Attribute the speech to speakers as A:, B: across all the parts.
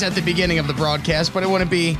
A: at the beginning of the broadcast, but it wouldn't be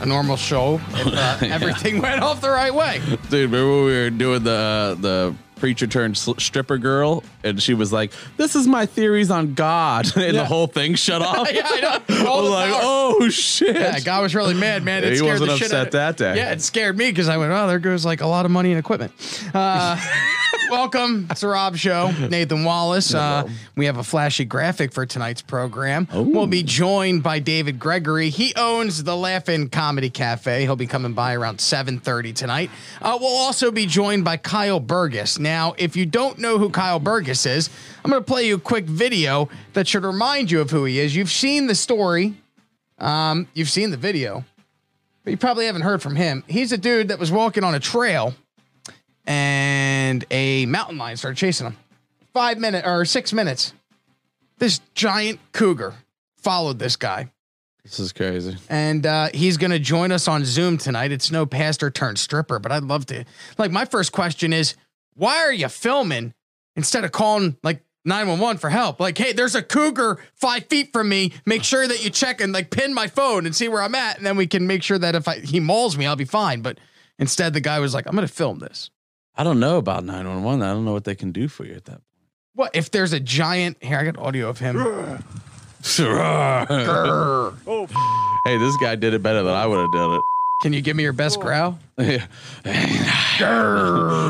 A: a normal show if uh, everything went off the right way.
B: Dude, remember when we were doing the uh, the preacher turned sl- stripper girl, and she was like, "This is my theories on God," and
A: Yeah.
B: the whole thing shut off.
A: yeah, I know.
B: I
A: All
B: was
A: the
B: like,
A: power.
B: "Oh shit!"
A: Yeah, guy was really mad, man. It
B: He
A: scared
B: wasn't
A: the shit
B: upset
A: out of-
B: that day.
A: Yeah, it scared me because I went, oh, there goes like a lot of money and equipment. Uh, welcome. It's the Rob Show. Nathan Wallace. Uh, we have a flashy graphic for tonight's program. We'll be joined by David Gregory. He owns the Laugh-In Comedy Cafe. He'll be coming by around 7.30 tonight. Uh, we'll also be joined by Kyle Burgess. Now, if you don't know who Kyle Burgess is, I'm going to play you a quick video that should remind you of who he is. You've seen the story. Um, you've seen the video, but you probably haven't heard from him. He's a dude that was walking on a trail and a mountain lion started chasing him. Five minutes or six minutes. This giant cougar followed this guy.
B: This is crazy.
A: And uh, he's going to join us on Zoom tonight. It's no pastor turned stripper, but I'd love to. Like, my first question is why are you filming instead of calling like 911 for help? Like, hey, there's a cougar five feet from me. Make sure that you check and like pin my phone and see where I'm at. And then we can make sure that if I, he mauls me, I'll be fine. But instead, the guy was like, I'm going to film this.
B: I don't know about nine one one. I don't know what they can do for you at that.
A: What if there's a giant? Here, I got audio of him.
B: point.
A: Grr.
B: hey, this guy did it better than I would have done it.
A: Can you give me your best growl?
B: Yeah.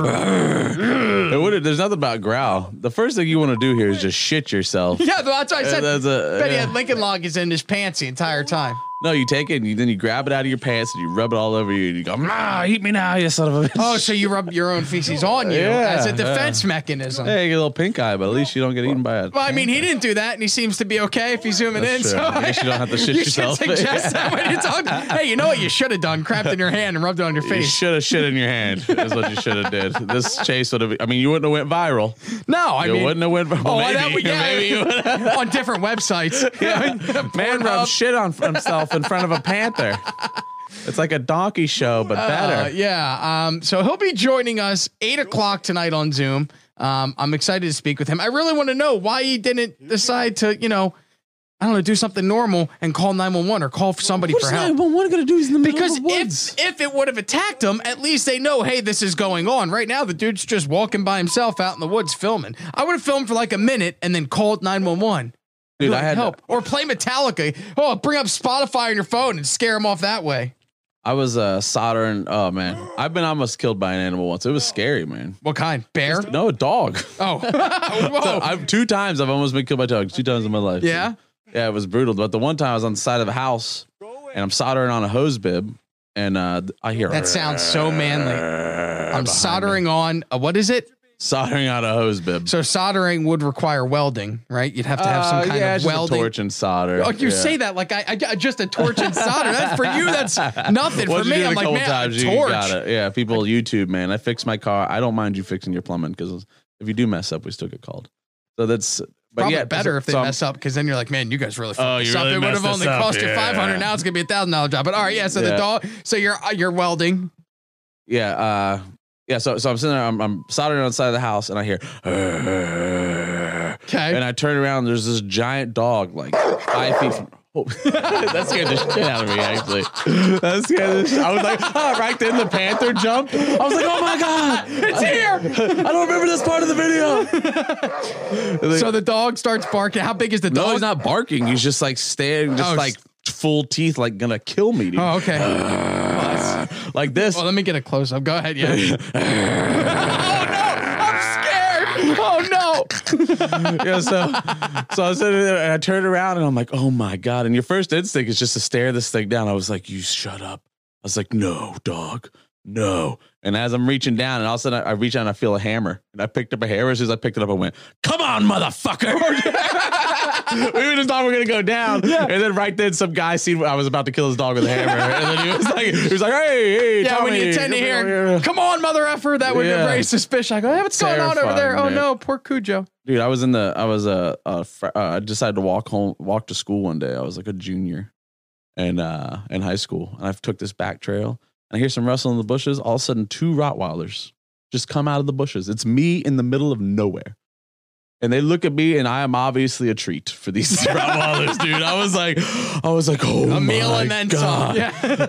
B: it would there's nothing about growl. The first thing you want to do here is just shit yourself.
A: Yeah, that's what I said.
B: that's a-
A: Bet he
B: Uh, yeah.
A: had Lincoln Loggins in his pants the entire time.
B: No, you take it and you, then you grab it out of your pants and you rub it all over you and you go, "Ma, Ah, eat me now, you son of a bitch."
A: Oh, so you rub your own feces on you
B: Yeah,
A: as a
B: yeah.
A: defense mechanism.
B: Hey, you get a little pink eye, but at least you don't get eaten by it.
A: Well, I mean, he didn't do that, and he seems to be okay if he's zooming in.
B: true.
A: So
B: I guess you don't have to shit
A: you
B: yourself.
A: Should suggest that when you talk. Hey, you know what you should have done? Crapped in your hand and rubbed it on your
B: You
A: face.
B: should have shit in your hand. Is what you should have did. This chase would have. I mean, you wouldn't have went viral.
A: No, I
B: You
A: mean,
B: wouldn't have went viral.
A: oh,
B: maybe,
A: that would- yeah,
B: maybe you would have.
A: on different websites.
B: Man rubbed shit on himself in front of a panther. It's like a donkey show, but
A: Uh,
B: better.
A: yeah. Um, so he'll be joining us eight o'clock tonight on Zoom. Um, I'm excited to speak with him. I really want to know why he didn't decide to, you know, I don't know, do something normal and call 911 or call for somebody for help.
B: one gonna do is in the middle
A: Because if if it would have attacked him, at least they know, hey, this is going on. Right now, the dude's just walking by himself out in the woods filming. I would have filmed for like a minute and then called 911.
B: dude,
A: Like,
B: I had
A: help or play Metallica. Oh, bring up Spotify on your phone and scare him off that way.
B: I was uh, soldering. Oh man, I've been almost killed by an animal once. It was scary, man.
A: What kind? Bear?
B: No, a dog.
A: Oh, Whoa.
B: I've two times I've almost been killed by dogs. Two times in my life.
A: Yeah?
B: Yeah, it was brutal. But the one time I was on the side of a house and I'm soldering on a hose bib and uh I hear
A: That sounds so manly. I'm soldering on a, what is it?
B: soldering on a hose bib.
A: So soldering would require welding, right? You'd have to have some
B: Uh,
A: kind
B: yeah,
A: of
B: just a
A: welding.
B: torch and solder.
A: Oh, you
B: Yeah.
A: say that like I, I I- just a torch and solder. That's for you. That's nothing
B: Once
A: for
B: you do
A: me.
B: it
A: I'm
B: a
A: like
B: couple
A: man,
B: times,
A: a
B: you
A: torch.
B: got it. Yeah, people YouTube, man. I fixed my car. I don't mind you fixing your plumbing because if you do mess up, we still get called. So that's but
A: Probably
B: yeah,
A: better if they
B: so I'm-
A: mess up because then you're like, man, you guys really fucked
B: Oh,
A: this
B: you
A: up.
B: really
A: it would have
B: messed
A: only
B: this up,
A: cost you
B: yeah.
A: 500. Now it's gonna be a thousand dollar job. But all right, yeah. So the
B: Yeah.
A: dog. So you're uh, you're welding.
B: yeah, uh, yeah. So so I'm sitting there, I'm, I'm soldering on the side of the house, and I hear,
A: Okay.
B: and I turn around. There's this giant dog, like five feet. From, oh, that scared the shit out of me. Actually, that scared the shit. I was like, oh, right then the panther jumped. I was like, oh my god, it's here. I don't remember this part of the video.
A: so the dog starts barking. How big is the
B: No,
A: dog?
B: he's not barking. He's just like staring, just
A: Oh,
B: like full teeth, like gonna kill me. dude. Uh,
A: Oh, okay. Well, that's-
B: Like this.
A: Well, let me get a close up. Go ahead. Yeah. oh no! I'm scared. Oh no!
B: yeah, so so I was sitting there and I turned around and I'm like, oh my god! And your first instinct is just to stare this thing down. I was like, you shut up. I was like, no, dog, no. And as I'm reaching down, and all of a sudden I, I reach out and I feel a hammer, and I picked up a hammer. As soon as I picked it up, I went, come on, motherfucker! we just thought we were gonna go
A: Oh,
B: down, and then right then some guy seen I was about to kill his dog with a hammer, and then he was like, he was like, hey, hey,
A: Yeah, when
B: Tommy,
A: you tend to
B: come over
A: hear,
B: here."
A: come on, mother effer, that would
B: Yeah.
A: raise suspicion. I go, hey, what's going on over
B: Terrifying,
A: there? Oh
B: man.
A: no, poor Cujo.
B: dude, I was in the, I was a, a fr- uh, I decided to walk home, walk to school one day. I was like a junior, and uh, in high school, and I took this back trail, and I hear some rustling in the bushes. All of a sudden, two Rottweilers just come out of the bushes. It's me in the middle of nowhere. And they look at me, and I am obviously a treat for these Rottweilers, dude. I was like, I was like, oh,
A: A meal
B: my
A: and then
B: God
A: some.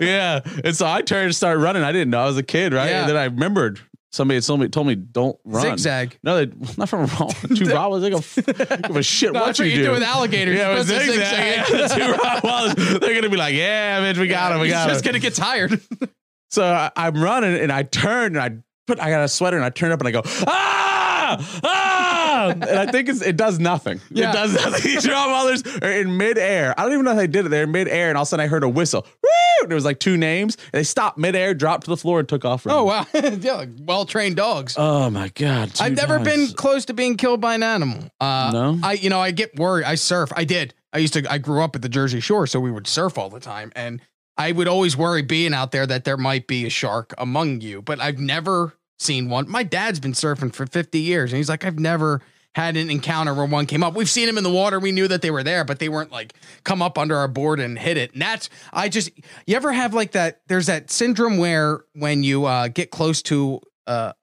A: Yeah.
B: yeah. And so I turned and started running. I didn't know. I was a kid, right?
A: Yeah.
B: And then I remembered somebody had told me, told me don't run.
A: Zigzag.
B: No, they, not from wrong. Two Rottweilers. They go, f- give a shit
A: No,
B: what
A: that's
B: you,
A: what you do with alligators.
B: Yeah,
A: You're
B: with
A: supposed to
B: zigzag.
A: zigzag.
B: Two Rottweilers. They're going to be like, yeah, bitch, we got him. We
A: He's
B: got him.
A: just gonna get tired.
B: So I, I'm running and I turn and I put I got a sweater and I turn up and I go ah ah and I think it's, it does nothing.
A: Yeah.
B: It does nothing. These Rottweilers are in midair. I don't even know how they did it. They're in midair and all of a sudden I heard a whistle. Woo! There was like two names and they stopped midair, dropped to the floor, and took off. Running.
A: oh wow, yeah, like well trained dogs.
B: Oh my god!
A: I've
B: two
A: never
B: dogs.
A: been close to being killed by an animal. Uh,
B: No?
A: I you know I get worried. I surf. I did. I used to. I grew up at the Jersey Shore, so we would surf all the time, and I would always worry being out there that there might be a shark among you. But I've never seen one. My dad's been surfing for fifty years, and he's like, I've never had an encounter where one came up. We've seen them in the water. We knew that they were there, but they weren't like come up under our board and hit it. And that's I just you ever have like that? There's that syndrome where when you uh, get close to uh,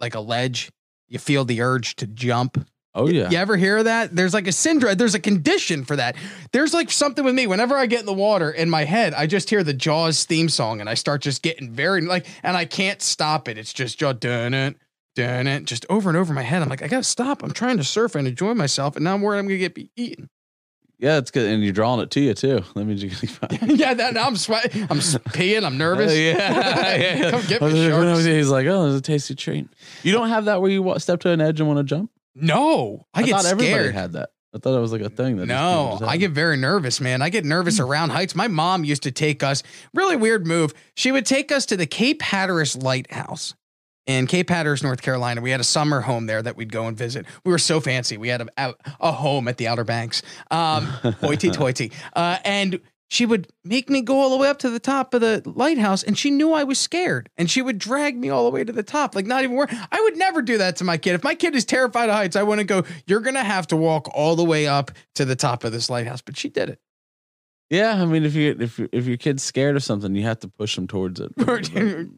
A: like a ledge, you feel the urge to jump.
B: Oh yeah.
A: You ever hear of that? There's like a syndrome. There's a condition for that. There's like something with me. Whenever I get in the water in my head, I just hear the Jaws theme song and I start just getting very like, and I can't stop it. It's just Jaws, dun it, dun it, just over and over in my head. I'm like, I gotta stop. I'm trying to surf and enjoy myself, and now I'm worried I'm gonna get be eaten.
B: Yeah, it's good, and you're drawing it to you too. That means you're gonna be fine.
A: yeah, that, now I'm sweating. I'm s- peeing. I'm nervous.
B: Uh, yeah, yeah.
A: Come get
B: I was
A: me,
B: like, when I was-
A: sharks.
B: He's like, oh, there's a tasty treat. You don't have that where you wa- step to an edge and want to jump.
A: No, I, get
B: thought everybody
A: scared.
B: had that. I thought it was like a thing. That just people
A: No,
B: just had.
A: I get very nervous, man. I get nervous around heights. My mom used to take us, really weird move. She would take us to the Cape Hatteras Lighthouse in Cape Hatteras, North Carolina. We had a summer home there that we'd go and visit. We were so fancy. We had a, a, a home at the Outer Banks, um, hoity toity. Uh, and she would make me go all the way up to the top of the lighthouse, and she knew I was scared, and she would drag me all the way to the top, like not even where I would never do that to my kid. If my kid is terrified of heights, I wouldn't go. You're gonna have to walk all the way up to the top of this lighthouse, but she did it.
B: Yeah, I mean, if you if you- if your kid's scared of something, you have to push them towards it.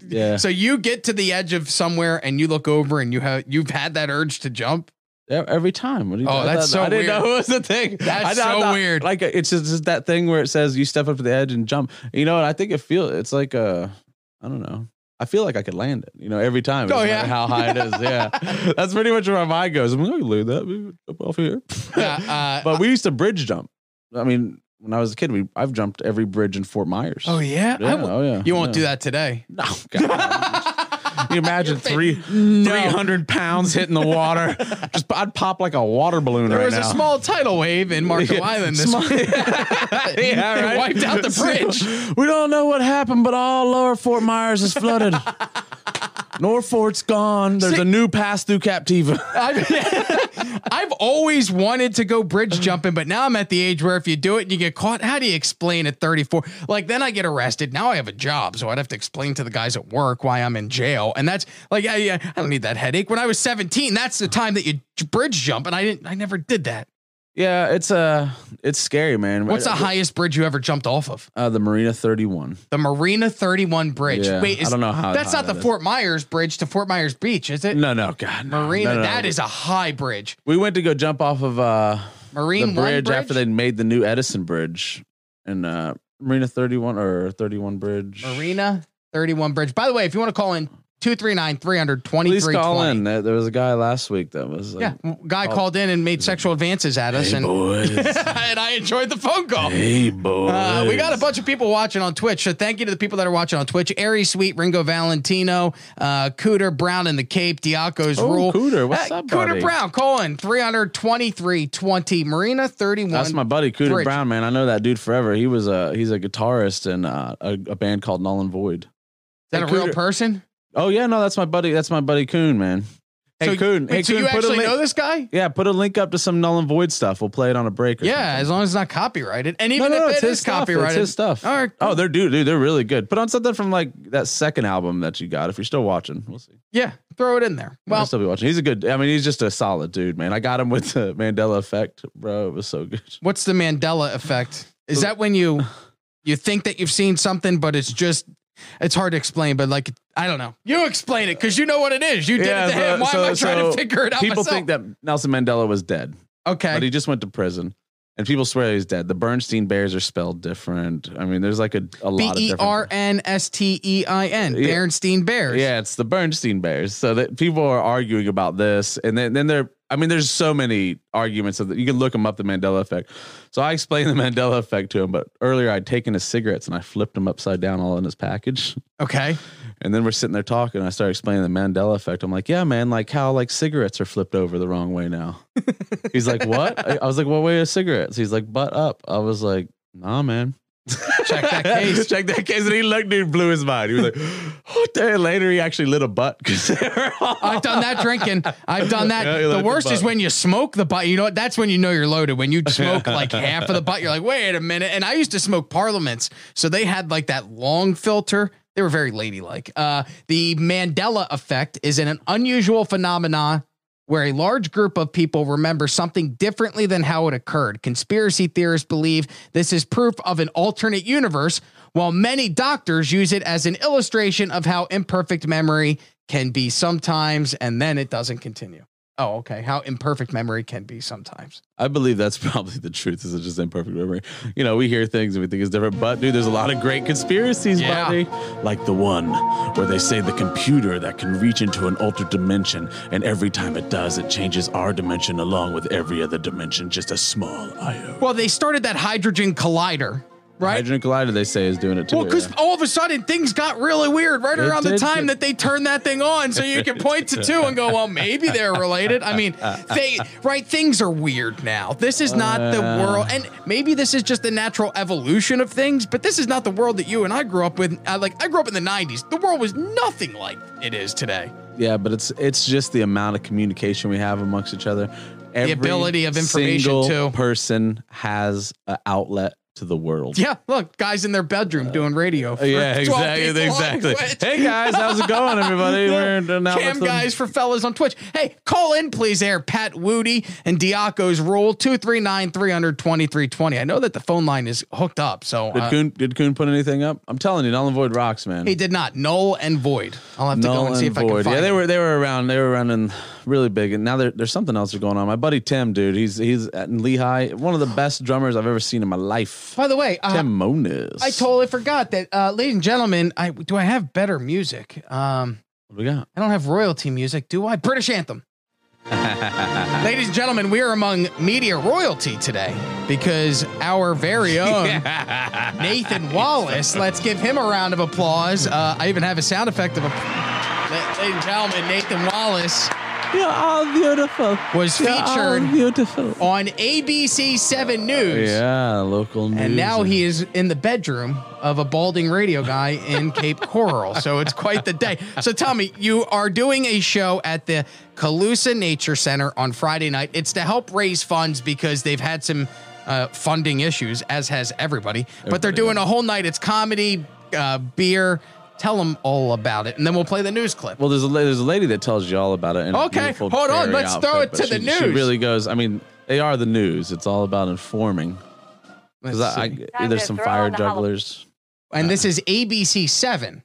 B: yeah,
A: So you get to the edge of somewhere, and you look over, and you have you've had that urge to jump.
B: E- every time. What do you
A: Oh,
B: I
A: that's
B: thought-
A: so
B: I didn't
A: weird.
B: know it was a thing.
A: That's
B: I thought- I
A: so
B: thought-
A: weird.
B: Like it's just, just that thing where it says you step up to the edge and jump. You know, and I think it feel it's like a I don't know. I feel like I could land it. You know, every time. It
A: Oh,
B: doesn't
A: yeah.
B: matter How high it is. Yeah, that's pretty much where my mind goes. I'm gonna land that. Maybe Jump off here.
A: Yeah, uh,
B: but we used to bridge jump. I mean, when I was a kid, we I've jumped every bridge in Fort Myers.
A: oh yeah, I
B: Yeah,
A: w-
B: oh yeah.
A: you won't do
B: yeah.
A: that today.
B: No, God. Can you imagine three
A: No.
B: three hundred pounds hitting the water? Just I'd pop like a water balloon
A: There
B: right
A: was
B: now.
A: a small tidal wave in Marco
B: Yeah.
A: Island this
B: Small-
A: morning.
B: yeah,
A: They
B: right.
A: wiped out the
B: So,
A: bridge.
B: we don't know what happened, but all lower Fort Myers is flooded. Norfort's gone. There's
A: See-
B: a new pass through Captiva.
A: I've, I've always wanted to go
B: Mm-hmm.
A: bridge jumping, but now I'm at the age where if you do it and you get caught, how do you explain at 34? Like, then I get arrested. Now I have a job, so I'd have to explain to the guys at work why I'm in jail. And that's like, I, I don't need that headache. When I was 17, that's the time that you j- bridge jump, and I didn't, I never did that.
B: Yeah, it's uh it's scary, man.
A: What's the
B: I-
A: highest bridge you ever jumped off of?
B: uh, the Marina 31.
A: The Marina 31 Bridge.
B: Yeah,
A: Wait, is,
B: I don't know how
A: that's
B: high
A: not the
B: that is.
A: Fort Myers Bridge to Fort Myers Beach, is it?
B: No, no, God. no,
A: Marina,
B: no, no, no.
A: that is a high bridge.
B: We went to go jump off of uh the
A: Marine
B: bridge,
A: One bridge
B: after they made the new Edison Bridge and uh Marina 31 or 31 Bridge.
A: Marina 31 Bridge. By the way, if you want to call in 239 300
B: Please call in. There, there was a guy last week that was like,
A: Yeah, w- guy
B: Call-
A: called in and made sexual advances at us, and
B: boys.
A: and I enjoyed the phone call.
B: hey, boys.
A: Uh, we got a bunch of people watching on Twitch, so thank you to the people that are watching on Twitch. Airy Sweet, Ringo Valentino, uh, Cooter Brown in the Cape, Diaco's
B: Oh,
A: Rule.
B: Cooter, what's
A: Uh,
B: up,
A: Cooter
B: buddy?
A: Brown, Colin, 323.20, Marina 31.
B: That's my buddy Cooter
A: Bridge.
B: Brown, man. I know that dude forever. He was a he's a guitarist in uh, a, a band called Null and Void.
A: Is that a
B: Hey,
A: real
B: Cooter.
A: person?
B: Oh yeah, no, that's my buddy. That's my buddy Coon, man. Hey, Coon.
A: wait,
B: Hey,
A: so
B: Coon,
A: you
B: put a
A: actually
B: link-
A: know this guy?
B: Yeah, put a link up to some null and void stuff. We'll play it on a break. Or
A: Yeah, as long as it's not copyrighted. And
B: something.
A: even
B: No, no, no,
A: if
B: it's
A: it
B: his
A: is
B: stuff.
A: copyrighted,
B: It's his stuff.
A: All right.
B: Oh, they're dude, dude, they're really good. Put on something from like that second album that you got. If you're still watching, we'll see.
A: yeah, throw it in there.
B: I'll
A: Well,
B: still be watching. He's a good. I mean, he's just a solid dude, man. I got him with the Mandela Effect, bro. It was so good.
A: what's the Mandela effect? Is that when you you think that you've seen something, but it's just it's hard to explain. But like, I don't know. You explain it because you know what it is. You did it to him. Why am I trying to
B: so
A: figure it out?
B: People
A: myself?
B: think that Nelson Mandela was dead,
A: okay.
B: but he just went to prison. And people swear he's dead. The Bernstein Bears are spelled different. I mean, there's like a, a
A: B
B: lot of
A: E
B: different.
A: R N S T E I N.
B: Yeah.
A: Bernstein Bears.
B: Yeah, it's the Bernstein Bears. So that people are arguing about this, and then then there. I mean, there's so many arguments of that. You can look them up. The Mandela Effect. So I explained the Mandela Effect to him, but earlier I'd taken his cigarettes and I flipped them upside down, all in his package.
A: Okay.
B: And then we're sitting there talking. And I start explaining the Mandela Effect. I'm like, yeah, man, like how like cigarettes are flipped over the wrong way now. He's like, what? I, I was like, what way are cigarettes? He's like, butt up. I was like, nah, man.
A: Check that case.
B: Check that case. And he looked, dude, blew his mind. He was like, what the hell? Later, he actually lit a butt. 'cause they were all-
A: I've done that drinking. I've done that.
B: Yeah, you
A: the
B: like the
A: worst is
B: butt.
A: when you smoke the butt. You know what? That's when you know you're loaded. When you smoke like half of the butt, you're like, wait a minute. And I used to smoke parliaments. So they had like that long filter. They were very ladylike. Uh, the Mandela effect is an unusual phenomenon where a large group of people remember something differently than how it occurred. Conspiracy theorists believe this is proof of an alternate universe, while many doctors use it as an illustration of how imperfect memory can be sometimes, and then it doesn't continue. Oh, okay. How imperfect memory can be sometimes.
B: I believe that's probably the truth. Is it's just imperfect memory. You know, we hear things and we think it's different, but dude, there's a lot of great conspiracies,
A: Yeah.
B: buddy. Like the one where they say the computer that can reach into an altered dimension, and every time it does, it changes our dimension along with every other dimension, just a small iota.
A: Well, they started that hydrogen collider, right?
B: Hydrogen Collider, they say, is doing it too.
A: Well, because
B: yeah.
A: all of a sudden things got really weird right
B: It
A: around the
B: did
A: time
B: get-
A: that they turned that thing on, so you can point to two and go, well, maybe they're related. I mean, they right things are weird now. This is not the
B: Uh.
A: world, and maybe this is just the natural evolution of things. But this is not the world that you and I grew up with. Uh, like I grew up in the '90s, the world was nothing like it is today.
B: Yeah, but it's it's just the amount of communication we have amongst each other. Every
A: ability of information,
B: single
A: too.
B: person has an outlet to the world.
A: Yeah, look, guys in their bedroom doing radio. For
B: Uh, Yeah,
A: 12
B: exactly,
A: people on
B: exactly.
A: Twitch.
B: Hey guys, how's it going, everybody? We're in- now
A: Cam
B: with the-
A: guys for fellas on Twitch. Hey, call in please there, Pat Woody and Diaco's rule 239 320 I know that the phone line is hooked up, so
B: Did
A: uh,
B: Coon did Coon put anything up? I'm telling you, Null and Void rocks, man.
A: he did not. Null and void. I'll have to go
B: Null
A: and see
B: and
A: if I can
B: Void.
A: find
B: Yeah, they
A: it.
B: were they were around. They were around and really big. And now there, there's something else that's going on. My buddy Tim, dude, he's he's at in Lehigh, one of the best drummers I've ever seen in my life.
A: By the way, uh,
B: Tim Moniz.
A: I totally forgot that, uh, ladies and gentlemen. I do I have better music? Um,
B: What do we got?
A: I don't have royalty music, do I? British anthem. Ladies and gentlemen, we are among media royalty today because our very own Nathan Wallace, let's give him a round of applause. Uh, I even have a sound effect of a. Ladies and gentlemen, Nathan Wallace
B: You're all beautiful.
A: was featured
B: beautiful.
A: on ABC 7 News.
B: Yeah, local news.
A: And now he is in the bedroom of a balding radio guy in Cape Coral. So it's quite the day. So tell me, you are doing a show at the Calusa Nature Center on Friday night. It's to help raise funds because they've had some uh, funding issues, as has everybody. but they're
B: Everybody,
A: doing a whole night. It's comedy, uh, beer. Tell them all about it, and then we'll play the news clip.
B: Well, there's a la- there's a lady that tells you all about it. in a
A: Okay,
B: beautiful
A: hold on,
B: fairy
A: let's throw it
B: but
A: to
B: she-
A: the
B: She
A: news.
B: really goes. I mean, they are the news. It's all about informing.
A: Let's
B: Because I,
A: see.
B: I,
C: Time
B: there's
C: to
B: some
C: throw
B: fire
C: in the hollow-
B: jugglers.
A: and this is ABC Seven,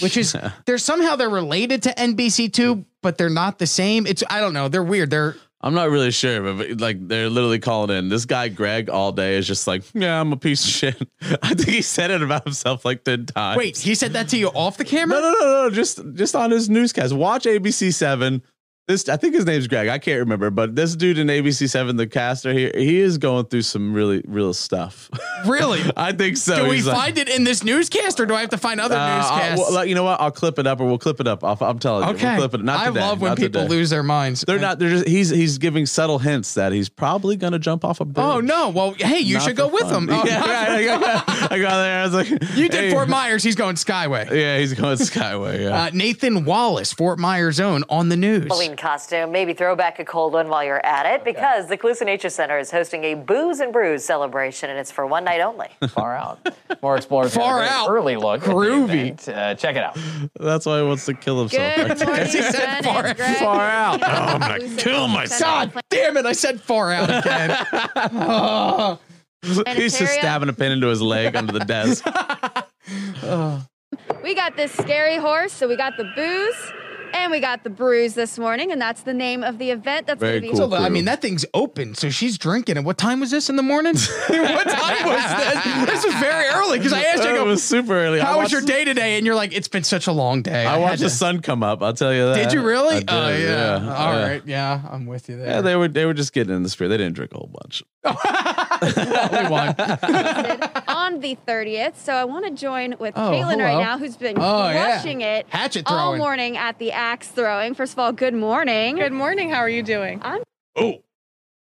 A: which is they're somehow they're related to NBC Two, but they're not the same. It's I don't know. They're weird. They're
B: I'm not really sure, but like they're literally calling in. This guy Greg all day is just like, yeah, I'm a piece of shit. I think he said it about himself like ten times.
A: wait. He said that to you off the camera.
B: No, no, no, no. Just just on his newscast. Watch ABC Seven. This I think his name's Greg. I can't remember, but this dude in ABC Seven, the caster here, he is going through some really real stuff.
A: Really?
B: I think so.
A: Do we
B: He's like,
A: find it in this newscast, or do I have to find other
B: uh, I'll-
A: newscasts?
B: well, like, you know what? I'll clip it up, or we'll clip it up. I'll, I'm telling you,
A: okay.
B: we'll clip it. Not
A: I
B: today,
A: love when
B: not
A: people
B: today.
A: lose their minds.
B: They're
A: And-
B: not. They're just. He's he's giving subtle hints that he's probably gonna jump off a bird.
A: Oh no! Well, hey, you
B: Not
A: should go
B: for
A: with
B: fun.
A: them. Oh,
B: yeah,
A: not-
B: right, I, got, I got there. I was like,
A: You did
B: hey.
A: Fort Myers. He's going Skyway.
B: Yeah, he's going Skyway. Yeah.
A: Uh, Nathan Wallace, Fort Myers own, on the news.
C: following costume. Maybe throw back a cold one while you're at it because the Calusa Nature Center is hosting a booze and brews celebration, and it's for one night only.
D: Far out. More explorers. had a
A: Far
D: very
A: out.
D: Early look. at the
A: Groovy.
D: event. Uh, check it out.
B: That's why he wants to kill himself.
E: Good morning,
A: He said
E: Ben
A: far-
E: and Greg.
B: far out.
E: I'm gonna
B: kill myself.
A: God damn it! I said far out again.
B: He's just stabbing a pin into his leg under the desk.
E: We got this scary horse, so we got the booze and we got the brews this morning, and that's the name of the event. That's
B: Very
E: gonna be
B: cool.
A: So, I mean, that thing's open, so she's drinking. And what time was this in the morning? what time was this? This was very early because I asked you, I
B: it
A: go,
B: was super early. I
A: "How was
B: watched-
A: your day today?" And you're like, "It's been such a long day."
B: I
A: had
B: watched the
A: to-
B: sun come up. I'll tell you that.
A: Did you really?
B: I did,
A: oh yeah.
B: yeah.
A: All
B: Yeah.
A: right. Yeah, I'm with you there.
B: Yeah, they were they were just getting in the spirit. They didn't drink a whole bunch.
A: Only one.
E: hosted on the 30th. So I want to join with
A: Oh,
E: Caitlin
A: hello.
E: right now, who's been
A: Oh, yeah.
E: crushing it
A: Hatchet
E: all
A: throwing.
E: morning at the axe throwing. First of all, good morning.
F: Good morning. How are you doing?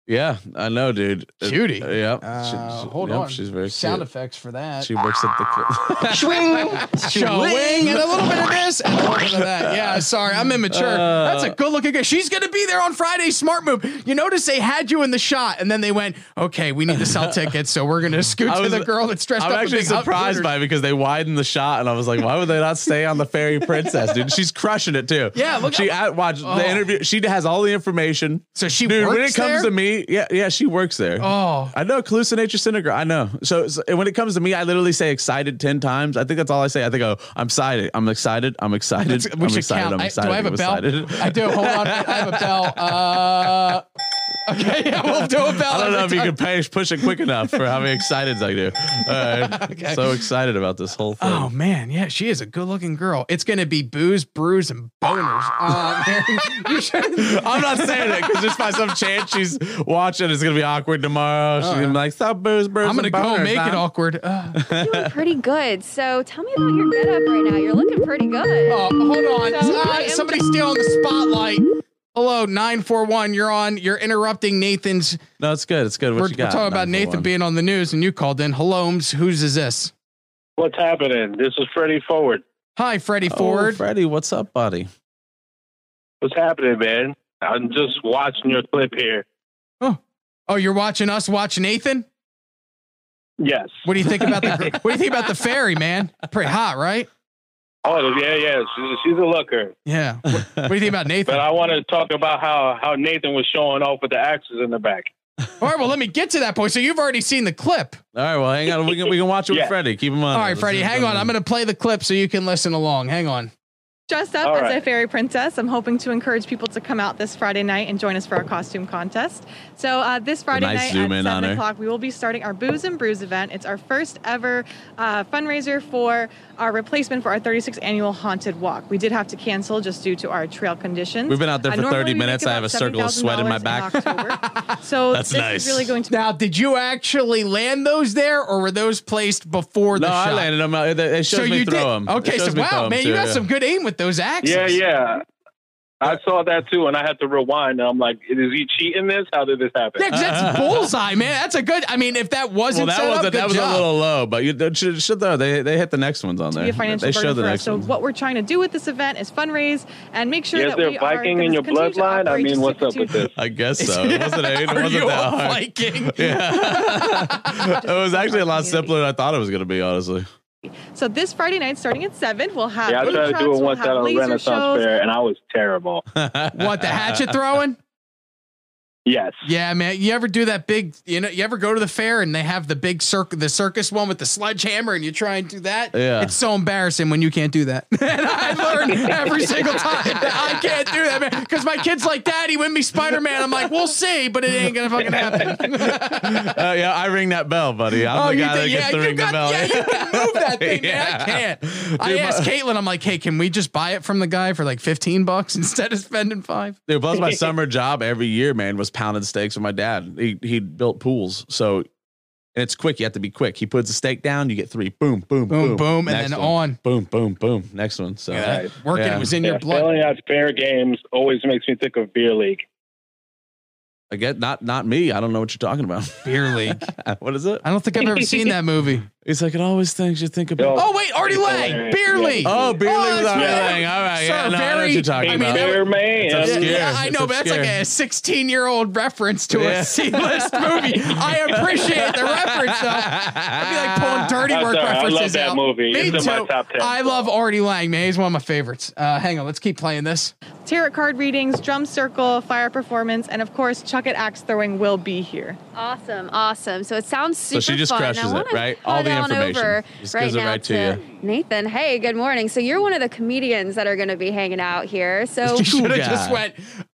B: Yeah, I know, dude. Uh,
A: Cutie.
B: yeah.
A: Uh, hold
B: yep,
A: on.
B: She's very
A: sound
B: cute.
A: effects for that.
B: She works at the.
A: Swing, showing, and a little bit of this, and a little bit of that. Yeah, sorry, I'm immature.
B: Uh,
A: That's a good looking girl. She's gonna be there on Friday. Smart move. You notice they had you in the shot, and then they went, "Okay, we need to sell tickets, so we're gonna scoot
B: I
A: to
B: was-
A: the girl that's dressed
B: I'm
A: up." in
B: actually
A: big outfitters."
B: surprised by it because they widened the shot, and I was like, "Why would they not stay on the fairy princess, dude? She's crushing it too."
A: Yeah, look
B: she at, watch
A: Oh.
B: the interview. She has all the information.
A: So she
B: dude, when
A: works
B: it comes to
A: there?
B: me, yeah, yeah, she works there.
A: Oh.
B: I know, Calusa Nature Center. girl, I know. So, so when it comes to me, I literally say excited ten times. I think that's all I say. I think, oh, I'm excited. I'm excited. I'm excited.
A: That's-
B: I'm
A: we should
B: excited.
A: count.
B: I'm
A: I-
B: excited.
A: do I have a
B: I'm
A: bell?
B: excited.
A: I do. Hold on. I have a bell. Uh, okay, yeah, we'll do a bell.
B: I don't know
A: every
B: if you
A: time.
B: can pay, push it quick enough for how many excited I do. All right.
A: Okay.
B: So excited about this whole thing.
A: Oh man, yeah, she is a good-looking girl. It's gonna be booze, brews, and boners. Uh, Mary, you should.
B: I'm not saying it because just by some chance she's watching, it's gonna be awkward tomorrow. She's gonna be like, "Stop booze, booze."
A: I'm gonna
B: and
A: go
B: boners,
A: make it
B: huh?"
A: awkward. Uh,
E: You're doing pretty good. So tell me about your getup right now. You're looking pretty good.
A: oh, hold on,
F: So I
A: Ah,
F: am-
A: somebody's stealing the spotlight. Hello, nine four one. You're on. You're interrupting Nathan's.
B: No, it's good. It's good. What
A: We're,
B: you
A: we're
B: got?
A: talking about
B: 941?
A: Nathan being on the news, and you called in. Hello, Holmes, whose is this?
G: What's happening? This is Freddie Forward.
A: Hi, Freddie
B: Oh,
A: Ford.
B: Freddie, what's up, buddy?
G: What's happening, man? I'm just watching your clip here.
A: Oh, you're watching us watch Nathan.
G: Yes.
A: What do you think about the gr- What do you think about the fairy, man? Pretty hot, right?
G: Oh, yeah, yeah. She's, she's a looker.
A: Yeah. What, what do you think about Nathan?
G: But I want to talk about how, how Nathan was showing off with the axes in the back.
A: All right, well, let me get to that point. So you've already seen the clip.
B: All right, well, hang on. We can we can watch it with
G: Yeah.
B: Freddie. Keep him on.
A: All right, Freddie, hang on. I'm going to play the clip so you can listen along. Hang on.
F: Dressed up
G: All
F: as
G: right.
F: a fairy princess, I'm hoping to encourage people to come out this Friday night and join us for our costume contest. So uh, this Friday night
B: nice zoom
F: at
B: in on
F: seven
B: her.
F: o'clock, we will be starting our Booze and Brews event. It's our first ever uh, fundraiser for our replacement for our 36th annual Haunted Walk. We did have to cancel just due to our trail conditions. Uh,
B: We've been out there for
F: normally
B: 30
F: we make
B: minutes. I
F: about
B: have a circle of sweat in my back.
F: $7,000 in October. so
B: That's
F: this
B: nice.
F: is really going to be
A: Now, did you actually land those there or were those placed before the
B: No,
A: shot?
B: I landed him. It it shows
A: so
B: me
A: you
B: throw
A: did.
B: him. It
A: Okay, so
B: shows me throw
A: wow,
B: him,
A: man,
B: too,
A: you got
B: yeah.
A: some good aim with those axes.
G: Yeah, yeah. I saw that too, and I had to rewind. And I'm like, is he cheating this? How did this happen?
A: Yeah,
B: Uh,
A: 'cause that's bullseye, man. That's a good. I mean, if that
B: Well,
A: wasn't
B: that
A: set
B: was
A: up,
B: a,
A: good
B: that was
A: job.
B: a little low, but you they should, should though. They they hit the next ones on
F: to
B: there.
F: be a financial
B: they
F: burden
B: showed the
F: for us.
B: next
F: So
B: one.
F: what we're trying to do with this event is fundraise and make sure
G: Is
F: that
G: there
F: we are
G: Viking in
F: gonna
G: your
F: continue to
G: bloodline? I
F: operate
G: mean,
F: to
G: what's up
F: continue
G: with this?
B: I guess so. It wasn't, it
A: Are
B: wasn't
A: you
B: that
A: a
B: hard.
A: Viking?
B: Yeah. it was actually a lot simpler than I thought it was going to be, honestly.
F: So this Friday night, starting at seven, we'll have
G: Yeah, I
F: food
G: tried to
F: trucks,
G: do it
F: we'll
G: once
F: have
G: at a
F: laser
G: Renaissance
F: shows.
G: fair, and I was terrible.
B: Uh,
A: What the hatchet throwing?
G: Yes.
A: Yeah, man. You ever do that big? You know, you ever go to the fair and they have the big circus, the circus one with the sledgehammer, and you try and do that?
B: Yeah.
A: it's so embarrassing when you can't do that. and I learn every single time that I can't do that, man, because my kid's like, "Daddy, win me Spider Man." I'm like, "We'll see," but it ain't gonna fucking happen.
B: Uh, yeah, I ring that bell, buddy. I'm the guy that
A: did-
B: gets to ring the bell.
A: Oh, yeah, you can move that thing. Man,
B: Yeah.
A: I can't. I
B: Dude,
A: asked
B: my-
A: Caitlin, I'm like, "Hey, can we just buy it from the guy for like 15 bucks instead of spending five?
B: Dude, plus my summer job every year, man, was pounding steaks with my dad. He he built pools, so and it's quick. You have to be quick. He puts a steak down, you get three. Boom, boom, boom,
A: Boom, boom, and
B: Next
A: then
B: one.
A: on.
B: Boom, boom, boom. Next one. So
A: Yeah, that working
B: Yeah.
A: was in
G: Yeah,
A: your blood.
G: failing at fair games always makes me think of beer league.
B: I get not not me. I don't know what you're talking about.
A: Beer League.
B: what is it?
A: I don't think I've ever seen that movie.
B: It's like it always things you think about.
G: Yo.
A: Oh wait, Artie Lang,
G: Yeah.
A: Beer League.
B: Oh, Beer
A: Oh,
B: League
A: it's
B: without
A: better.
B: Lang. All right, yeah,
A: Sir,
B: no, I know what
A: very-
B: you're talking
A: I mean,
B: about.
A: that-
G: Bear man.
B: That's obscure.
A: Yeah, I
B: It's
A: know, but that's like
B: obscure.
A: a 16 year old reference to
B: Yeah.
A: a C list movie. I appreciate the reference, though. I'd be like pulling dirty
G: That's
A: work
G: all right. I love
A: references
G: that
A: out.
G: movie.
A: Me
G: It's in
A: too.
G: my top 10,
A: I
G: so.
A: love Artie Lang, man. He's one of my favorites. Uh, hang on, let's keep playing this.
F: Tarot card readings, drum circle, fire performance, and of course, Chuck It Axe throwing will be here.
E: Awesome, awesome. So it sounds super
B: she just
E: fun.
B: crushes
E: I
B: it,
E: wanna
B: right?
E: throw
B: All the
E: that on
B: information.
E: over
B: Just
E: right
B: gives it
E: now
B: right to
E: Nathan. Hey, good morning. So you're one of the comedians that are going to be hanging out here. So
A: You should have
B: God.
A: just went.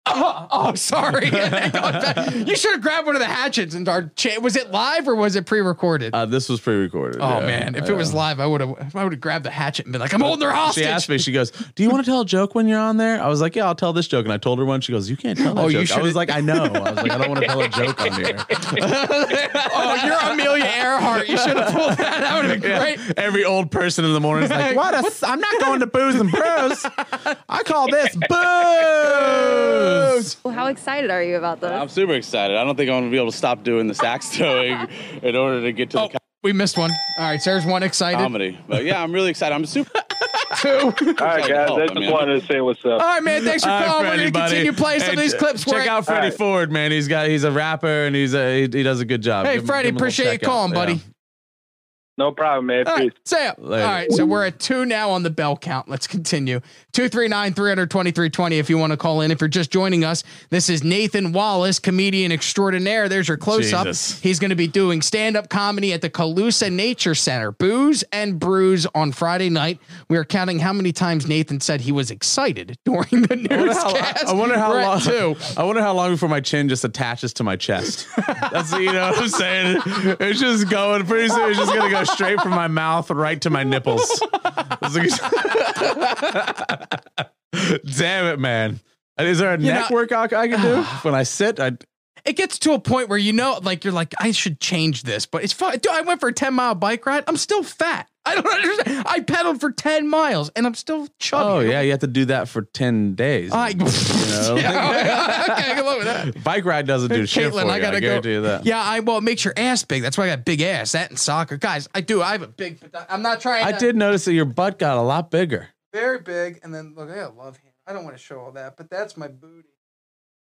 A: Oh, oh, sorry. And then gone back. you should have grabbed one of the hatchets and our cha- was it live or was it pre-recorded?
B: Uh, this was pre-recorded.
A: oh
B: yeah.
A: man, if
B: Yeah.
A: it was live, I would have. I would have grabbed the hatchet and been like, "I'm holding her hostage."
B: She asked me, she goes, Do you want to tell a joke when you're on there? I was like, Yeah, I'll tell this joke. And I told her one. She goes, You can't tell that
A: Oh, you
B: joke. I was
A: should've-
B: like, I know. I was like, I don't want to tell a joke on here.
A: oh, you're Amelia Earhart. You should have pulled that. That would have been great.
B: Every old person in the morning is like, What? A, s- I'm not going to booze and brews. I call this booze.
E: how excited are you about this?
H: I'm super excited. I don't think I'm gonna be able to stop doing the sax throwing in order to get
A: Oh.
H: to the co-
A: We missed one. All right, Sarah's one excited.
H: comedy. But yeah, I'm really excited. I'm super.
A: Two.
G: All right, guys.
H: Oh,
G: I
H: man.
G: just wanted to say what's up.
A: All right, man. Thanks for
B: All right,
A: calling. We're
B: Freddie,
A: gonna continue
B: buddy.
A: playing some of
B: Hey,
A: these
B: ch-
A: clips.
B: Check
A: We're-
B: out Freddie
G: right.
B: Ford, man. He's got he's a rapper and he's a, he, he does a good job.
A: Hey,
B: Give him-
A: Freddie,
B: give him a little
A: appreciate you
B: check out.
A: calling,
B: Yeah.
A: buddy.
G: No problem, man.
A: All
G: Peace.
A: right, say it.
B: Later.
A: All right, so we're at two now on the bell count. Let's continue. 239 32320 if you want to call in. If you're just joining us, this is Nathan Wallace, comedian extraordinaire. There's your close up.
B: Jesus.
A: He's going to be doing stand up comedy at the Calusa Nature Center, Booze and Brews on Friday night. We are counting how many times Nathan said he was excited during the newscast.
B: I wonder how
A: We're at
B: long.
A: two.
B: I wonder how long before my chin just attaches to my chest. That's you know what I'm saying. It's just going pretty soon. It's just gonna go straight from my mouth right to my nipples. It's like- Damn it, man! And Is there a neck
A: know-
B: workout I can do when I sit? I
A: it gets to a point where you know, like you're like, I should change this, but it's fine. Dude, I went for a ten mile bike ride. I'm still fat. I don't understand. I pedaled for ten miles and I'm still
B: oh
A: chubby.
B: yeah, you have to do that for ten days.
A: I,
B: know?
A: yeah, oh okay, good luck with that.
B: Bike ride doesn't do shit for
A: Caitlin,
B: you.
A: I gotta
B: I
A: go.
B: guarantee you that.
A: Yeah, I well, it makes your ass big. That's why I got big ass. That and soccer, guys. I do. I have a big. I'm not trying.
B: I
A: to-
B: did notice that your butt got a lot bigger.
A: very big, and then look, I got a love hand. I don't want to show all that, but that's my booty.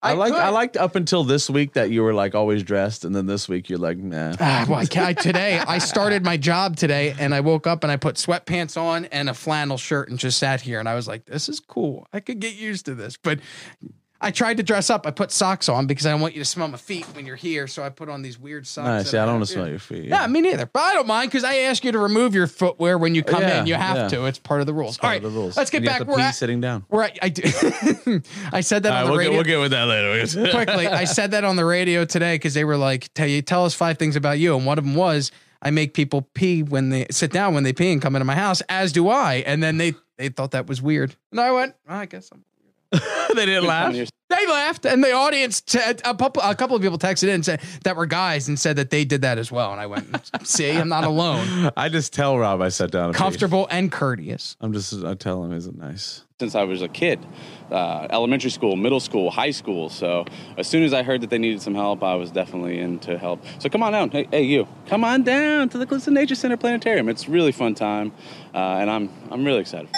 B: I, liked I
A: could-
B: liked up until this week that you were like always dressed, and then this week you're like, nah.
A: Ah, well, I, ca- I, today I started my job today, and I woke up and I put sweatpants on and a flannel shirt and just sat here, and I was like, "This is cool. I could get used to this." But I tried to dress up. I put socks on because I don't want you to smell my feet when you're here, so I put on these weird socks.
B: Nice.
A: that
B: Yeah, I don't
A: have
B: want to
A: here.
B: smell your feet.
A: Yeah, me neither. But I don't mind because I ask you to remove your footwear when you come
B: Yeah,
A: in. You have
B: yeah.
A: to. It's part of the rules. All
B: Follow
A: right,
B: the rules.
A: let's get
B: And you have
A: back.
B: to
A: We're
B: pee
A: at,
B: sitting down.
A: we're at, I do. I said that on the radio
B: with that later.
A: quickly. I said that on the radio today because they were like, "Tell you, tell us five things about you," and one of them was, "I make people pee when they sit down when they pee and come into my house, as do I." And then they they thought that was weird, and I went, "Well, "I guess I'm."
B: they didn't laugh.
A: They laughed, and the audience, t- a, couple, a couple of people texted in and said that were guys and said that they did that as well. And I went, "See, I'm not alone.
B: I just tell Rob I sat down. and peed.
A: Comfortable and courteous."
B: I'm just. I tell him, is it nice?
H: since I was a kid, uh, elementary school, middle school, high school. So as soon as I heard that they needed some help, I was definitely in to help. So come on down, hey, hey you, come on down to the Clifton Nature Center Planetarium. It's a really fun time, uh, and I'm I'm really excited.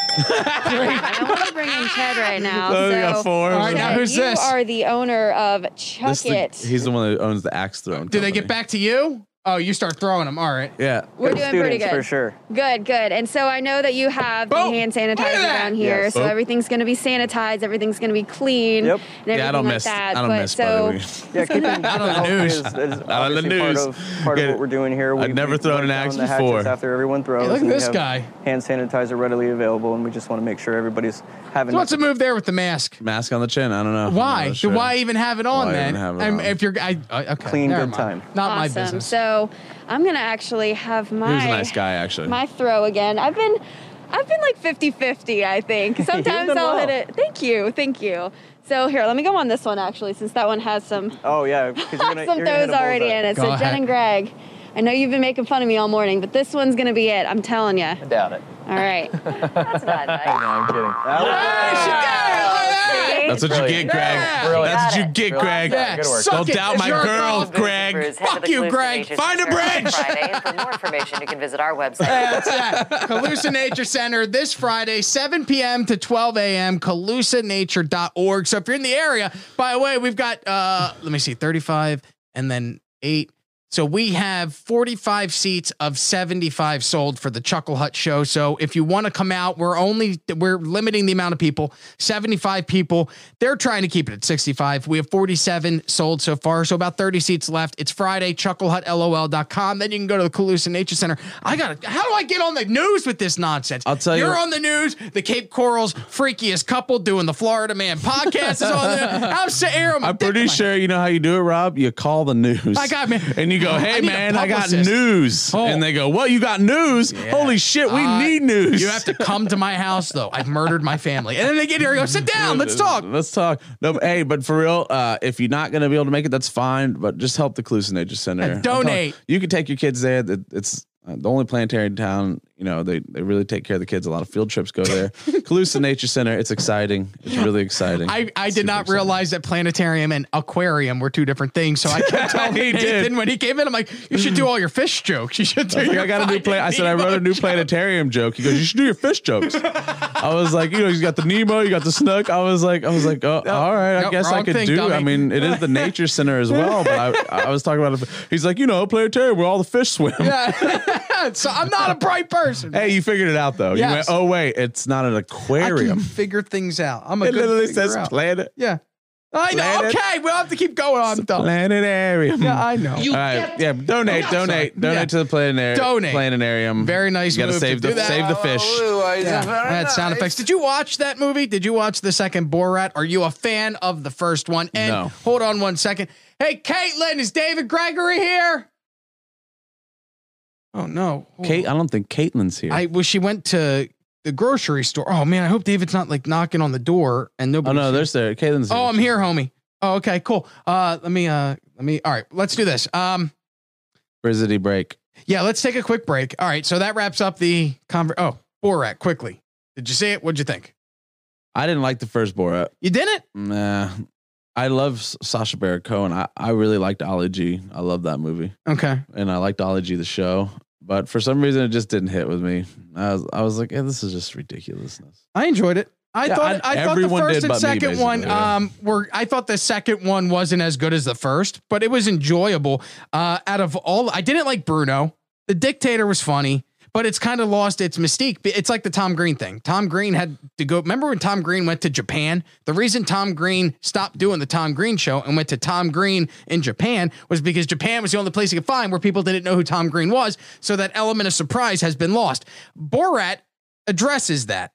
E: I want to bring in Ted right now.
B: Oh, we
E: so
B: got four. All right,
A: now
E: Ted,
A: who's
E: you
A: this?
E: are the owner of Chuck
B: This the-
E: It.
B: he's the one that owns the axe throne.
A: Did they get
B: company.
A: back to you? Oh, you start throwing them. All right.
B: Yeah.
E: We're doing pretty good.
D: for sure.
E: Good, good. And so I know that you have
A: Boom.
B: Oh,
E: the hand
A: Look at
E: sanitizer
A: that.
E: down here,
D: Yes.
E: so
B: Boom.
E: everything's going to be sanitized, everything's going to be clean,
D: Yep.
E: and everything
B: Yeah, I don't
E: like
B: miss.
E: that.
B: I don't
E: but
B: miss.
E: so
B: By the way.
D: Yeah, keeping out
A: of the news.
D: Is, is
B: the
D: obviously
B: news.
D: Part of, part
B: Get
D: of
B: it.
D: what we're doing here.
B: I'd never thrown an
D: down
B: axe
D: the hatchets
B: before.
D: After everyone throws,
A: Hey, look at
D: and we
A: this
D: have
A: guy.
D: Hand sanitizer readily available, and we just want to make sure everybody's having.
A: So what's the move there with the mask?
B: Mask on the chin. I don't know. I'm
A: Why?
B: not
A: Do
B: sure.
A: Why even have it on
B: Why
A: then?
B: even have it
A: I'm-
B: on?
A: If you're, I, I- okay,
D: Clean,
A: never
D: good time.
A: mind. Not
E: awesome.
A: my business.
E: So I'm going to actually have my
B: He was a nice guy, actually.
E: my throw again. I've been I've been like 50-50, I think. Sometimes
D: done
E: I'll
D: well.
E: hit it. Thank you. Thank you. So here, let me go on this one actually since that one has some
D: Oh yeah, 'cause you're gonna,
E: some
D: you're gonna hit
E: throws
D: a
E: already
D: bullseye.
E: in it.
A: Go
E: so
A: ahead.
E: Jen and Greg, I know you've been making fun of me all morning, but this one's going to be it. I'm telling you. All
D: Doubt it.
E: right.
C: That's not nice.
D: That was-
A: Hey, she did it! Look at
B: That's what you
C: Brilliant.
B: get, Greg.
C: Brilliant.
B: That's what you
C: Got
B: get,
C: it.
B: Greg.
A: Yeah,
D: Good work.
A: suck
B: Don't
A: it,
B: doubt my
A: jerk
B: girl,
A: off.
B: Greg.
C: Head of
B: Fuck
C: the
B: you,
C: Calusa
B: Greg.
C: Nature
B: Find a
C: Center on
B: bridge.
C: Friday. And for more information, you can visit our website.
A: That's that. Calusa Nature Center this Friday, 7 p.m. to 12 a.m. CalusaNature.org. So if you're in the area, by the way, we've got uh let me see, 35 and then eight. So we have 45 seats of 75 sold for the Chuckle Hut show. So if you want to come out, we're only we're limiting the amount of people. 75 people. They're trying to keep it at 65. We have 47 sold so far, so about 30 seats left. It's Friday, chucklehutlol.com. Then you can go to the Calusa Nature Center. I got to How do I get on the news with this nonsense?
B: I'll tell you
A: You're
B: what-
A: on the news. The Cape Coral's freakiest couple doing the Florida Man podcast is on there. I'm sitting here.
B: I'm pretty sure you know how you do it, Rob. You call the news.
A: I got- man.
B: And you go,
A: I
B: hey,
A: need a
B: man, I got
A: publicist."
B: news.
A: Oh.
B: And they go, what? You got news? Holy shit, we
A: Uh,
B: need news.
A: You have to come to my house, though. I've murdered my family. And then they get here and go, sit down, let's talk.
B: Let's talk. No, but- hey, but for real, uh, if you're not gonna be able to make it, that's fine. But just help the Clusineger Center.
A: Yeah,
B: I'm telling-
A: Uh, donate.
B: You can take your kids there. That- It's uh, the only planetarium in town. You know, they, they really take care of the kids. A lot of field trips go there. Calusa Nature Center. It's exciting. It's really exciting.
A: I, I
B: Super
A: did not
B: exciting.
A: realize that planetarium and aquarium were two different things. So I kept telling
B: He
A: Nathan
B: did.
A: when he came in, I'm like, you should do all your fish jokes. You should do
B: I, was like,
A: your
B: I got a new
A: finding
B: play. I said I
A: Nemo
B: wrote a new
A: jokes."
B: planetarium joke. He goes, you should do your fish jokes. I was like, you know, you got the Nemo, you got the Snook. I was like, I was like, oh, all right, I
A: Nope,
B: guess I
A: wrong
B: could
A: thing,
B: do. I
A: dummy.
B: mean, it is the nature center as well. But I, I was talking about. A, he's like, you know, planetarium where all the fish swim.
A: Yeah. so I'm not a bright person.
B: Hey, you figured it out though. You went,
A: Yes.
B: oh wait, it's not an
A: I can
B: aquarium.
A: figure things out. I'm a
B: It
A: good
B: literally
A: figure
B: says
A: out.
B: planet.
A: yeah. I know.
B: Planet.
A: Okay, we'll have to keep going. I'm done.
B: Planetarium. Uh,
A: Yeah, I know.
B: All right, yeah, donate,
A: Oh, sorry.
B: donate, donate
A: Yeah.
B: to the planetarium.
A: Donate.
B: planetarium.
A: Very nice
B: You gotta
A: move
B: save
A: to do
B: the
A: that.
B: save the fish.
A: Yeah, that sound effects. Did you watch that movie? Did you watch the second Borat? Are you a fan of the first one? And
B: No.
A: hold on one second. Hey, Caitlin, is David Gregory here? Oh no, Hold
B: Kate, I don't think Caitlin's here.
A: I well, she went to the grocery store. Oh man, I hope David's not like knocking on the door and nobody.
B: oh no, there's there. Caitlin's.
A: Oh, I'm here, homie. Oh, okay, cool. Uh, let me. Uh, let me. All right, let's do this. Um,
B: Brizzy break.
A: yeah, let's take a quick break. All right, so that wraps up the conver. Oh, Borat, quickly. Did you see it? What'd you think?
B: I didn't like the first Borat.
A: You didn't.
B: Nah. I love Sasha Baron Cohen. I, I really liked Ollie G. I love that movie.
A: Okay.
B: and I liked Ology the show, but for some reason it just didn't hit with me. I was I was like, yeah, this is just ridiculousness.
A: I enjoyed it. I
B: Yeah,
A: thought
B: I-
A: I, thought the
B: everyone did
A: first and
B: but me,
A: second
B: basically,
A: one
B: yeah.
A: um were I thought the second one wasn't as good as the first, but it was enjoyable. Uh out of all I didn't like Bruno. The dictator was funny, but it's kind of lost its mystique. It's like the Tom Green thing. Tom Green had to go remember when Tom Green went to Japan? The reason Tom Green stopped doing the Tom Green show and went to Tom Green in Japan was because Japan was the only place he could find where people didn't know who Tom Green was, so that element of surprise has been lost. Borat addresses that.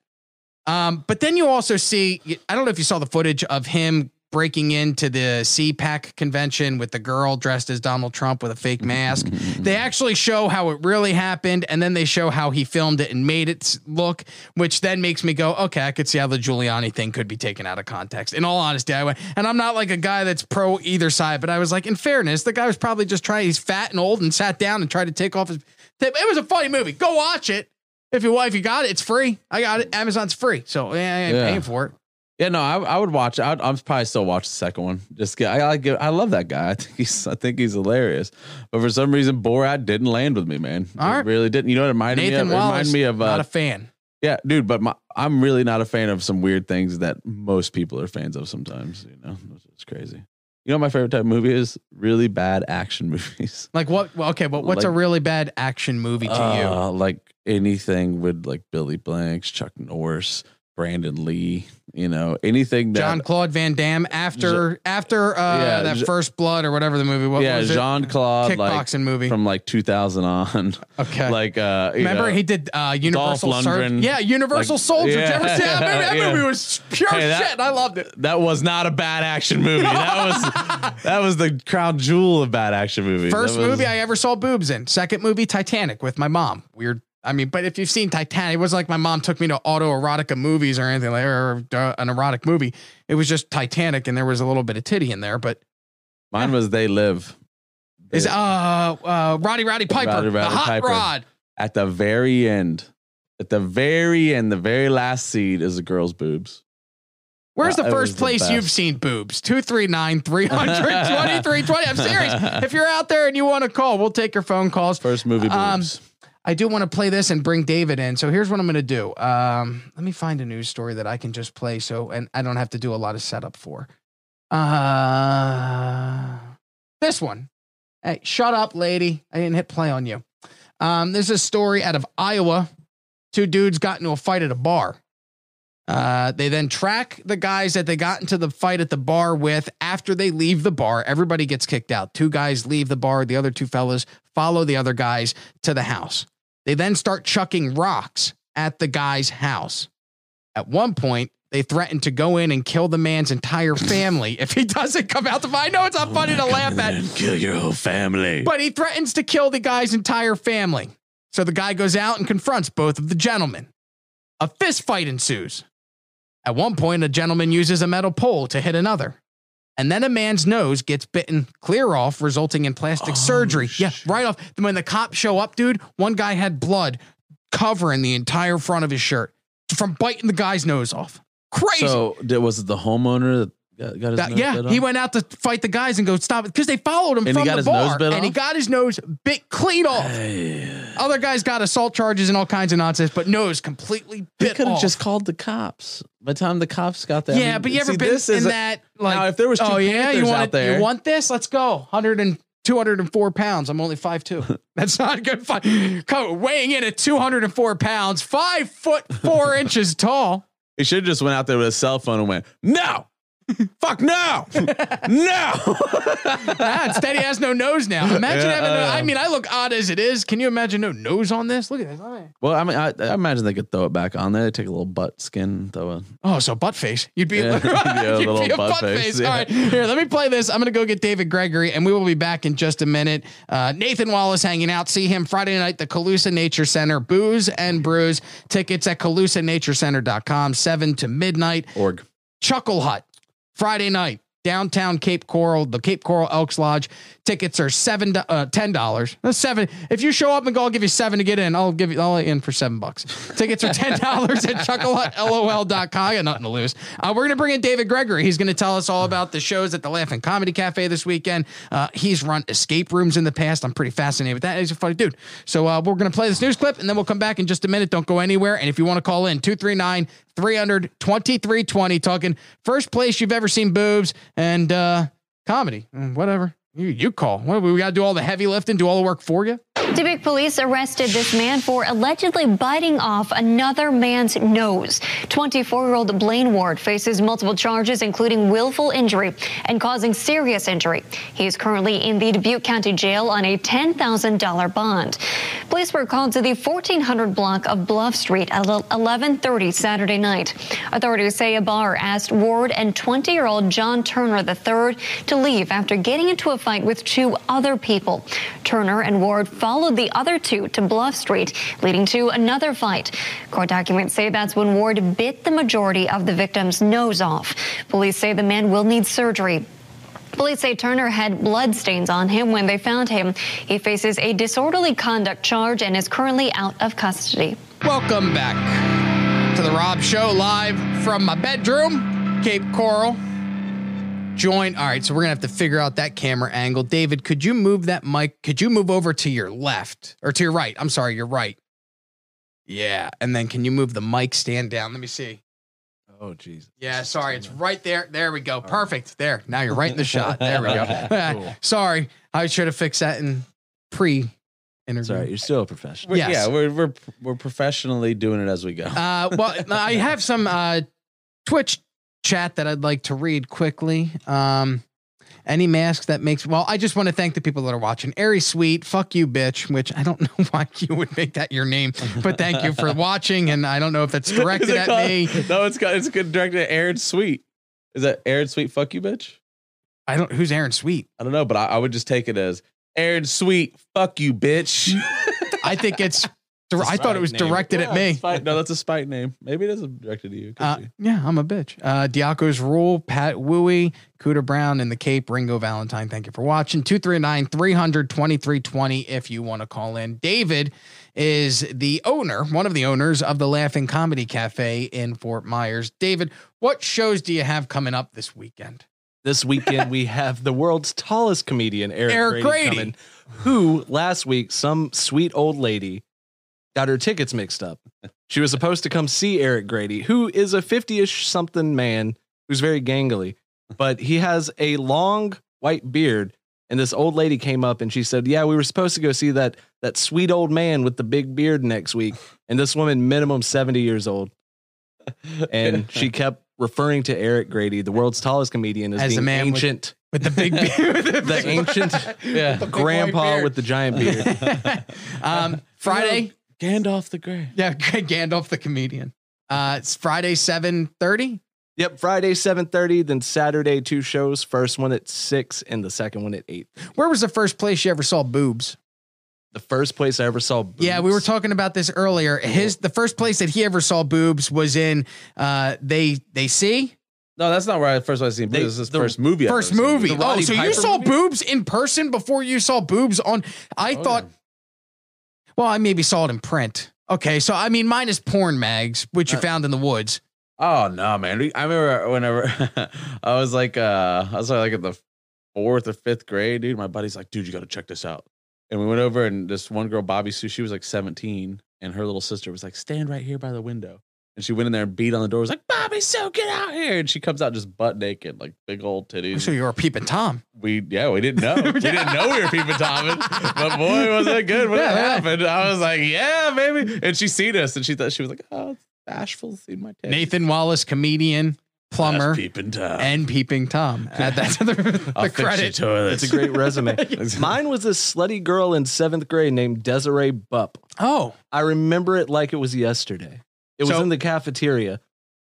A: Um, but then you also see, I don't know if you saw the footage of him breaking into the CPAC convention with the girl dressed as Donald Trump with a fake mask. they actually show how it really happened, and then they show how he filmed it and made it s- look, which then makes me go, okay, I could see how the Giuliani thing could be taken out of context. In all honesty, I went, and I'm not like a guy that's pro either side, but I was like, in fairness, the guy was probably just trying, he's fat and old and sat down and tried to take off his. It was a funny movie. Go watch it. If your wife, you got it. It's free. I got it. Amazon's free. So yeah, I ain't
B: Yeah.
A: paying for it.
B: Yeah, no, I, I would watch. I'd, I'm probably still watch the second one. Just get, I like, it. I love that guy. I think he's, I think he's hilarious. But for some reason, Borat didn't land with me, man.
A: All
B: It
A: right.
B: really didn't. You know what it reminded
A: Nathan
B: me of? It
A: Wallace,
B: reminded me of uh,
A: not a fan.
B: yeah, dude. But my, I'm really not a fan of some weird things that most people are fans of. Sometimes, you know, it's crazy. You know, what my favorite type of movie is really bad action movies.
A: Like what? Well, okay, but what's a
B: Like-
A: really bad action movie to you?
B: Uh, like anything with like Billy Blanks, Chuck Norris, Brandon Lee, you know, anything that
A: John Claude Van Damme after after uh,
B: Yeah,
A: that
B: Je-
A: First Blood or whatever the movie what
B: yeah,
A: was. it?
B: Jean Claude like
A: kickboxing movie.
B: from like 2000 on.
A: okay.
B: like uh you
A: Remember
B: know,
A: he did uh,
B: Dolph
A: Universal Soldier.
B: Lundgren.
A: Yeah, Universal
B: Like-
A: Soldier. Did you ever
B: Yeah.
A: see that movie? That
B: Yeah.
A: movie was pure
B: Hey, that-
A: shit. I loved it.
B: that was not a bad action movie. That was that was the crown jewel of bad action movies.
A: First
B: That was-
A: movie I ever saw boobs in. Second movie, Titanic with my mom. Weird. I mean, but if you've seen Titanic, it wasn't like my mom took me to autoerotica movies or anything like or uh, an erotic movie. It was just Titanic, and there was a little bit of titty in there. But
B: mine was They Live.
A: is uh, uh Roddy Roddy Piper
B: Roddy
A: the
B: Roddy
A: hot
B: Piper.
A: rod?
B: At the very end, at the very end, the very last seed is a girl's boobs.
A: Where's
B: Uh,
A: the
B: it was
A: first
B: the
A: place
B: best.
A: you've seen boobs? 239 300 2320. I'm serious. If you're out there and you want to call, we'll take your phone calls. Um,
B: First movie boobs.
A: I do want to play this and bring David in. So here's what I'm going to do. Um, let me find a news story that I can just play so and I don't have to do a lot of setup for. Uh, this one. Hey, shut up, lady. I didn't hit play on you. Um, this is a story out of Iowa. Two dudes got into a fight at a bar. Uh, they then track the guys that they got into the fight at the bar with after they leave the bar. Everybody gets kicked out. Two guys leave the bar. The other two fellas follow the other guys to the house. They then start chucking rocks at the guy's house. At one point, they threaten to go in and kill the man's entire family if he doesn't come out. The I know it's not funny to laugh at,
B: Oh Kill your whole family.
A: but he threatens to kill the guy's entire family. So the guy goes out and confronts both of the gentlemen. A fist fight ensues. At one point, a gentleman uses a metal pole to hit another. And then a man's nose gets bitten clear off, resulting in plastic surgery. Yeah, right off. When the cops show up, dude, one guy had blood covering the entire front of his shirt from biting the guy's nose off. Crazy.
B: so did, was it the homeowner that got, got his
A: That-
B: nose
A: yeah,
B: bit
A: he
B: off?
A: went out to fight the guys and go stop it because they followed
B: And
A: him
B: he
A: from
B: got
A: the
B: his
A: bar
B: nose bit
A: and he
B: off?
A: got his nose bit clean off. Other guys got assault charges and all kinds of nonsense, but nose completely
B: He
A: bit
B: could have
A: off.
B: just called the cops. By the time the cops got there, I
A: yeah,
B: mean,
A: but you ever
B: see,
A: been
B: this
A: in
B: is a-
A: that? Like,
B: now, if there was two
A: oh yeah, you
B: Panthers
A: want
B: out
A: it-
B: there-
A: you want this? Let's go. Hundred and. 204 pounds. I'm only 5'2. That's not a good fight. Co- Weighing in at 204 pounds, five foot four inches tall.
B: He should have just went out there with a cell phone and went, "No, fuck no, no."
A: Ah, instead, he has no nose now. Imagine
B: Yeah,
A: having no.
B: uh,
A: I mean, I look odd as it is. Can you imagine no nose on this? Look at this.
B: well, I mean, I, I imagine they could throw it back on there. They take a little butt skin, throw it.
A: Oh, so butt face. You'd be,
B: Yeah,
A: you'd be a,
B: little butt
A: butt, face.
B: face, yeah.
A: All right. Here, let me play this. I'm going to go get David Gregory, and we will be back in just a minute. Uh, Nathan Wallace hanging out. See him Friday night, the Calusa Nature Center. Booze and brews. Tickets at calusanaturcenter.com, 7 to midnight.
B: Org.
A: Chuckle Hut, Friday night, downtown Cape Coral, the Cape Coral Elks Lodge. Tickets are seven, to, uh, ten dollars. That's seven. If you show up and go, I'll give you seven to get in. I'll give you, I'll let you in for seven bucks. Tickets are ten dollars at chucklehut.lol.com. I got nothing to lose. Uh, we're gonna bring in David Gregory. He's gonna tell us all about the shows at the Laughing Comedy Cafe this weekend. Uh, he's run escape rooms in the past. I'm pretty fascinated with that. He's a funny dude. So uh, we're gonna play this news clip and then we'll come back in just a minute. Don't go anywhere. And if you want to call in, 239 300 2320, talking first place you've ever seen boobs and uh, comedy, Mm, whatever. You, you call. What, we got to do all the heavy lifting, do all the work for you.
I: Dubuque police arrested this man for allegedly biting off another man's nose. 24 year old Blaine Ward faces multiple charges, including willful injury and causing serious injury. He is currently in the Dubuque County Jail on a $10,000 bond. Police were called to the 1400 block of Bluff Street at 11:30 Saturday night. Authorities say a bar asked Ward and 20-year-old John Turner III to leave after getting into a fight with two other people. Turner and Ward followed the other two to Bluff Street, leading to another fight. Court documents say that's when Ward bit the majority of the victim's nose off. Police say the man will need surgery. Police say Turner had blood stains on him when they found him. He faces a disorderly conduct charge and is currently out of custody.
A: Welcome back to the Rob Show live from my bedroom, Cape Coral. Join. All right, so we're gonna have to figure out that camera angle. David, could you move that mic? Could you move over to your left or to your right? I'm sorry, your right. Yeah, and then can you move the mic stand down? Let me see.
B: Oh, jeez.
A: Yeah, sorry, it's right there. There we go. Perfect. There. Now you're right in the shot. There we go. sorry, I should have fixed that in pre-interview.
B: Sorry, you're still a professional.
A: Yes.
B: Yeah, we're we're we're professionally doing it as we go.
A: Uh, well, I have some uh, Twitch chat that I'd like to read quickly. Um, any mask that makes well, I just want to thank the people that are watching. Airy Sweet, fuck you, bitch. Which I don't know why you would make that your name, but thank you for watching. And I don't know if that's directed
B: Is it
A: at
B: called-
A: me.
B: No, it's got it's good directed at Aaron Sweet. Is that Aaron Sweet? Fuck you, bitch.
A: I don't. Who's Aaron Sweet?
B: I don't know, but I, I would just take it as Aaron Sweet. Fuck you, bitch.
A: I think it's. I thought it was directed
B: Yeah,
A: at me.
B: spite- no, that's a spite name. Maybe it isn't directed to you. Could
A: Uh,
B: be.
A: yeah, I'm a bitch. Uh, Diaco's Rule, Pat Wooey, Cooter Brown, and the Cape, Ringo Valentine. Thank you for watching. 239 300 2320 if you want to call in. David is the owner, one of the owners of the Laughing Comedy Cafe in Fort Myers. David, what shows do you have coming up this weekend?
J: This weekend we have the world's tallest comedian Eric,
A: Eric
J: Grady,
A: Grady.
J: coming, who last week some sweet old lady got her tickets mixed up. She was supposed to come see Eric Grady, who is a 50-ish something man who's very gangly, but he has a long white beard and this old lady came up and she said, "Yeah, we were supposed to go see that that sweet old man with the big beard next week." And this woman minimum 70 years old. And she kept referring to Eric Grady, the world's tallest comedian, as,
A: As the
J: being
A: man with-
J: ancient
A: With the big beard,
J: the ancient
B: Yeah.
A: big white
J: grandpa
A: beard.
J: with the giant beard.
A: um, Friday,
B: Gandalf the Grey.
A: Yeah, Gandalf the comedian. Uh, it's Friday seven thirty.
J: yep, Friday seven thirty, then Saturday two shows. First one at six, and the second one at eight.
A: Where was the first place you ever saw boobs?
J: The first place I ever saw. Boobs.
A: Yeah, we were talking about this earlier. His the first place that he ever saw boobs was in uh, they they see
B: No, that's not where I first was seen.
J: They-
B: This is his
J: the
B: first movie. I've
A: first
B: ever seen.
A: movie.
J: The
A: Oh,
J: Roddy
A: so you
J: Piper
A: saw
J: movie?
A: boobs in person before you saw boobs on. I
B: Oh,
A: thought.
B: yeah.
A: Well, I maybe saw it in print. Okay, so I mean, mine is porn mags, which you
B: Uh,
A: found in the woods.
B: Oh no, man! We- I remember whenever I was like, uh, I was like in the fourth or fifth grade, dude. My buddy's like, dude, you got to check this out. And we went over, and this one girl, Bobby Sue, she was like 17, and her little sister was like, stand right here by the window. And she went in there and beat on the door. Was like, Bobby Sue, get out here! And she comes out just butt naked, like big old titties.
A: So you were peeping Tom.
B: we yeah, we didn't know. We didn't know we were peeping Thomas. But boy, was it good when it
A: Yeah, yeah.
B: happened. I was like, yeah, baby. And she seen us, and she thought she was like, oh, it's bashful seeing my titties.
A: Nathan Wallace, comedian, plumber,
B: That's peeping Tom.
A: and peeping Tom. Add that to the,
B: I'll
A: the
B: fix your
A: credit.
B: toilets.
J: It's a great resume. Mine was this slutty girl in seventh grade named Desiree Bupp.
A: Oh,
J: I remember it like it was yesterday. It was
A: So-
J: in the cafeteria,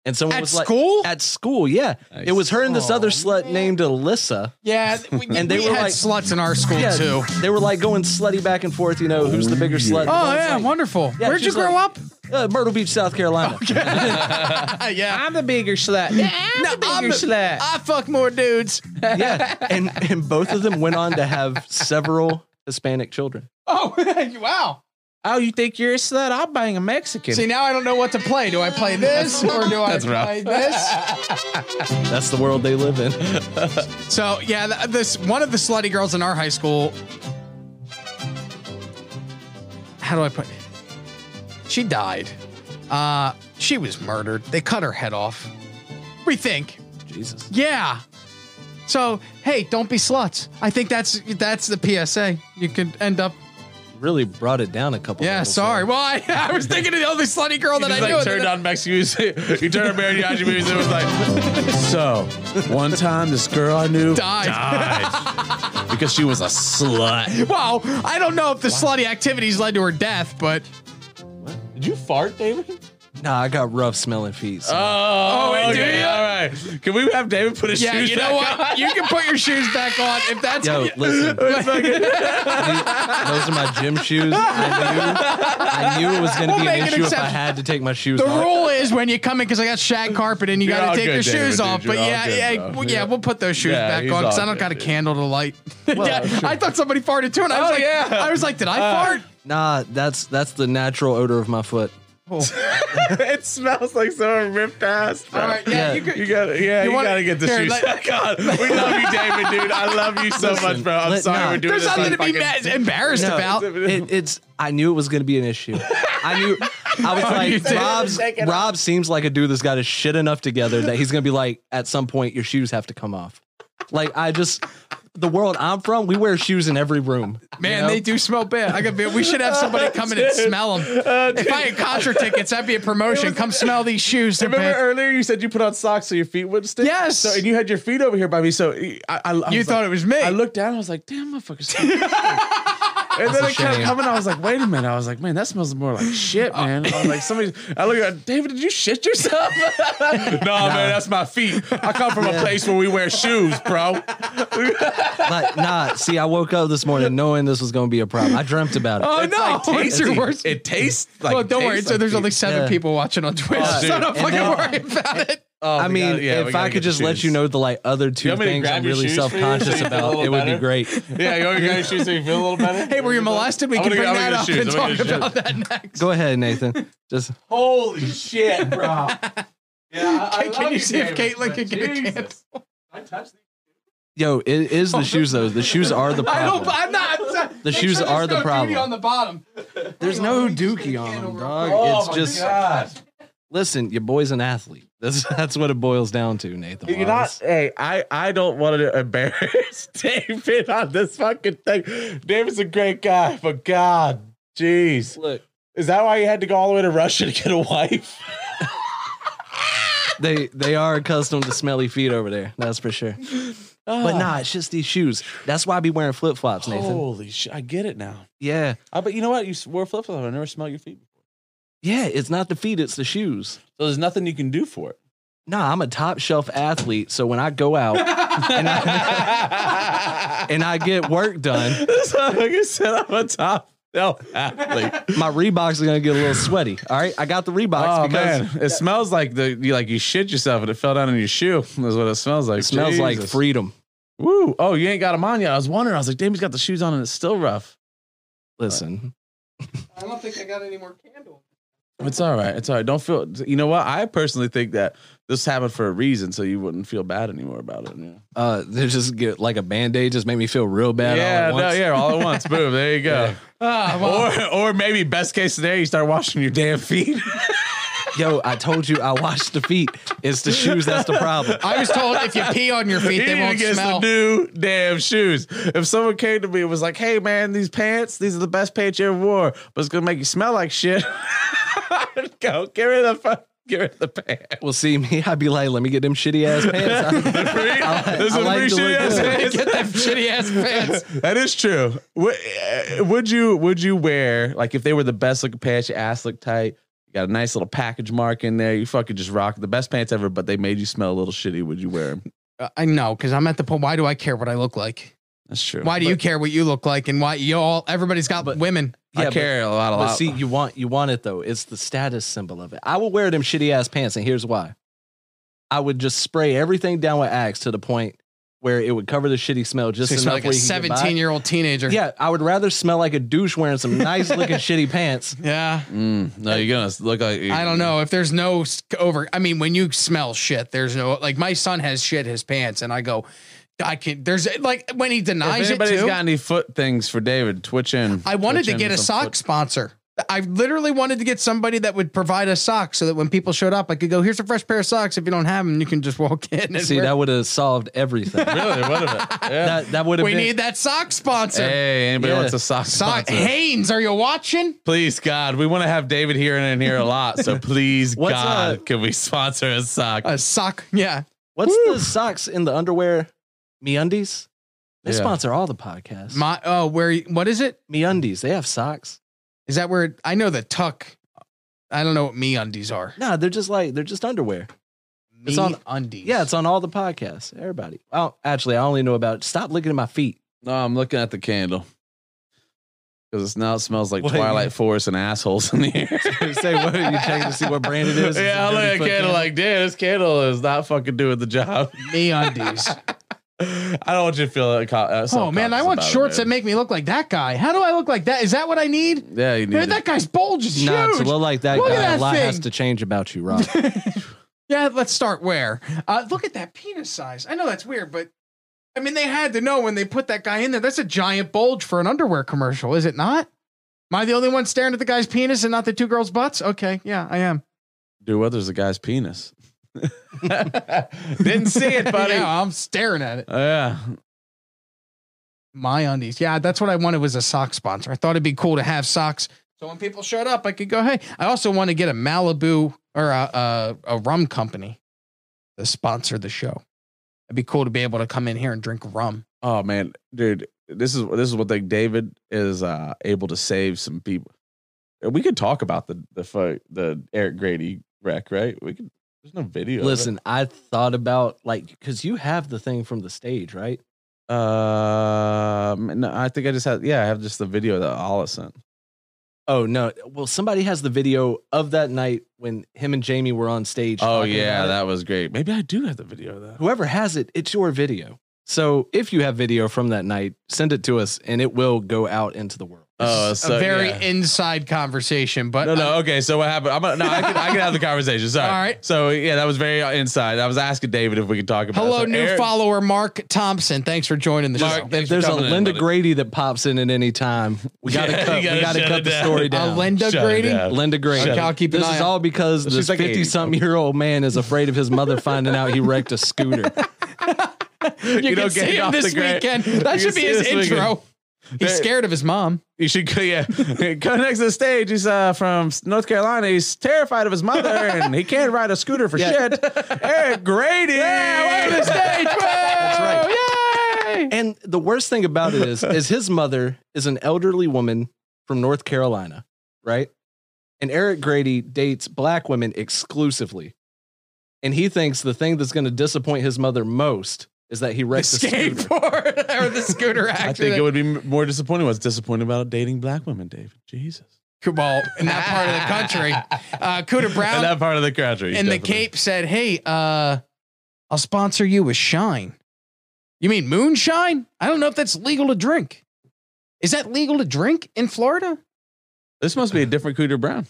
J: and someone
A: at
J: was like,
A: school?
J: "At school, yeah." It was her and this other slut named Alyssa.
A: yeah, we,
J: And they
A: we
J: were
A: had
J: like-
A: sluts in our school
J: Yeah,
A: too.
J: They were like going slutty back and forth. You know, who's the bigger slut?
A: Oh
J: One's
A: yeah,
J: like,
A: wonderful.
J: Yeah,
A: Where'd you
J: she's
A: grow
J: like-
A: up?
J: Uh, Myrtle Beach, South Carolina.
A: Uh, yeah,
B: I'm the bigger slut. Yeah, I'm
A: No, I'm- I fuck more dudes.
J: yeah, and and both of them went on to have several Hispanic children.
A: Oh wow.
B: oh, you think you're a slut? I'll bang a Mexican.
A: See now I don't know what to play. Do I play this or do I
B: That's rough.
A: play this?
J: That's the world they live in.
A: So yeah, th- this one of the slutty girls in our high school. How do I put? She died. Uh, she was murdered. They cut her head off. We think.
J: Jesus.
A: Yeah. So hey, don't be sluts. I think that's that's the PSA. You could end up.
J: Really brought it down a couple
A: Yeah,
J: levels
A: sorry.
J: there.
A: Well, I, I was thinking of the other slutty girl that
B: just
A: I
B: like
A: knew.
B: turned on Mexican music. He turned on mariachi music. It was like, so one time this girl I knew
A: Died.
B: died because she was a slut.
A: Wow. I don't know if the slutty activities led to her death, but
B: Did you fart, David?
J: Nah, I got rough smelling feet. so-
B: Oh,
A: wait, do
B: okay,
A: you?
B: all right. Can we have David put his
A: yeah,
B: shoes?
A: you know
B: back
A: what?
B: on?
A: You can put your shoes back on if that's
J: Yo, listen. These- Those are my gym shoes. I knew, I knew it was going to
A: We'll
J: be
A: make
J: an
A: an
J: issue if I
A: exception.
J: had to take my shoes
A: The
J: off.
A: rule is when you come in because I got shag carpet and you
B: You're
A: got
B: all
A: to take your
B: good, David,
A: shoes
B: dude.
A: off.
B: You're
A: But
B: all
A: yeah,
B: good,
A: yeah,
B: bro.
A: well, yeah,
B: Yeah.
A: we'll put those shoes
B: Yeah,
A: back
B: he's
A: on because
B: all
A: I don't
B: good,
A: got a
B: dude.
A: candle to light. yeah, I thought somebody farted too, and I was
B: Oh,
A: like,
B: yeah. Uh,
A: I was like, did I fart?
J: Uh, Nah, that's that's the natural odor of my foot.
B: it smells like someone ripped ass. Bro.
A: All right, yeah,
J: Yeah.
A: you could.
B: You gotta, yeah, you,
A: wanna-
B: gotta get the
A: here,
B: shoes.
A: let-
B: back on. we love you, David, dude. I love you so much, bro. I'm
J: let-
B: sorry
J: nah.
B: we're doing
A: There's
B: this. on
A: nothing to be
B: fucking-
A: mad, embarrassed
J: No,
A: about.
J: It, it's I knew it was going to be an issue. I knew I was
B: Oh,
J: like Rob's Rob seems like a dude that's got his shit enough together that he's going to be like at some point your shoes have to come off. Like I just the world I'm from, we wear shoes in every room. you
A: Man,
J: know?
A: they do smell bad. I could be, we should have somebody come
B: Uh,
A: in and smell them. if I had concert tickets, that'd be a promotion. come smell these shoes. They're
B: Remember
A: bad.
B: earlier you said you put on socks so your feet wouldn't stick.
A: Yes.
B: So and you had your feet over here by me. So I, I, I
A: You
B: was
A: thought
B: like-
A: it was me.
B: I looked down. I was like, damn, motherfuckers. and then
J: a
B: it kept
J: shame.
B: coming. I was like, wait a minute. I was like, man, that smells more like shit,
A: Uh,
B: man. I was like, somebody. I look at David. Did you shit yourself? no, man, that's my feet. I come from a place where we wear shoes, bro.
J: Like, nah, see, I woke up this morning knowing this was going to be a problem. I dreamt about it.
A: Oh
B: It's
A: no!
B: like
A: It's your
B: tasty.
A: worst.
B: It tastes like.
A: well, don't worry.
B: tastes
A: So
B: like
A: there's
B: feet.
A: only seven
J: Yeah.
A: people watching on Twitch,
B: Oh,
A: so
B: dude.
J: And
A: don't fucking
J: then-
A: worry about it.
B: Oh,
J: I
B: we
J: mean,
B: gotta- yeah, we
J: if I
B: gotta
J: could
B: get
J: just
B: the
J: let you
B: shoes.
J: know the like other
B: You
J: two
B: want me to
J: things
B: grab
J: I'm
B: your
J: really
B: shoes for you so
J: self
B: you
J: conscious
B: feel a
J: about,
B: little
J: it would be
B: better?
J: great.
B: yeah, you want me to grab your shoes so you feel a little better?
A: Hey, were you molested? We
B: I'm
A: can
B: gonna-
A: bring
B: I'm gonna
A: that
B: get
A: up
B: shoes.
A: and
B: I'm gonna get
A: talk
B: shoes.
A: about that next.
J: Go ahead, Nathan. Just
B: Holy shit, bro. Yeah,
A: Can- can you see if Caitlin can get a chance?
B: I touched
J: yo, it is the shoes though. The shoes are the
A: I
J: problem.
A: don't. I'm not.
J: The
A: Make
J: shoes
A: sure
J: are
A: there's
J: the
A: no
J: problem.
A: Duty on the bottom.
J: There's no dookie on them, dog. it's just listen. Your boy's an athlete. That's that's what it boils down to, Nathan.
B: You're not.
J: Wallace.
B: Hey, I I don't want to embarrass David on this fucking thing. David's a great guy, but God, jeez,
J: Look,
B: is that why you had to go all the way to Russia to get a wife?
J: they they are accustomed to smelly feet over there. That's for sure. But nah, it's just these shoes. That's why I be wearing flip flops, Nathan.
B: Holy shit! I get it now.
J: Yeah,
B: I but you know what? You s- wore flip flops. I never smelled your feet. before.
J: yeah. It's not the feet. It's the shoes.
B: So there's nothing you can do for it.
J: Nah, I'm a top shelf athlete. So when I go out and I, and I get work done,
B: That's how I said I'm a top no athlete.
J: my Reeboks are gonna get a little sweaty. All right, I got the Reeboks
B: Oh
J: because
B: man, it smells like the you like you shit yourself and it fell down in your shoe. Is what it smells like.
J: it smells like
B: Jesus.
J: freedom.
B: Woo! Oh, you ain't got them on yet. I was wondering. I was like, damn, he's got the shoes on and it's still rough.
J: Listen,
A: I don't think I got any more candles.
B: It's all right. It's all right. Don't feel. You know what? I personally think that this happened for a reason, so you wouldn't feel bad anymore about it. Yeah.
J: uh, they just get like a band aid. Just made me feel real bad.
B: yeah.
J: all at
B: No.
J: once. Oh,
B: Yeah. All at once. Boom. There you go.
A: Ah, well,
B: Or or maybe best case scenario, you start washing your damn feet.
J: Yo, I told you I washed the feet. It's the shoes that's the problem.
A: I was told if you pee on your feet,
B: You
A: they
B: need
A: won't
B: to get
A: smell.
B: some new damn shoes. If someone came to me and was like, "Hey man, these pants, these are the best pants you ever wore, but it's gonna make you smell like shit," I'd go get rid of the fuck, get rid of the pants.
J: Well, see me, I'd be like, let me get them shitty ass pants.
B: Free- This is
J: I
B: a
J: like
B: free
J: to
B: shitty
J: look
B: ass
J: good.
B: pants.
A: Get them shitty ass pants.
B: That is true. Would, uh, would you would you wear like if they were the best looking pants? Your ass looked tight. You got a nice little package mark in there. You fucking just rock the best pants ever, but they made you smell a little shitty. Would you wear them?
A: Uh, I know, because I'm at the point. Why do I care what I look like?
B: That's true.
A: Why do you care what you look like? And why you all? Everybody's got women.
B: I
J: Yeah, but-
B: care a lot. A
J: but
B: lot.
J: see, you want you want it though. It's the status symbol of it. I will wear them shitty ass pants, and here's why. I would just spray everything down with Axe to the point where it would cover the shitty smell just
A: So
J: enough
A: you smell like
J: where
A: a
J: you can get by.
A: 17 year old teenager.
J: Yeah, I would rather smell like a douche wearing some nice looking shitty pants.
A: Yeah.
B: Mm, no, you're gonna look like
A: I don't know if there's no s- over. I mean, when you smell shit, there's no like. My son has shit in his pants, and I go, I can. There's like when he
B: If
A: denies it
B: anybody's
A: too.
B: got any foot things for David, twitch in.
A: I wanted
B: Twitch
A: to
B: in
A: get a
B: some
A: sock
B: foot-
A: sponsor. I literally wanted to get somebody that would provide a sock so that when people showed up, I could go, "Here's a fresh pair of socks. If you don't have them, you can just walk in." And
J: See,
A: wear-
J: that would have solved everything.
B: Really, what of it? Yeah.
J: That that would have
A: we
J: been
A: need that sock sponsor.
B: Hey, anybody
J: Yeah.
B: wants a sock,
A: sock
B: sponsor?
A: Haynes, are you watching?
B: Please, God, we want to have David here and in here a lot. So please,
J: What's
B: God,
J: up?
B: can we sponsor a sock?
A: A sock, yeah.
J: What's the socks in the underwear? MeUndies. They
B: Yeah.
J: sponsor all the podcasts.
A: My oh, where? What is it?
J: MeUndies. They have socks.
A: Is that where? I know the tuck. I don't know what me undies are.
J: No, they're just like they're just underwear. It's
A: Me
J: on-
A: undies.
J: Yeah, it's on all the podcasts. Everybody. Oh, actually, I only know about. Stop looking at my feet.
B: no, I'm looking at the candle because it's now it smells like
J: What?
B: Twilight Forest and assholes in the air.
J: Say what? You check to see what brand it is.
B: yeah, I look at the candle like, damn, this candle is not fucking doing the job.
A: me undies.
B: I don't want you to feel. Uh, co- uh,
A: oh man, I want
B: self-conscious
A: shorts that
B: about it,
A: make me look like that guy. How do I look like that? Is that what I need?
B: David. Yeah, you need
A: Man,
B: to-
A: that guy's bulge is
J: Nah,
A: huge.
J: to look like that
A: Look at
J: guy,
A: that
J: a lot
A: thing.
J: has to change about you, Rob.
A: yeah, let's start where. Uh, look at that penis size. I know that's weird, but I mean, they had to know when they put that guy in there. That's a giant bulge for an underwear commercial, is it not? Am I the only one staring at the guy's penis and not the two girls' butts? Okay, yeah, I am.
B: Dude, Weathers a guy's penis. Didn't see it, buddy.
A: yeah, I'm staring at it.
B: Yeah.
A: My undies. Yeah, that's what I wanted was a sock sponsor. I thought it'd be cool to have socks. So when people showed up, I could go, hey, I also want to get a Malibu or a, a, a rum company to sponsor the show. It'd be cool to be able to come in here and drink rum.
B: Oh man, dude, this is this is what thing David is uh able to save some people. We could talk about the the fu- the Eric Grady wreck, right? We could. There's no video. of it.
J: Listen, I thought about like because you have the thing from the stage, right?
B: Um, no, I think I just had. Yeah, I have just the video that Ollie sent.
J: Oh no! Well, somebody has the video of that night when him and Jamie were on stage.
B: Oh
J: talking
B: yeah,
J: about it.
B: that was great. Maybe I do have the video of that.
J: whoever has it, it's your video. So if you have video from that night, send it to us, and it will go out into the world.
B: Oh, so
A: a very
B: yeah.
A: inside conversation, but
B: No, no. Okay, so what happened? I'm gonna, no, I can, I can have the conversation. Sorry.
A: All right.
B: So yeah, that was very inside. I was asking David if we could talk about.
A: Hello,
B: it. So
A: new
B: Eric-
A: follower Mark Thompson. Thanks for joining the
B: Mark,
A: show.
B: thanks for
J: There's a
B: coming in,
J: Linda
B: buddy.
J: Grady that pops in at any time. We gotta
B: Yeah,
J: cut.
B: you gotta
J: we gotta
B: shut it
J: cut the
B: down.
J: story
A: A
J: down.
A: Linda
B: Shut it
A: Grady.
B: down.
J: Linda Grady.
A: Okay, I'll keep an
J: this
A: eye
J: is
A: out.
J: all because
B: She's
J: this
B: like 80.
J: 50 something year old man is afraid of his mother finding out he wrecked a scooter.
A: You,
B: know,
A: can
B: getting
A: see him
B: off
A: this
B: the gra-
A: weekend.
B: You
A: That
B: can
A: should be
B: see
A: his
B: this weekend.
A: intro. He's
B: There-
A: scared of his mom.
B: You should go, yeah. go next to the stage. He's uh, from North Carolina. He's terrified of his mother and he can't ride a scooter for shit. Eric Grady. Yeah, welcome to the stage. That's right.
J: And the worst thing about it is, is his mother is an elderly woman from North Carolina, right? And Eric Grady dates black women exclusively. And he thinks the thing that's going to disappoint his mother most is that he wrecked the, scooter.
A: Skateboard or the scooter
B: I
A: accident.
B: think it would be m- more disappointing. What's disappointing about dating black women, David? Jesus.
A: Well, in that part of the country. Uh, Cuda
B: In
A: Brown
B: that part of the country.
A: in the
B: definitely.
A: Cape said, "Hey, uh, I'll sponsor you with Shine. You mean moonshine? I don't know if that's legal to drink. Is that legal to drink in Florida?
B: This must be a different Cooter Brown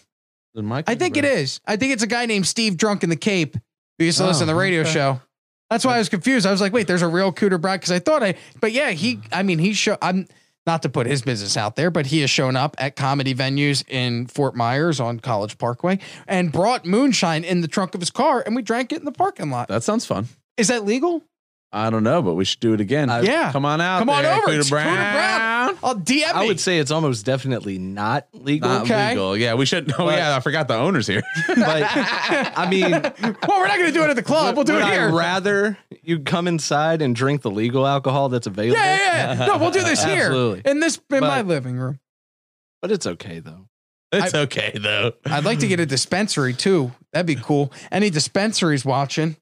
B: than my.
A: I think it is. I think it's a guy named Steve Drunk in the Cape who used to
B: Oh,
A: listen to the radio
B: okay.
A: show. That's why I was confused. I was like, wait, there's a real Cooter Brown because I thought I, but yeah, he. I mean, he show. I'm not to put his business out there, but he has shown up at comedy venues in Fort Myers on College Parkway and brought moonshine in the trunk of his car, and we drank it in the parking lot.
B: That sounds fun.
A: Is that legal?
B: I don't know, but we should do it again.
J: Uh,
A: Yeah.
B: Come on out.
A: Come on
B: there,
A: over.
B: Cooter
A: It's Cooter Brown. I'll DM
J: I
A: me.
J: would say it's almost definitely not legal.
B: Not
A: Okay.
B: legal. Yeah, we should. Oh,
J: But-
B: yeah, I forgot the owner's here.
J: But I mean,
A: well, we're not going to do it at the club. We'll do
J: would
A: it
J: I
A: here.
J: rather you come inside and drink the legal alcohol that's available?
A: yeah, yeah, yeah. No, we'll do this here
J: Absolutely.
A: in this in my
J: But-
A: living room.
J: But it's okay though.
B: It's okay though.
A: I'd like to get a
B: Hmm.
A: dispensary too. That'd be cool. Any dispensaries watching,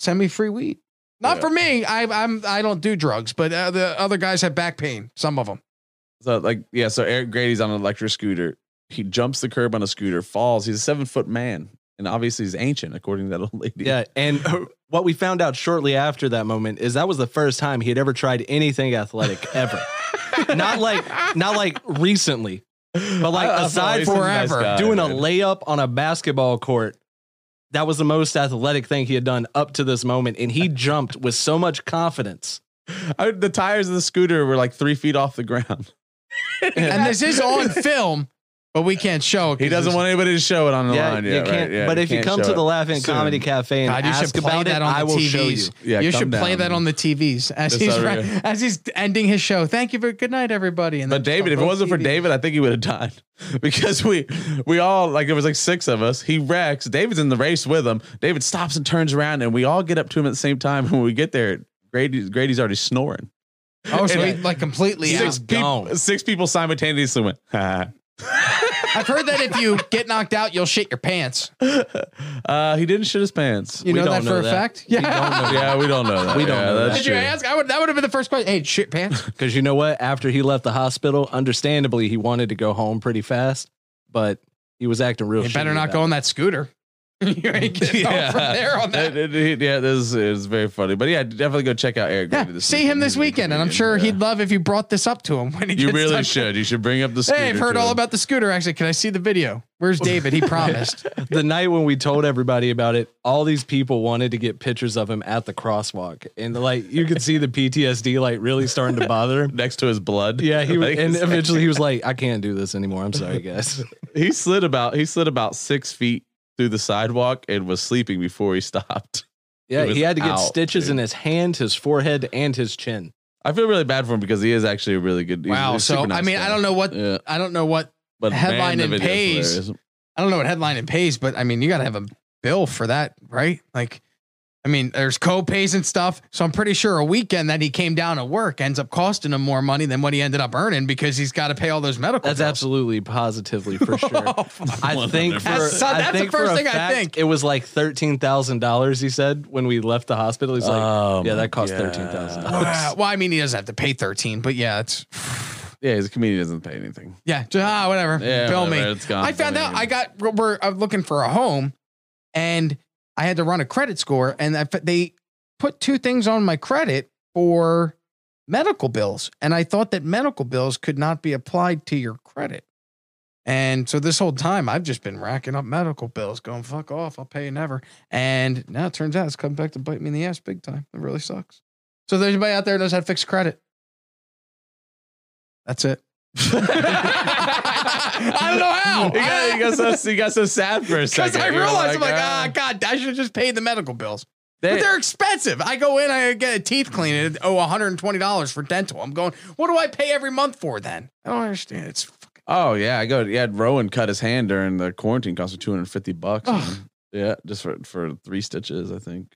A: send me free weed. Not for me. I, I'm I don't do drugs, but uh, the other guys have back pain. Some of them.
B: So like yeah, so Eric Grady's on an electric scooter. He jumps the curb on a scooter, falls. He's a seven foot man, and obviously he's ancient according to that old lady.
J: Yeah, and what we found out shortly after that moment is that was the first time he had ever tried anything athletic ever. not like not like recently, but like
B: I- I
J: aside
B: thought he
J: from
B: was a nice
J: forever
B: guy,
J: doing a
B: man.
J: layup on a basketball court. That was the most athletic thing he had done up to this moment, and he jumped with so much confidence.
B: I- the tires of the scooter were like three feet off the ground.
A: And this is on film, but we can't show. it 'cause
B: He doesn't
A: it's-
B: want anybody to show it on the line. Yeah,
J: you can't.
B: right, yeah,
J: but if you
B: can't
J: come
B: show
J: to the
B: it.
J: Laughing
B: Soon.
J: Comedy Cafe and
A: God, you should
J: ask
A: play
J: about it,
A: that on
J: I
A: the
J: will
A: TVs.
J: show you.
B: Yeah,
A: you
B: come
A: should play
B: down.
A: that on the TVs as
B: That's
A: he's
B: over
A: ra-
B: here.
A: as he's ending his show. Thank you for good night, everybody. And
B: But
A: then
B: David, if it
A: both
B: wasn't for
A: TVs.
B: David, I think he would have died because we we all like it was like six of us. He wrecks. David's in the race with him. David stops and turns around, and we all get up to him at the same time. And when we get there, Grady Grady's already snoring.
A: oh, so
B: Yeah.
A: he, like completely out.
B: Six, people,
J: gone.
B: six people simultaneously went. "Ha."
A: I've heard that if you get knocked out, you'll shit your pants.
B: uh, he didn't shit his pants.
A: You
J: We
A: know
J: don't
A: that
J: know
A: for a
J: that.
A: fact.
J: We don't know that.
B: yeah, we don't know that.
J: We don't
B: Yeah,
J: know
B: that's
A: Did you
B: true.
A: ask? I would. That would have been the first question. Hey, shit pants.
J: Because you know what? After he left the hospital, understandably, he wanted to go home pretty fast, but he was acting real.
A: You better
J: shitty
A: not
J: about
A: go
J: it.
A: on that scooter. you ain't getting yeah. from there on that.
B: It- it- yeah, this is, it's very funny. But yeah, definitely go check out Eric.
A: Yeah,
B: Grady
A: see him
B: weekend.
A: this
B: He's a good
A: weekend, and I'm
B: comedian,
A: sure
B: yeah.
A: he'd love if you brought this up to him when he.
B: You
A: gets
B: really
A: done.
B: should. You should bring up the.
A: Hey, I've
B: scooter
A: heard
B: to
A: all
B: him.
A: about the scooter. Actually, can I see the video? Where's David? He promised.
J: The night when we told everybody about it, all these people wanted to get pictures of him at the crosswalk, and like you could see the PTSD like really starting to bother him.
B: next to his blood.
J: Yeah, he was,
B: Like,
J: and
B: it's-
J: eventually he was like, "I can't do this anymore. I'm sorry, guys."
B: he slid about he slid about six feet through the sidewalk and was sleeping before he stopped.
J: Yeah,
B: He was
J: he had to get
B: out,
J: stitches
B: dude.
J: in his hand, his forehead, and his chin.
B: I feel really bad for him because he is actually a really good. he's a
A: wow.
B: really
A: So
B: super nice
A: I mean,
B: guy.
A: I don't know what
B: Yeah,
A: I don't know what
B: but
A: Headline
B: man,
A: in
B: the video's
A: Pays.
B: hilarious.
A: I don't know what headline it pays, but I mean, you got to have a bill for that, right? Like, I mean, there's co-pays and stuff. So I'm pretty sure a weekend that he came down to work ends up costing him more money than what he ended up earning because he's got to pay all those medical.
J: That's
A: bills.
J: absolutely positively for sure. I think for,
A: That's- so-
J: I
A: that's the
J: think for
A: first
J: a
A: thing I
J: fact,
A: think.
J: It was like thirteen thousand dollars. He said when we left the hospital, he's like,
B: Oh
J: "Yeah,
B: my
J: that cost
B: God.
J: thirteen thousand dollars."
A: Wow. Well, I mean, he doesn't have to pay 13, but yeah, it's
B: Yeah, he's a comedian. Doesn't pay anything.
A: Yeah, just, ah, whatever.
B: Yeah,
A: Bill
B: whatever,
A: me.
B: it's gone.
A: I found
B: Bill
A: out
B: me.
A: I got we're I'm looking for a home, and I had to run a credit score, and I, they put two things on my credit for medical bills, and I thought that medical bills could not be applied to your credit. And so this whole time I've just been racking up medical bills, going fuck off, I'll pay you never. And now it turns out it's come back to bite me in the ass big time. It really sucks. So if there's anybody out there that knows how to fix credit. That's it. I don't know how.
B: You got, you got so you got so sad for a second.
A: Because I
B: You were
A: realized, I'm like,
B: ah.
A: ah, God, I should have just paid the medical bills.
B: They-
A: but they're expensive. I go in, I get a teeth clean, and oh, $120 for dental. I'm going, what do I pay every month for then? I don't understand. It's
B: Oh yeah, I go. Yeah, Rowan cut his hand during the quarantine. Cost him two hundred fifty bucks. man. Yeah, just for for three stitches, I think.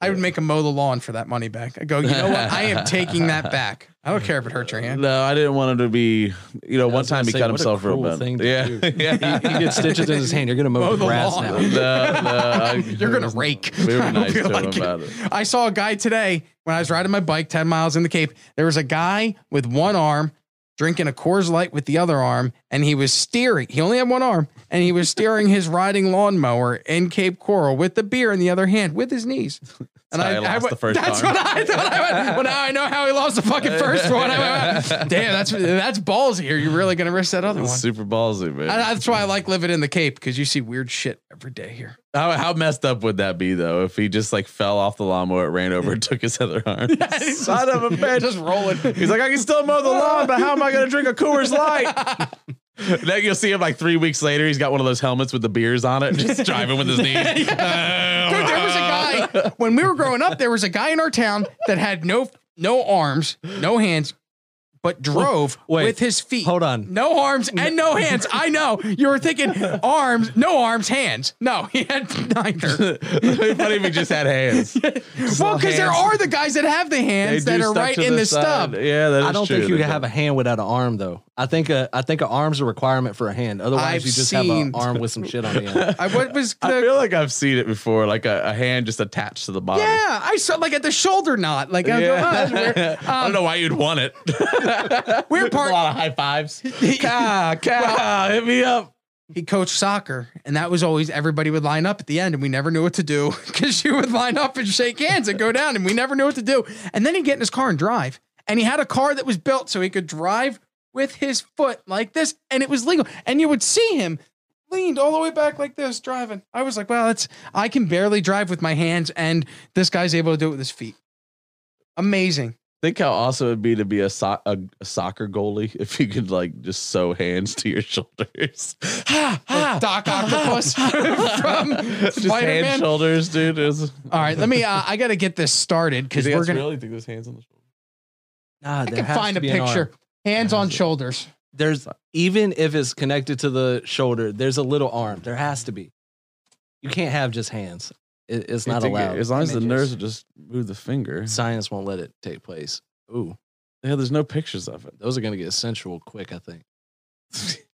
A: I would make a mow the lawn for that money back. I go, you know what? I am taking that back. I don't care if it hurts your hand.
B: No, I didn't want him to be. You know, one
J: was gonna
B: time he
J: say,
B: cut
J: what a
B: himself real
J: cruel
B: bad.
J: thing to
B: yeah,
J: do.
B: yeah.
J: He gets stitches in his hand. You're gonna mow,
A: Mow
J: the
A: Oh, the
J: grass
A: lawn.
J: now.
B: No, no,
A: You're gonna rake.
B: We were
A: I hope
B: nice
A: you
B: to him
A: like it.
B: about it.
A: I saw a guy today when I was riding my bike 10 miles in the Cape. There was a guy with one arm drinking a Coors Light with the other arm, and he was steering. He only had one arm, and he was steering his riding lawnmower in Cape Coral with the beer in the other hand with his knees. And
B: how he lost
A: went-
B: the first
A: That's
B: arm.
A: what I thought. I went, well, now I know how he lost the fucking first one. I went, Damn, that's that's ballsy. Here, you're really gonna risk that other one.
B: Super ballsy, man.
A: And that's why I like living in the Cape because you see weird shit every day here.
B: How, how messed up would that be though if he just like fell off the lawnmower, it ran over, and took his other arm? Son of a bitch!
A: Just rolling.
B: He's like, I can still mow the lawn, but how am I going to drink a Coors Light? then you'll see him like three weeks later. He's got one of those helmets with the beers on it, just driving with his knees.
A: Dude, there was a guy when we were growing up. There was a guy in our town that had no no arms, no hands, but drove
J: Wait.
A: with his feet.
J: Hold on.
A: No arms and no hands. I know you were thinking arms, no arms, hands. No, he had neither.
B: It'd be funny if he just had hands.
A: well, because there
B: hands.
A: are the guys that have the hands
B: They
A: that
B: do
A: are
B: stuck
A: right
B: to
A: in the,
B: side.
A: stub.
B: Yeah, that is
J: I don't
B: true.
J: think you
B: They
J: can have
B: do.
J: a hand without an arm though. I think a I think an arm's a requirement for a hand. Otherwise,
A: I've
J: you just have
A: seen-
J: an arm with some shit on the end.
A: I what was
B: I
A: the,
B: feel like I've seen it before, like a, a hand just attached to the body.
A: yeah? I saw like at the shoulder knot. Like I, go, oh, that's weird.
B: I
A: um,
B: don't know why you'd want it.
A: weird part.
B: a lot of high fives. Cow, cow, hit me up.
A: he coached soccer, and that was always everybody would line up at the end, and we never knew what to do because you would line up and shake hands and go down, and we never knew what to do. And then he'd get in his car and drive, and he had a car that was built so he could drive with his foot like this, and it was legal. And you would see him leaned all the way back like this driving. I was like, wow, that's I can barely drive with my hands, and this guy's able to do it with his feet. Amazing.
B: Think how awesome it'd be to be a, so- a, a soccer goalie if you could like just sew hands to your shoulders.
A: Like Ah, Doc Octopus from
B: just hand
A: Spider-Man.
B: shoulders, dude. It was,
A: All right, let me. Uh, I got to get this started because we're gonna.
B: really think there's hands on the shoulder.
J: Nah,
A: I
J: there
A: can
J: has
A: find
J: to
A: a
J: be an arm.
A: picture. Hands on shoulders.
J: There's even if it's connected to the shoulder, there's a little arm. There has to be. You can't have just hands. It, it's not allowed.
B: As long as the
A: Images.
B: nerves would just move the finger.
J: Science won't let it take place. Ooh,
B: Yeah, there's no pictures of it.
J: those are gonna get sensual quick. I think.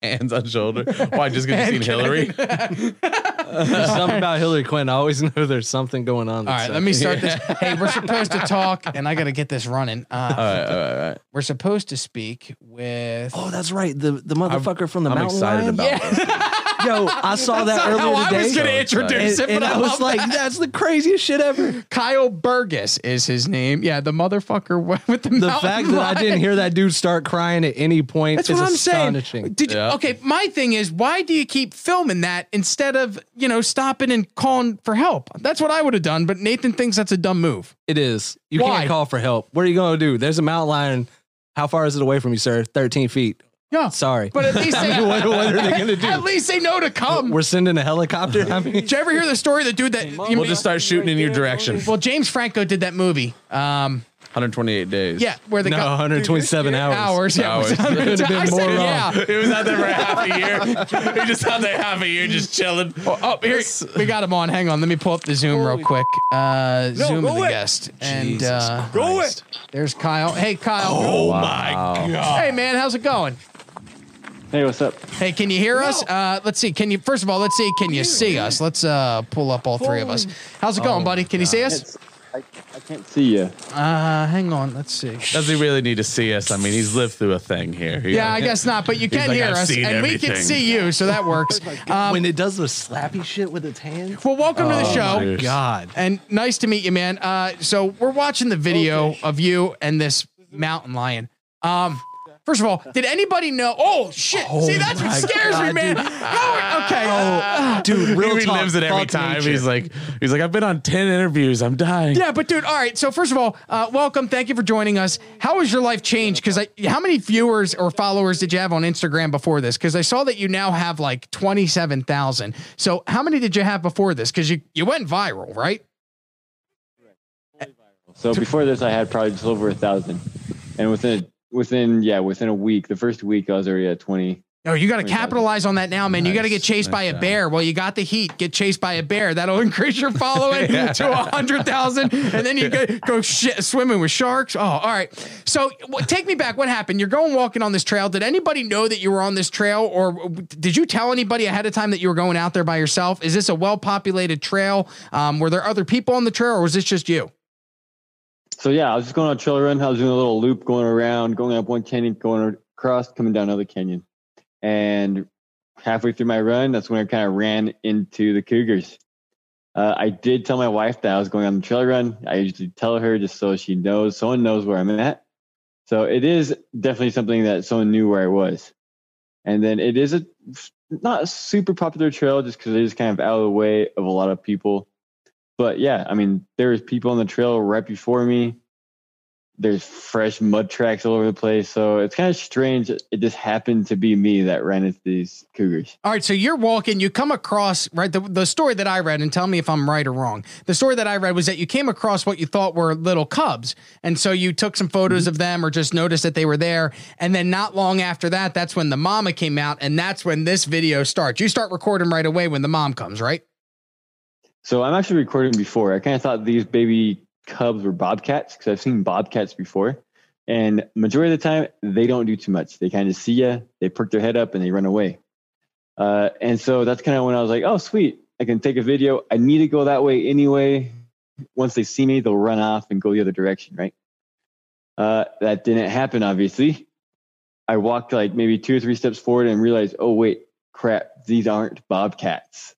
B: Hands on shoulder. Why? Just because you seen Hillary?
J: There's something about Hillary Clinton. I always know there's something going on.
A: All
J: that's
A: right,
J: up.
A: let me start
B: Yeah.
A: this. Hey, we're supposed to talk, and I got to get this running. Uh,
B: All right, all right, all right.
A: We're supposed to speak with.
J: Oh, that's right. The the motherfucker from the
B: I'm
J: mountain
B: excited
J: lion?
B: about this.
J: Yo, I saw that
A: not
J: earlier
A: how I
J: today.
A: was gonna introduce
J: and,
A: it,
J: and
A: but I
J: I was
A: love
J: like, "That's the craziest shit ever."
A: Kyle Burgess is his name. Yeah, the motherfucker with the.
J: The fact that I didn't hear that dude start crying at any point
A: That's
J: is
A: what I'm
J: astonishing.
A: saying. Did you,
B: Yeah.
A: Okay, my thing is, why do you keep filming that instead of you know stopping and calling for help? That's what I would have done, but Nathan thinks that's a dumb move.
J: It is. You
A: Why?
J: can't call for help. What are you gonna do? There's a mountain lion. How far is it away from you, sir? Thirteen feet.
A: Yeah,
J: Sorry.
A: but at least they,
J: what, what are they gonna
A: at
J: do?
A: least they know to come.
J: We're sending a helicopter. I mean,
A: Did you ever hear the story of the dude that you
B: We'll just start shooting in your direction.
A: Well, James Franco did that movie. Um,
B: 128 days.
A: yeah, where the
J: no,
A: guy-
J: 127 hours.
A: hours. Yeah,
B: Hours.
A: it was 100
J: Could've been
A: I said,
J: more wrong.
A: yeah.
B: It was out there for half a year. He just out there half a year just chilling.
A: Oh, oh, here we got him on. Hang on, let me pull up the Zoom real quick. Uh, Zoom
B: go
A: of the
B: away.
A: guest, and
J: Jesus
A: uh,
B: Go
J: Christ.
A: there's Kyle. Hey, Kyle.
B: Oh, my god.
A: Hey, man, how's it going?
D: Hey, what's up?
A: Hey, can you hear us? Uh, let's see. Can you first of all, let's
B: Oh,
A: see. Can you see us? Let's uh, pull up all three of us. How's it going, buddy? Can you see us?
D: It's, I, I
K: Can't see you.
A: Uh, hang on. Let's see.
B: Does he really need to see us? I mean, he's lived through a thing here.
A: Yeah, I guess not, but you
B: He's
A: can
B: like,
A: hear
B: "I've
A: us, and
B: seen
A: we can
B: everything."
A: see you, so that works. Um,
J: Oh when it does the slappy shit with its hands.
A: Well, welcome to the
J: Oh,
A: show.
J: my God.
A: And nice to meet you, man. Uh, so we're watching the video of you and this mountain lion. Um, first of all, did anybody know? Oh shit! See, that's what
B: my
A: scares me,
B: God,
A: man.
B: dude.
A: How- uh, okay,
B: Oh,
A: Ah.
J: dude,
B: He
J: real talk,
B: relives it every
J: fuck
B: time.
J: nature.
B: He's like, he's like, I've been on ten interviews. I'm dying.
A: Yeah, but dude, all right. So first of all, uh, welcome. Thank you for joining us. How has your life changed? Because I, how many viewers or followers did you have on Instagram before this? Because I saw that you now have like twenty seven thousand. So how many did you have before this? Because you you went viral, right?
K: So before this, I had probably just over a thousand, and within within yeah within a week, the first week I was already at twenty.
A: No, Oh, you got to
K: 20,000.
A: capitalize on that now, man. You got to get chased by a
K: Nice.
A: bear. Well, you got the heat. Get chased by a bear. That'll increase your following
B: Yeah.
A: to a hundred thousand, and then you go, go sh- swimming with sharks. Oh, all right. So w- take me back. What happened? You're going walking on this trail. Did anybody know that you were on this trail, or w- did you tell anybody ahead of time that you were going out there by yourself? Is this a well-populated trail? Um, were there other people on the trail, or was this just you?
K: So yeah, I was just going on a trail run. I was doing a little loop, going around, going up one canyon, going across, coming down another canyon, and halfway through my run, that's when I kind of ran into the cougars. Uh, I did tell my wife that I was going on the trail run. I usually tell her just so she knows, someone knows where I'm at. So it is definitely something that someone knew where I was. And then it is a not a super popular trail just because it is kind of out of the way of a lot of people. But yeah, I mean, there was people on the trail right before me. There's fresh mud tracks all over the place. So it's kind of strange. It just happened to be me that ran into these cougars.
A: All right, so you're walking, you come across, right? The, the story that I read, and tell me if I'm right or wrong. The story that I read was that you came across what you thought were little cubs. And so you took some photos of them or just noticed that they were there. And then not long after that, that's when the mama came out. And that's when this video starts. You start recording right away when the mom comes, right?
K: So I'm actually recording before. I kind of thought these baby cubs were bobcats because I've seen bobcats before. And majority of the time, they don't do too much. They kind of see you, they perk their head up, and they run away. Uh, and so that's kind of when I was like, oh, sweet. I can take a video. I need to go that way anyway. Once they see me, they'll run off and go the other direction, right? Uh, that didn't happen, obviously. I walked like maybe two or three steps forward and realized, oh, wait, crap, these aren't bobcats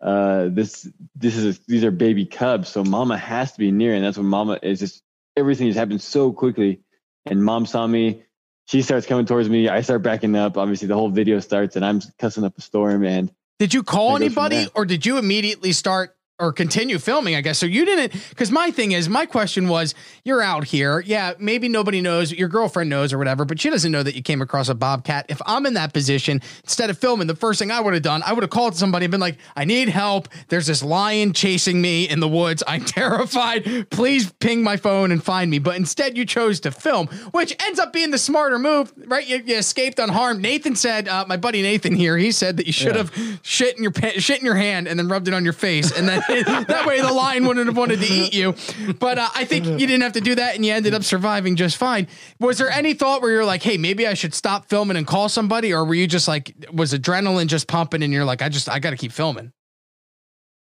K: uh, this this is these are baby cubs, so mama has to be near, and that's when mama is just everything just happened so quickly. And mom saw me, she starts coming towards me. I start backing up. Obviously, the whole video starts, and I'm cussing up a storm. And
A: Did you call
K: It goes from
A: anybody
K: there.
A: or did you immediately start or continue filming? I guess. So you didn't, because my thing is, my question was, you're out here. Yeah, maybe nobody knows, your girlfriend knows or whatever, but she doesn't know that you came across a bobcat. If I'm in that position, instead of filming, the first thing I would have done, I would have called somebody and been like, I need help. There's this lion chasing me in the woods. I'm terrified. Please ping my phone and find me. But instead, you chose to film, which ends up being the smarter move, right? You, you escaped unharmed. Nathan said, uh, my buddy Nathan here, he said that you should
B: Yeah.
A: have shit in your pa- shit in your hand and then rubbed it on your face and then that way the lion wouldn't have wanted to eat you but uh, i think you didn't have to do that and you ended up surviving just fine was there any thought where you're like hey maybe i should stop filming and call somebody or were you just like was adrenaline just pumping and you're like i just i gotta keep filming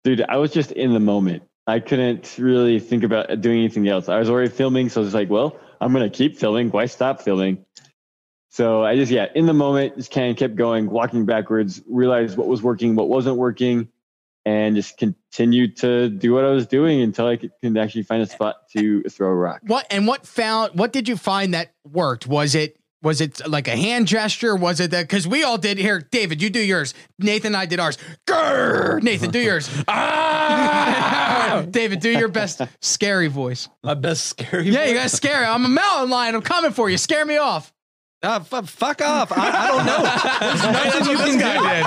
K: dude, I was just in the moment. I couldn't really think about doing anything else. I was already filming, so I was like, well, I'm gonna keep filming. Why stop filming? So I just yeah, in the moment, just kind of kept going, walking backwards, realized what was working, what wasn't working, and just continued to do what I was doing until I could, could actually find a spot to throw a rock.
A: what and what found what did you find that worked was it was it like a hand gesture? Was it that? Because we all did here. David, you do yours. Nathan and I did ours. Grr! Nathan, do yours. ah! David, do your best scary voice.
J: My best scary.
A: Yeah, you got scary. I'm a mountain lion. I'm coming for you. Scare me off.
J: Ah, fu- fuck off. I, I don't know. There's nothing
B: That's
J: you
B: what this
J: can
B: guy
J: do.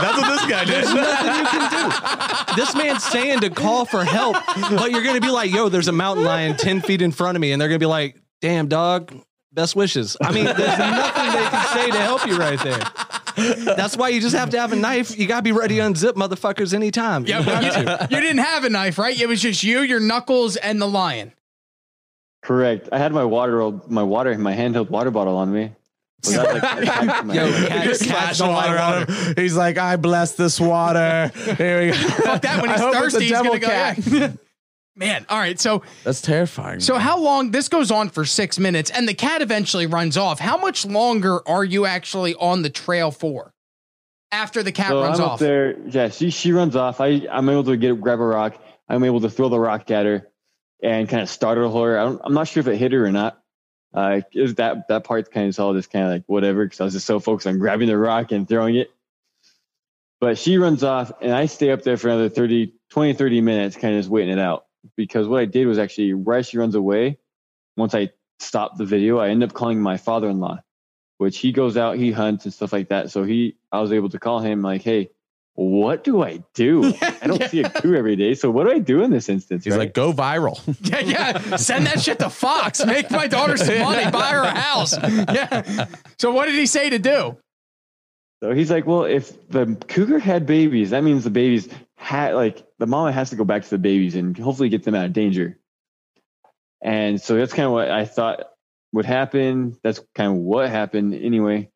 B: did. That's what this guy did.
J: There's nothing you can do. This man's saying to call for help, but you're going to be like, yo, there's a mountain lion 10 feet in front of me. And they're going to be like, damn, dog, best wishes. I mean, there's nothing they can say to help you right there. That's why you just have to have a knife. You got to be ready to unzip motherfuckers anytime. You
A: Yeah, but
J: got to.
A: you, you didn't have a knife, right? It was just you, your knuckles, and the lion.
K: Correct. I had my water, my water, my handheld water bottle on me. So that's like five times to my
J: Yo,
K: name.
J: cat-
B: Just
J: cats
B: catch
J: don't like
B: water
J: water.
B: out of him. He's like, I bless this water. Here we go.
A: Fuck that. When
B: I
A: he's
B: hope it's a
A: thirsty, he's
B: devil
A: gonna go.
B: cat.
A: yeah. Man, all right. So
B: That's terrifying.
A: so how long this goes on for 6 minutes and the cat eventually runs off. How much longer are you actually on the trail for? After the cat
K: so
A: runs
K: I'm
A: off.
K: up there. Yeah, she she runs off. I I'm able to get grab a rock. I'm able to throw the rock at her and kind of startle her. I don't, I'm not sure if it hit her or not. Uh, is that that part kind of all just kind of like whatever because I was just so focused on grabbing the rock and throwing it. But she runs off, and I stay up there for another 30, 20, 30 minutes, kind of just waiting it out. Because what I did was actually, right as she runs away, once I stopped the video, I end up calling my father in law, which he goes out, he hunts and stuff like that. So he, I was able to call him, like, hey, what do I do? I don't see a coup every day. So what do I do in this instance? He's like,
B: go viral.
A: Yeah, yeah. Send that shit to Fox. Make my daughter some money. Buy her a house. Yeah. So what did he say to do?
K: So he's like, well, if the cougar had babies, that means the babies had like the mama has to go back to the babies and hopefully get them out of danger. And so that's kind of what I thought would happen. That's kind of what happened anyway.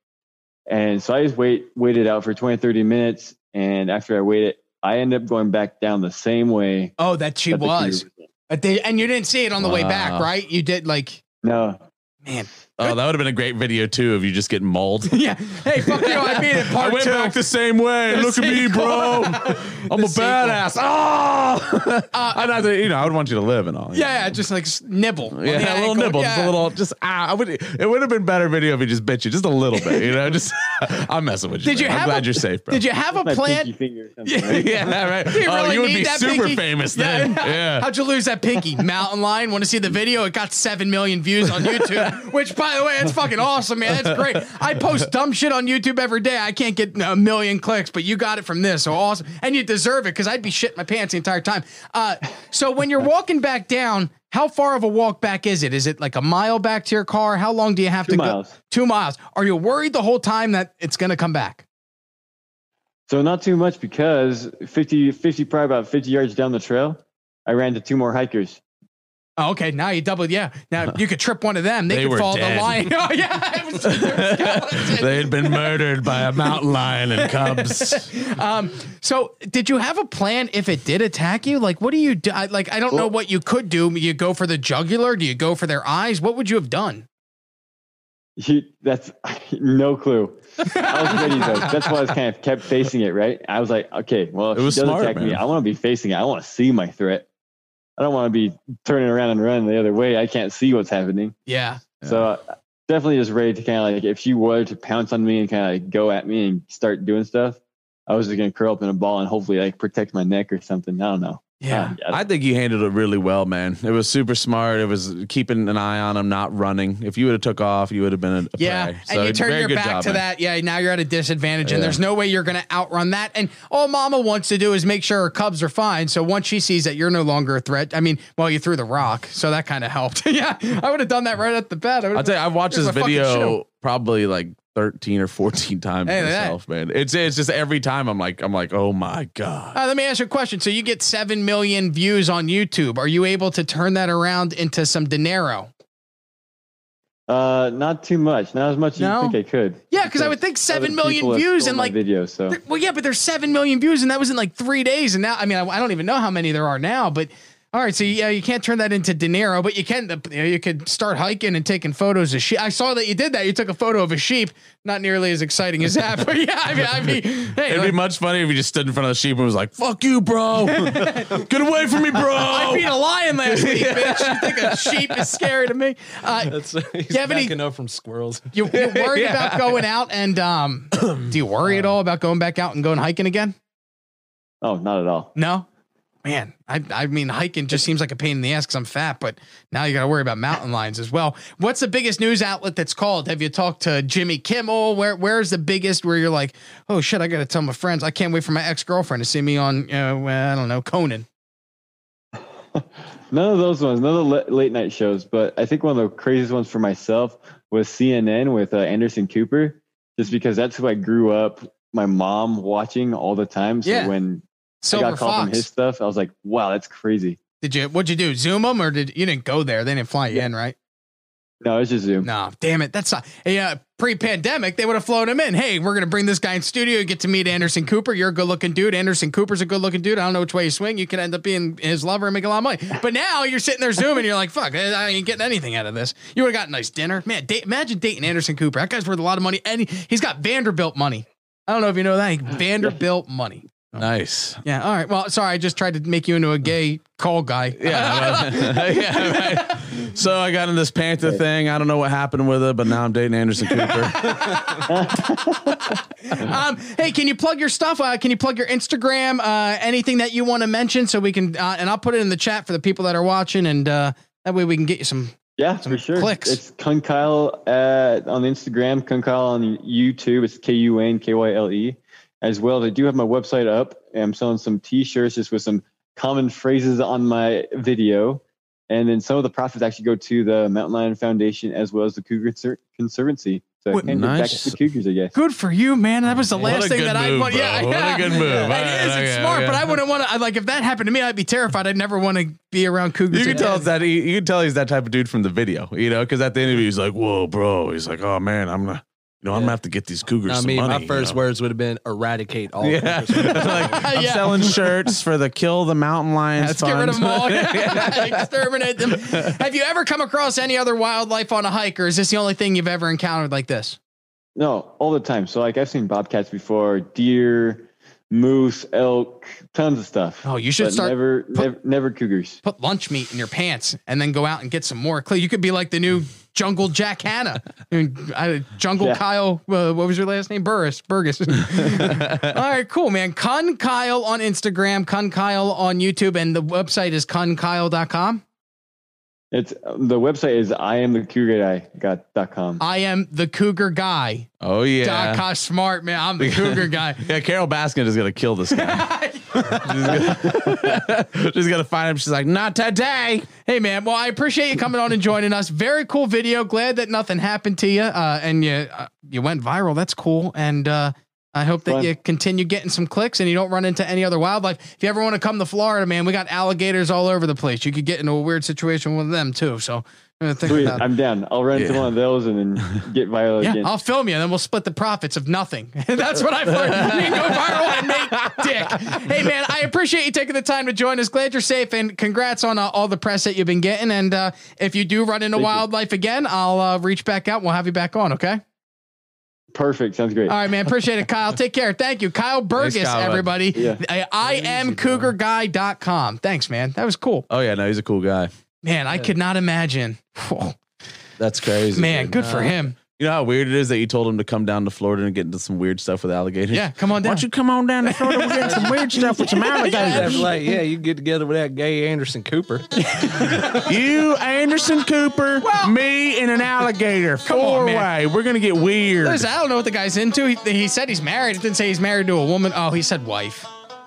K: And so I just wait, waited out for 20, 30 minutes. And after I waited, I end up going back down the same way.
A: Oh, that she
K: that the cougar
A: was. But they- and you didn't see it on the way back,
B: Wow.
A: right? You did like,
K: No.
A: man.
B: Oh, that would have been a great video too of you just getting mauled.
A: Yeah. Hey, fuck you. I beat it.
B: I
A: Part
B: went
A: two.
B: back the same way.
A: The
B: Look at me,
A: sequel.
B: bro. I'm
A: The
B: a
A: sequel. Uh,
B: badass. Oh, I'd have to, you know, I would want you to live and all. you
A: Yeah, just like s- nibble. on
B: Yeah,
A: the
B: a little
A: ankle.
B: nibble, just
A: Yeah.
B: a little, just ah, I would. It would have been better video if he just bit you just a little bit, you know. Just I'm messing with you.
A: Did you
B: man. I'm
A: have
B: glad
A: a-
B: you're safe, bro.
A: Did you have a
K: My
A: plan?
K: pinky finger or something,
A: Yeah.
K: right?
B: Yeah, right.
A: Do you
B: oh,
A: really
B: you would
A: need
B: be
A: that
B: super
A: pinky?
B: famous
A: Yeah.
B: then. Yeah.
A: How'd you lose that pinky? Mountain lion. Want to see the video? It got seven million views on YouTube. which, by the way, that's fucking awesome, man. That's great. I post dumb shit on YouTube every day. I can't get a million clicks, but you got it from this. So awesome, and you deserve it because I'd be shitting my pants the entire time. Uh, so when you're walking back down, how far of a walk back is it? Is it like a mile back to your car? How long do you have
K: Two
A: to
K: miles.
A: go? Two miles. Are you worried the whole time that it's gonna come back?
K: So not too much because 50, 50, probably about 50 yards down the trail, I ran to two more hikers.
A: Oh, okay, now you doubled. Yeah, now you could trip one of them. They,
B: They
A: could
B: were
A: fall
B: dead.
A: the line. Oh yeah, it was-
B: they had been murdered by a mountain lion and cubs.
A: um, so did you have a plan if it did attack you? Like, what do you do? I, like, I don't know
K: Well-
A: what you could do. You go for the jugular? Do you go for their eyes? What would you have done?
K: You, that's no clue. I was ready though. That's why I was kind of kept facing it, right? I was like, okay, well, if
B: It was
K: she does
B: smart,
K: attack me,
B: man.
K: I want to be facing it. I want to see my threat. I don't want to be turning around and running the other way. I can't see what's happening.
A: Yeah.
K: So uh, definitely just ready to kind of like, if she were to pounce on me and kind of like go at me and start doing stuff, I was just going to curl up in a ball and hopefully like protect my neck or something. I don't know.
A: Yeah.
K: I-
B: I think you handled it really well, man. It was super smart. It was keeping an eye on him, not running. If you would have took off, you would have been a, a
A: Yeah,
B: prey.
A: and you
B: it's
A: turn
B: very
A: your
B: good
A: back
B: job,
A: to
B: man.
A: that. Yeah, now you're at a disadvantage, and
B: Yeah.
A: there's no way you're going to outrun that. And all Mama wants to do is make sure her cubs are fine. So once she sees that you're no longer a threat, I mean, well, you threw the rock, so that kind of helped. yeah, I would have done that right at the bat. I
B: I'll
A: would've-
B: tell you, I've watched
A: Here's
B: this
A: my fucking
B: video probably like 13 or 14 times
A: Hey, look at that.
B: myself, man. It's it's just every time I'm like, I'm like, oh my God.
A: Uh, let me ask you a question. So you get seven million views on YouTube. Are you able to turn that around into some dinero?
K: Uh, not too much. Not as much as
A: No?
K: you think I could.
A: Yeah, because I would think seven
K: Other
A: million
K: people have
A: views
K: stole
A: and
K: my
A: like,
K: video. So
A: th- well, yeah, but there's seven million views, and that was in like three days. And now, I mean, I, I don't even know how many there are now. But all right, so yeah, you can't turn that into dinero, but you can. The, you, know, you could start hiking and taking photos of sheep. I saw that you did that. You took a photo of a sheep. Not nearly as exciting as that, but yeah, I mean, I mean, hey,
B: It'd
A: like-
B: be much funnier if you just stood in front of the sheep and was like, fuck you, bro. Get away from me, bro.
A: I beat a lion last week, bitch. You think a sheep is scary to me? Uh,
J: That's he's
A: You have any-
J: backing up from squirrels.
A: You, you worried
B: Yeah.
A: about going out and um, do you worry at all about going back out and going hiking again?
K: oh, not at all.
A: No, man. I I mean, hiking just seems like a pain in the ass because I'm fat, but now you got to worry about mountain lions as well. What's the biggest news outlet that's called? Have you talked to Jimmy Kimmel? Where where's the biggest where you're like, oh shit, I got to tell my friends. I can't wait for my ex girlfriend to see me on, uh, well, I don't know, Conan.
K: None of those ones. None of the la- late night shows. But I think one of the craziest ones for myself was CNN with uh, Anderson Cooper, just because that's who I grew up. My mom watching all the time. So
A: Yeah.
K: when I
A: Silver
K: got called from his
A: Fox.
K: stuff, I was like, wow, that's crazy.
A: Did you? What'd you do? Zoom them or did you didn't go there? They didn't fly you in, right?
K: No, it's just Zoom.
A: No, damn it. That's not. Yeah, pre-pandemic, they would have flown him in. Hey, we're gonna bring this guy in studio. You get to meet Anderson Cooper. You're a good-looking dude. Anderson Cooper's a good-looking dude. I don't know which way you swing. You could end up being his lover and make a lot of money. But now you're sitting there zooming. You're like, fuck, I ain't getting anything out of this. You would have got a nice dinner, man. Date, imagine dating Anderson Cooper. That guy's worth a lot of money, and he, he's got Vanderbilt money. I don't know if you know that. Vanderbilt money.
B: Nice.
A: Yeah. All right. Well, sorry. I just tried to make you into a gay call guy.
B: Yeah. yeah, right. So I got in this Panther thing. I don't know what happened with it, but now I'm dating Anderson Cooper.
A: um, hey, can you plug your stuff? Uh, can you plug your Instagram? Uh, anything that you want to mention so we can, uh, and I'll put it in the chat for the people that are watching, and uh, that way we can get you some.
K: Yeah, for sure.
A: clicks.
K: It's Kun Kyle uh, on Instagram, Kun Kyle on YouTube. It's K U N K Y L E. As well, I do have my website up. I'm selling some T-shirts just with some common phrases on my video, and then some of the profits actually go to the Mountain Lion Foundation as well as the Cougar Conser- Conservancy. So I
A: What-
K: can get back
A: Nice.
K: to the Cougars, I guess.
A: Good for you, man. That was the
K: What
A: last
K: a
A: thing
K: good
A: that I
K: move,
A: want. Yeah,
K: bro. What a
A: yeah.
K: good move.
A: It
K: All right,
A: is, it's
K: okay,
A: smart,
K: okay.
A: but I wouldn't want to. I Like if that happened to me, I'd be terrified. I'd never want to be around Cougars.
B: You can tell
A: again.
B: it's that he, you can tell he's that type of dude from the video, you know, because at the interview he's like, "Whoa, bro," he's like, "Oh man, I'm gonna, you know, I'm gonna have to get these Cougars
J: I
B: some
J: mean,
B: money."
J: my
B: you
J: first
B: know?
J: words would have been eradicate all.
B: Yeah. Like, I'm
A: Yeah.
B: selling shirts for the Kill the Mountain Lions.
A: Let's get rid of them all.
B: fund.
A: Exterminate them. Have you ever come across any other wildlife on a hike, or is this the only thing you've ever encountered like this?
K: No, all the time. So like I've seen bobcats before, deer, moose, elk, tons of stuff.
A: Oh, you should
K: But
A: start-
K: Never, never, never cougars.
A: Put lunch meat in your pants and then go out and get some more clay. You could be like the new Jungle Jack Hanna, I mean, I- Jungle
B: Yeah.
A: Kyle. Uh, what was your last name? Burris. Burgess. All right, cool, man. Kun Kyle on Instagram, Kun Kyle on YouTube, and the website is kunkyle.com.
K: It's the website is I am the cougar guy got dot com.
A: I am the Cougar guy.
B: Oh
A: Dot
B: yeah.
A: com. smart man. I'm the Cougar guy.
B: Yeah, Carol Baskin is gonna kill this guy. she's, gonna, she's gonna find him. She's like, not today.
A: Hey man, well I appreciate you coming on and joining us. Very cool video. Glad that nothing happened to you, uh, and you uh, you went viral. That's cool, and uh, I hope that
K: Fun.
A: you continue getting some clicks and you don't run into any other wildlife. If you ever want to come to Florida, man, we got alligators all over the place. You could get into a weird situation with them too. So uh, think
K: Sweet,
A: about it.
K: I'm down. I'll run into
A: Yeah.
K: one of those and then get viral
A: Yeah,
K: again.
A: I'll film you, and then we'll split the profits of nothing. That's what I've learned. You go viral and make dick. Hey, man, I appreciate you taking the time to join us. Glad you're safe, and congrats on uh, all the press that you've been getting. And uh, if you do run into
K: Thank you.
A: wildlife again, I'll uh, reach back out. and We'll have you back on. Okay.
K: Perfect. Sounds great.
A: All right, man. Appreciate it, Kyle. Take care. Thank you. Kyle Burgess,
B: Kyle, bud.
A: everybody.
B: Yeah.
A: I, I am cougarguy.com. Thanks, man. That was cool.
B: Oh yeah, no, he's a cool guy.
A: Man, I could not imagine.
B: That's crazy.
A: Man, good for him.
B: You know how weird it is that you told him to come down to Florida and get into some weird stuff with alligators.
A: Yeah, come on down.
B: Why don't you come on down to Florida? We're getting some weird stuff with some alligators.
J: like, yeah, you get together with that gay Anderson Cooper.
B: you, Anderson Cooper, me, and an alligator.
A: Come on,
B: Four
A: man.
B: way. We're gonna get weird.
A: Listen, I don't know what the guy's into. He, he said he's married. It didn't say he's married to a woman. Oh, he said wife.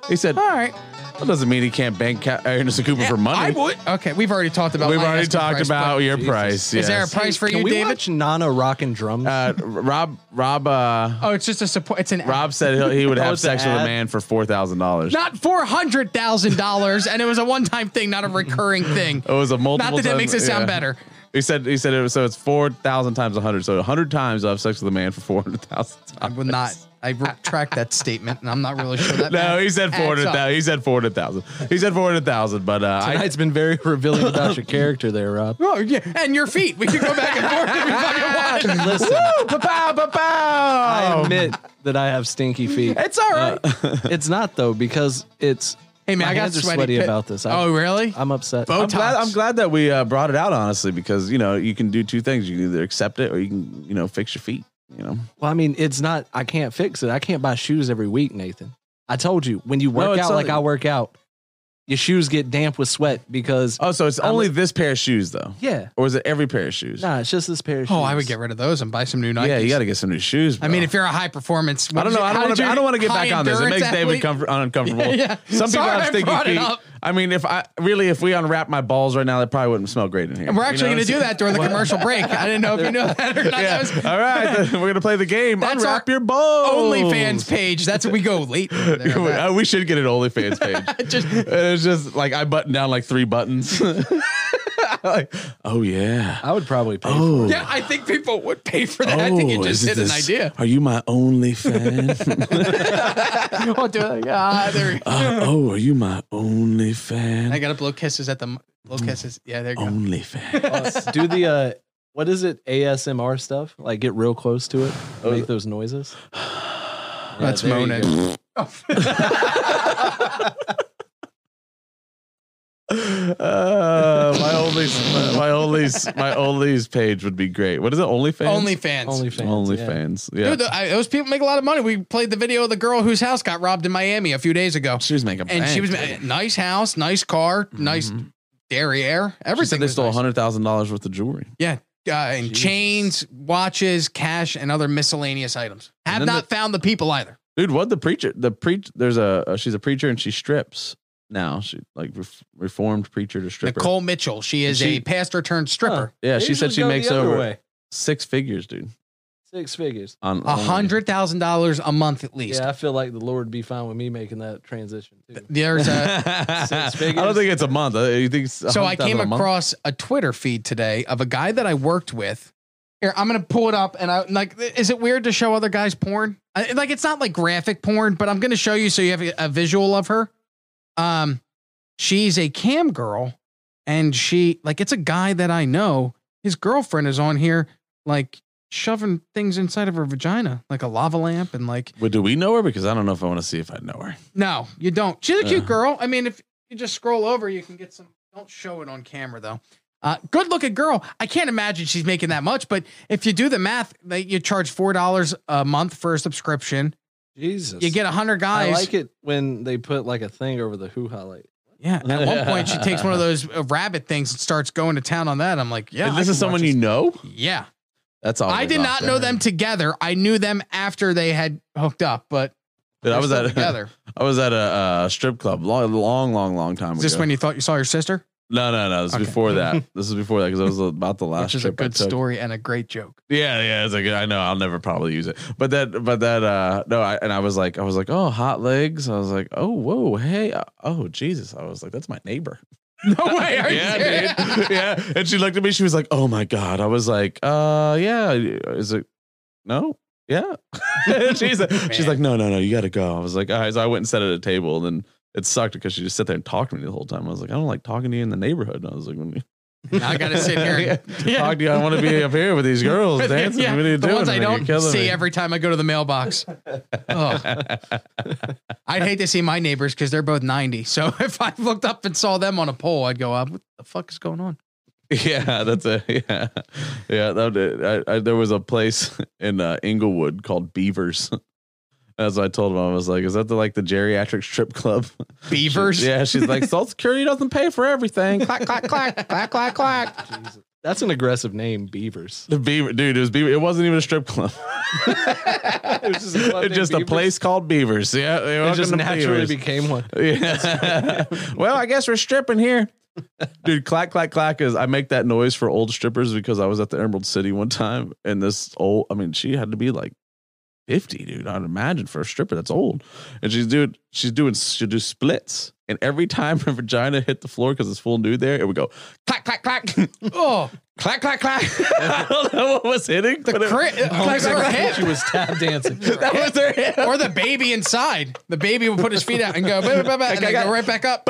B: He said,
A: All right.
B: That doesn't mean he can't bank Ca- uh, Anderson Cooper for money.
A: I would. Okay, we've already talked about.
B: We've
A: my
B: already
A: asking
B: talked
A: price,
B: about
A: but-
B: your price.
A: Is there a
B: yes.
A: price for
J: Can
A: you,
J: we
A: David?
J: watch Nana rocking drums?
B: Uh, Rob, Rob, uh,
A: oh, it's just a support. It's an
B: Rob said he'll- he would
J: Oh,
B: have
J: it's an
B: sex with a
J: ad.
B: man for four thousand dollars.
A: not four hundred thousand dollars, and it was a one-time thing, not a recurring thing.
B: It was a multiple.
A: that that
B: time-
A: makes it sound better.
B: He said. He said. It was, so it's four thousand times hundred. So hundred times I'll have sex with a man for four hundred thousand.
A: I would not. I retract that statement, and I'm not really sure that.
B: No,
A: math
B: he said
A: adds
B: four hundred
A: up.
B: thousand. He said four hundred thousand. He said four hundred thousand. But uh, I,
J: Tonight's been very revealing about your character there, Rob.
A: Oh yeah, and your feet. We could go back and forth if we fucking want.
J: Listen.
B: Woo, ba-pow,
J: I
B: ba-pow.
J: admit that I have stinky feet.
A: Oh, It's all right.
J: Uh, it's not though because it's.
A: Hey, man,
J: my
A: I got
J: hands are
A: sweaty
J: sweaty
A: pit-
J: about this.
A: Oh, really?
J: I'm upset.
A: Botox.
B: I'm glad, I'm glad that we uh, brought it out honestly because you know you can do two things. You can either accept it or you can you know fix your feet. You know.
J: Well, I mean, it's not. I can't fix it. I can't buy shoes every week, Nathan. I told you when you work
B: it's
J: out like
B: only-
J: I work out, your shoes get damp with sweat because.
B: Oh, so it's
J: I'm-
B: only this pair of shoes though.
J: Yeah.
B: Or is it every pair of shoes?
J: Nah, it's just this pair. Of shoes.
A: Oh, I would get rid of those and buy some new Nikes.
B: yeah, you got to get some new shoes.
A: I
B: bro.
A: mean, if you're a high performance,
B: I don't know. I don't want to. I don't want to get back on this. It makes David comfort, uncomfortable.
A: Yeah, yeah.
B: Some people
A: Sorry I
B: have stinky
A: brought it
B: feet.
A: up.
B: I mean, if I really, if we unwrap my balls right now, they probably wouldn't smell great in here.
A: And we're
B: You know
A: actually going
B: what
A: to do
B: I'm
A: that during the commercial break. I didn't know if you knew that or not. That was
B: saying? All right, then we're gonna play the game.
A: That's our
B: unwrap your balls. Oh.
A: OnlyFans page. That's what we go late. over there.
B: Uh, we should get an OnlyFans page.
A: Just-
B: it's just like I button down like three buttons. like, Oh yeah.
J: I would probably pay
B: oh.
A: Yeah, I think people would pay for that. I think you just
B: is it
A: hit an
B: Oh, this-
A: idea.
B: Are you my only fan?
A: oh, do it. Ah, there. we go.
B: Uh, oh, are you my only fan?
A: I gotta blow kisses at the m- blow
B: Mm.
A: kisses. Yeah, there you go.
B: Only fan.
J: Do the uh, what is it ASMR stuff? Like get real close to it, make those noises. Yeah,
A: Oh, That's
J: there you
A: moaning.
J: go.
B: Uh, my only, my only, my only's page would be great. What is it? OnlyFans.
A: OnlyFans. OnlyFans,
B: OnlyFans. Yeah.
A: Dude, th- I, those people make a lot of money. We played the video of the girl whose house got robbed in Miami a few days ago.
B: She was making
A: and she was
B: bank,
A: ma- nice house, nice car, nice derriere,
B: Mm-hmm. She said
A: everything.
B: they
A: was
B: stole
A: nice.
B: hundred thousand dollars worth of jewelry.
A: Yeah. Uh, and chains, watches, cash, and other miscellaneous items. Have
B: then
A: not found the people either.
B: Dude, what the preacher? The preach. There's a, uh, she's a preacher and she strips now. She like ref, reformed preacher to stripper.
A: Nicole Mitchell. She is
B: She-
A: a pastor turned stripper.
B: Yeah,
J: They
B: she said
J: usually
B: she
J: go
B: makes
J: the other
B: over
J: way.
B: six figures, dude.
J: Six figures.
B: On
A: A hundred thousand dollars a month at least.
J: Yeah, I feel like the Lord be fine with me making that transition too.
A: There's a
B: I don't
J: figures.
B: think it's a month. I you think it's
A: So I
B: 100,000
A: came
B: a month?
A: across a Twitter feed today of a guy that I worked with. Here, I'm gonna pull it up, and I like. Is it weird to show other guys porn? I, like, it's not like graphic porn, but I'm gonna show you so you have a, a visual of her. Um, she's a cam girl, and she like it's a guy that I know. His girlfriend is on here, like shoving things inside of her vagina, like a lava lamp, and like
B: Well, do we know her? Because I don't know if I want to see if I know her.
A: no, you don't. She's a cute
B: Uh.
A: girl. I mean, if you just scroll over, you can get some. Don't show it on camera though. Uh, good looking girl. I can't imagine she's making that much, but if you do the math, they, you charge four dollars a month for a subscription.
J: Jesus.
A: You get a hundred
J: I
A: guys.
J: like it when they put like a thing over the hoo ha like
A: Yeah. At one point, she takes one of those uh, rabbit things and starts going to town on that. I'm like, yeah.
B: And
A: I
B: this
A: can
B: is
A: watch
B: someone
A: this.
B: you know.
A: Yeah.
B: That's all.
A: I did not know them together. I knew them after they had hooked up, but
B: Dude, I
A: they're
B: was
A: still
B: at Oh
A: together.
B: I was at a uh, strip club long, long, long, long time
A: Is
B: ago.
A: this when you thought you saw your sister?
B: No, no, no. This is
A: Okay.
B: before that. This is before that because I was about the last.
A: Which is a
B: trip I
A: good
B: took.
A: story and a great joke.
B: Yeah, yeah. It's like I know I'll never probably use it, but that, but that, uh no. I, and I was like, I was like, oh, hot legs. I was like, oh, whoa, hey, uh, oh, Jesus. I was like, that's my neighbor.
A: No way. Are
B: yeah,
A: you serious?
B: dude. yeah. And she looked at me. She was like, "Oh my god." I was like, "Uh, yeah." Is it? No. Yeah. she's like, she's like, "No, no, no. You got to go." I was like, "All right." So I went and sat at a table, and then it sucked because she just sat there and talked to me the whole time. I was like, "I don't like talking to you in the neighborhood." And I was like, when you-
A: Now I gotta sit here. And,
B: Yeah. Talk to you. I want to be up here with these girls
A: But then,
B: dancing. What are you
A: the
B: doing?
A: ones I
B: man? You're
A: don't
B: killing
A: see
B: me."
A: every time I go to the mailbox. Ugh. I'd hate to see my neighbors because they're both 90. So if I looked up and saw them on a pole, I'd go, uh, what the fuck is going on?
B: Yeah, that's a yeah, yeah. That would- I, I, there was a place in uh, Inglewood called Beavers. As I told him, I was like, "Is that the like the geriatric strip club?"
A: Beavers?
B: yeah, she's like, "Social Security doesn't pay for everything." Clack, clack,
A: clack, clack, clack, clack.
J: That's an aggressive name, Beavers.
B: The Beaver, dude, it was Beaver. It wasn't even a strip club.
J: it was just,
B: It's just a place called Beavers. Yeah, they
J: It
B: welcome
J: just
B: to
J: naturally
B: Beavers.
J: became one.
B: Yeah. well, I guess we're stripping here. Dude, clack clack clack is I make that noise for old strippers because I was at the Emerald City one time and this old I mean, she had to be like 50, dude. I'd imagine for a stripper that's old. And she's doing she's doing she'll do splits. And every time her vagina hit the floor because it's full nude there, it would go clack clack clack.
A: Oh,
B: clack clack clack. I don't know what was hitting. The
A: cri- clack, clack, hip.
J: She was tap dancing.
B: that was their hip.
A: or the baby inside. The baby would put his feet out and go, "Bah, bah, bah," and
B: I
A: then
B: got-
A: go right back up.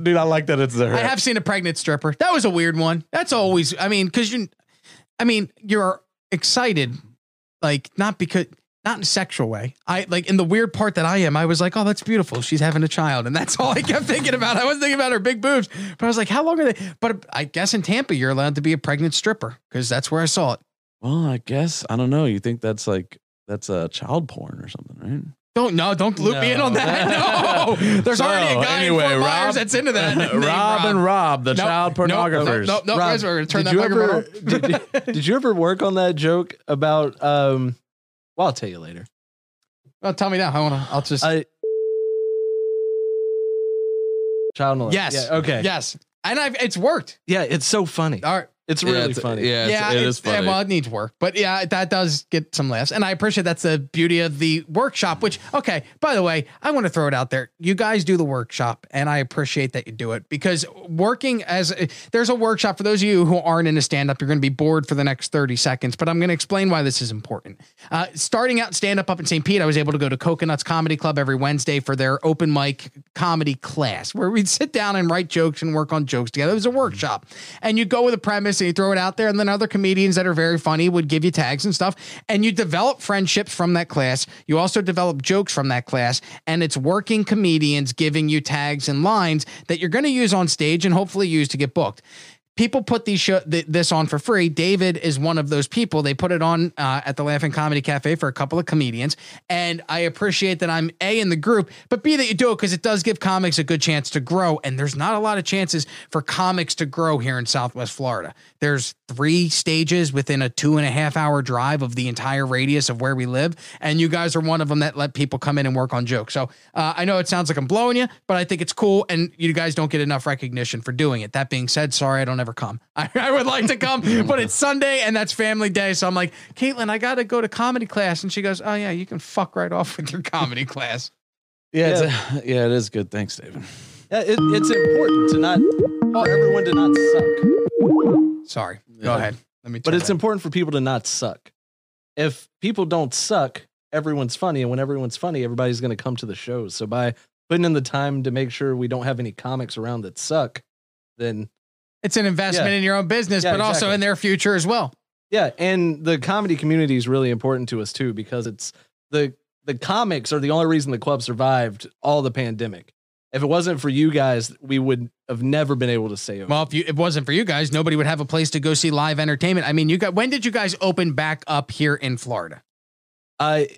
B: Dude, I like that it's there.
A: I have seen a pregnant stripper. That was a weird one. That's always, I mean, because you, I mean, you're excited, like not because, not in a sexual way. I like in the weird part that I am, I was like, oh, that's beautiful. She's having a child. And that's all I kept thinking about. I wasn't thinking about her big boobs, but I was like, how long are they? But I guess in Tampa, you're allowed to be a pregnant stripper because that's where I saw it.
B: Well, I guess I don't know. You think that's like that's a uh, child porn or something, right?
A: Don't, no, don't loop me in on that. No, there's already
B: So,
A: a guy
B: anyway,
A: in Fort Myers
B: Rob-
A: that's into that.
B: Rob,
A: Name,
B: and Rob, the
A: Nope,
B: child
A: nope, nope,
B: pornographers.
A: Nope, nope,
J: Rob,
A: guys, we're gonna turn
J: did
A: that
J: you
A: microphone
J: ever
A: off.
J: did, did you ever work on that joke about um well I'll tell you later.
A: Oh, tell me now. I wanna, I'll just.
J: I Child molest-
A: Yes.
J: Yeah, okay.
A: Yes. And I've it's worked.
J: Yeah, it's so funny.
A: All right.
J: It's really
B: it's-
J: funny.
B: yeah, it's- it is funny.
A: well, it needs work, but yeah, that does get some laughs, and I appreciate that's the beauty of the workshop. Which, okay, by the way, I want to throw it out there. You guys do the workshop, and I appreciate that you do it because working as there's a workshop for those of you who aren't into stand up, you're going to be bored for the next thirty seconds. But I'm going to explain why this is important. Uh, starting out stand up up in St. Pete, I was able to go to Coconuts Comedy Club every Wednesday for their open mic comedy class where we'd sit down and write jokes and work on jokes together. It was a workshop. And you go with a premise and you throw it out there, and then other comedians that are very funny would give you tags and stuff. And you develop friendships from that class. You also develop jokes from that class. And it's working comedians giving you tags and lines that you're going to use on stage and hopefully use to get booked people put these show th- this on for free. David is one of those people. They put it on uh, at the Laughing Comedy Cafe for a couple of comedians, and I appreciate that I'm a in the group, but b that you do it because it does give comics a good chance to grow. And there's not a lot of chances for comics to grow here in Southwest Florida. There's three stages within a two and a half hour drive of the entire radius of where we live, and you guys are one of them that let people come in and work on jokes. So uh, I know it sounds like I'm blowing you, but I think it's cool, and you guys don't get enough recognition for doing it. That being said, sorry I don't ever come. I, I would like to come, but it's Sunday and that's family day, so I'm like, Caitlin, I got to go to comedy class, and she goes, Oh yeah, you can fuck right off with your comedy class.
B: Yeah, yeah. It's, yeah, it is good. Thanks, David.
J: Yeah, it, it's important to not for everyone to not suck.
A: Sorry.
B: Go ahead.
A: Let me.
J: But it's important for people to not suck. If people don't suck, everyone's funny, and when everyone's funny, everybody's going to come to the shows. So by putting in the time to make sure we don't have any comics around that suck, then
A: It's an investment
J: Yeah.
A: in your own business,
J: Yeah,
A: but also
J: exactly.
A: in their future as well.
J: Yeah, and the comedy community is really important to us too because it's the the comics are the only reason the club survived all the pandemic. If it wasn't for you guys, we would have never been able to say it.
A: Well, if you, it wasn't for you guys, nobody would have a place to go see live entertainment. I mean, you got when did you guys open back up here in Florida?
J: I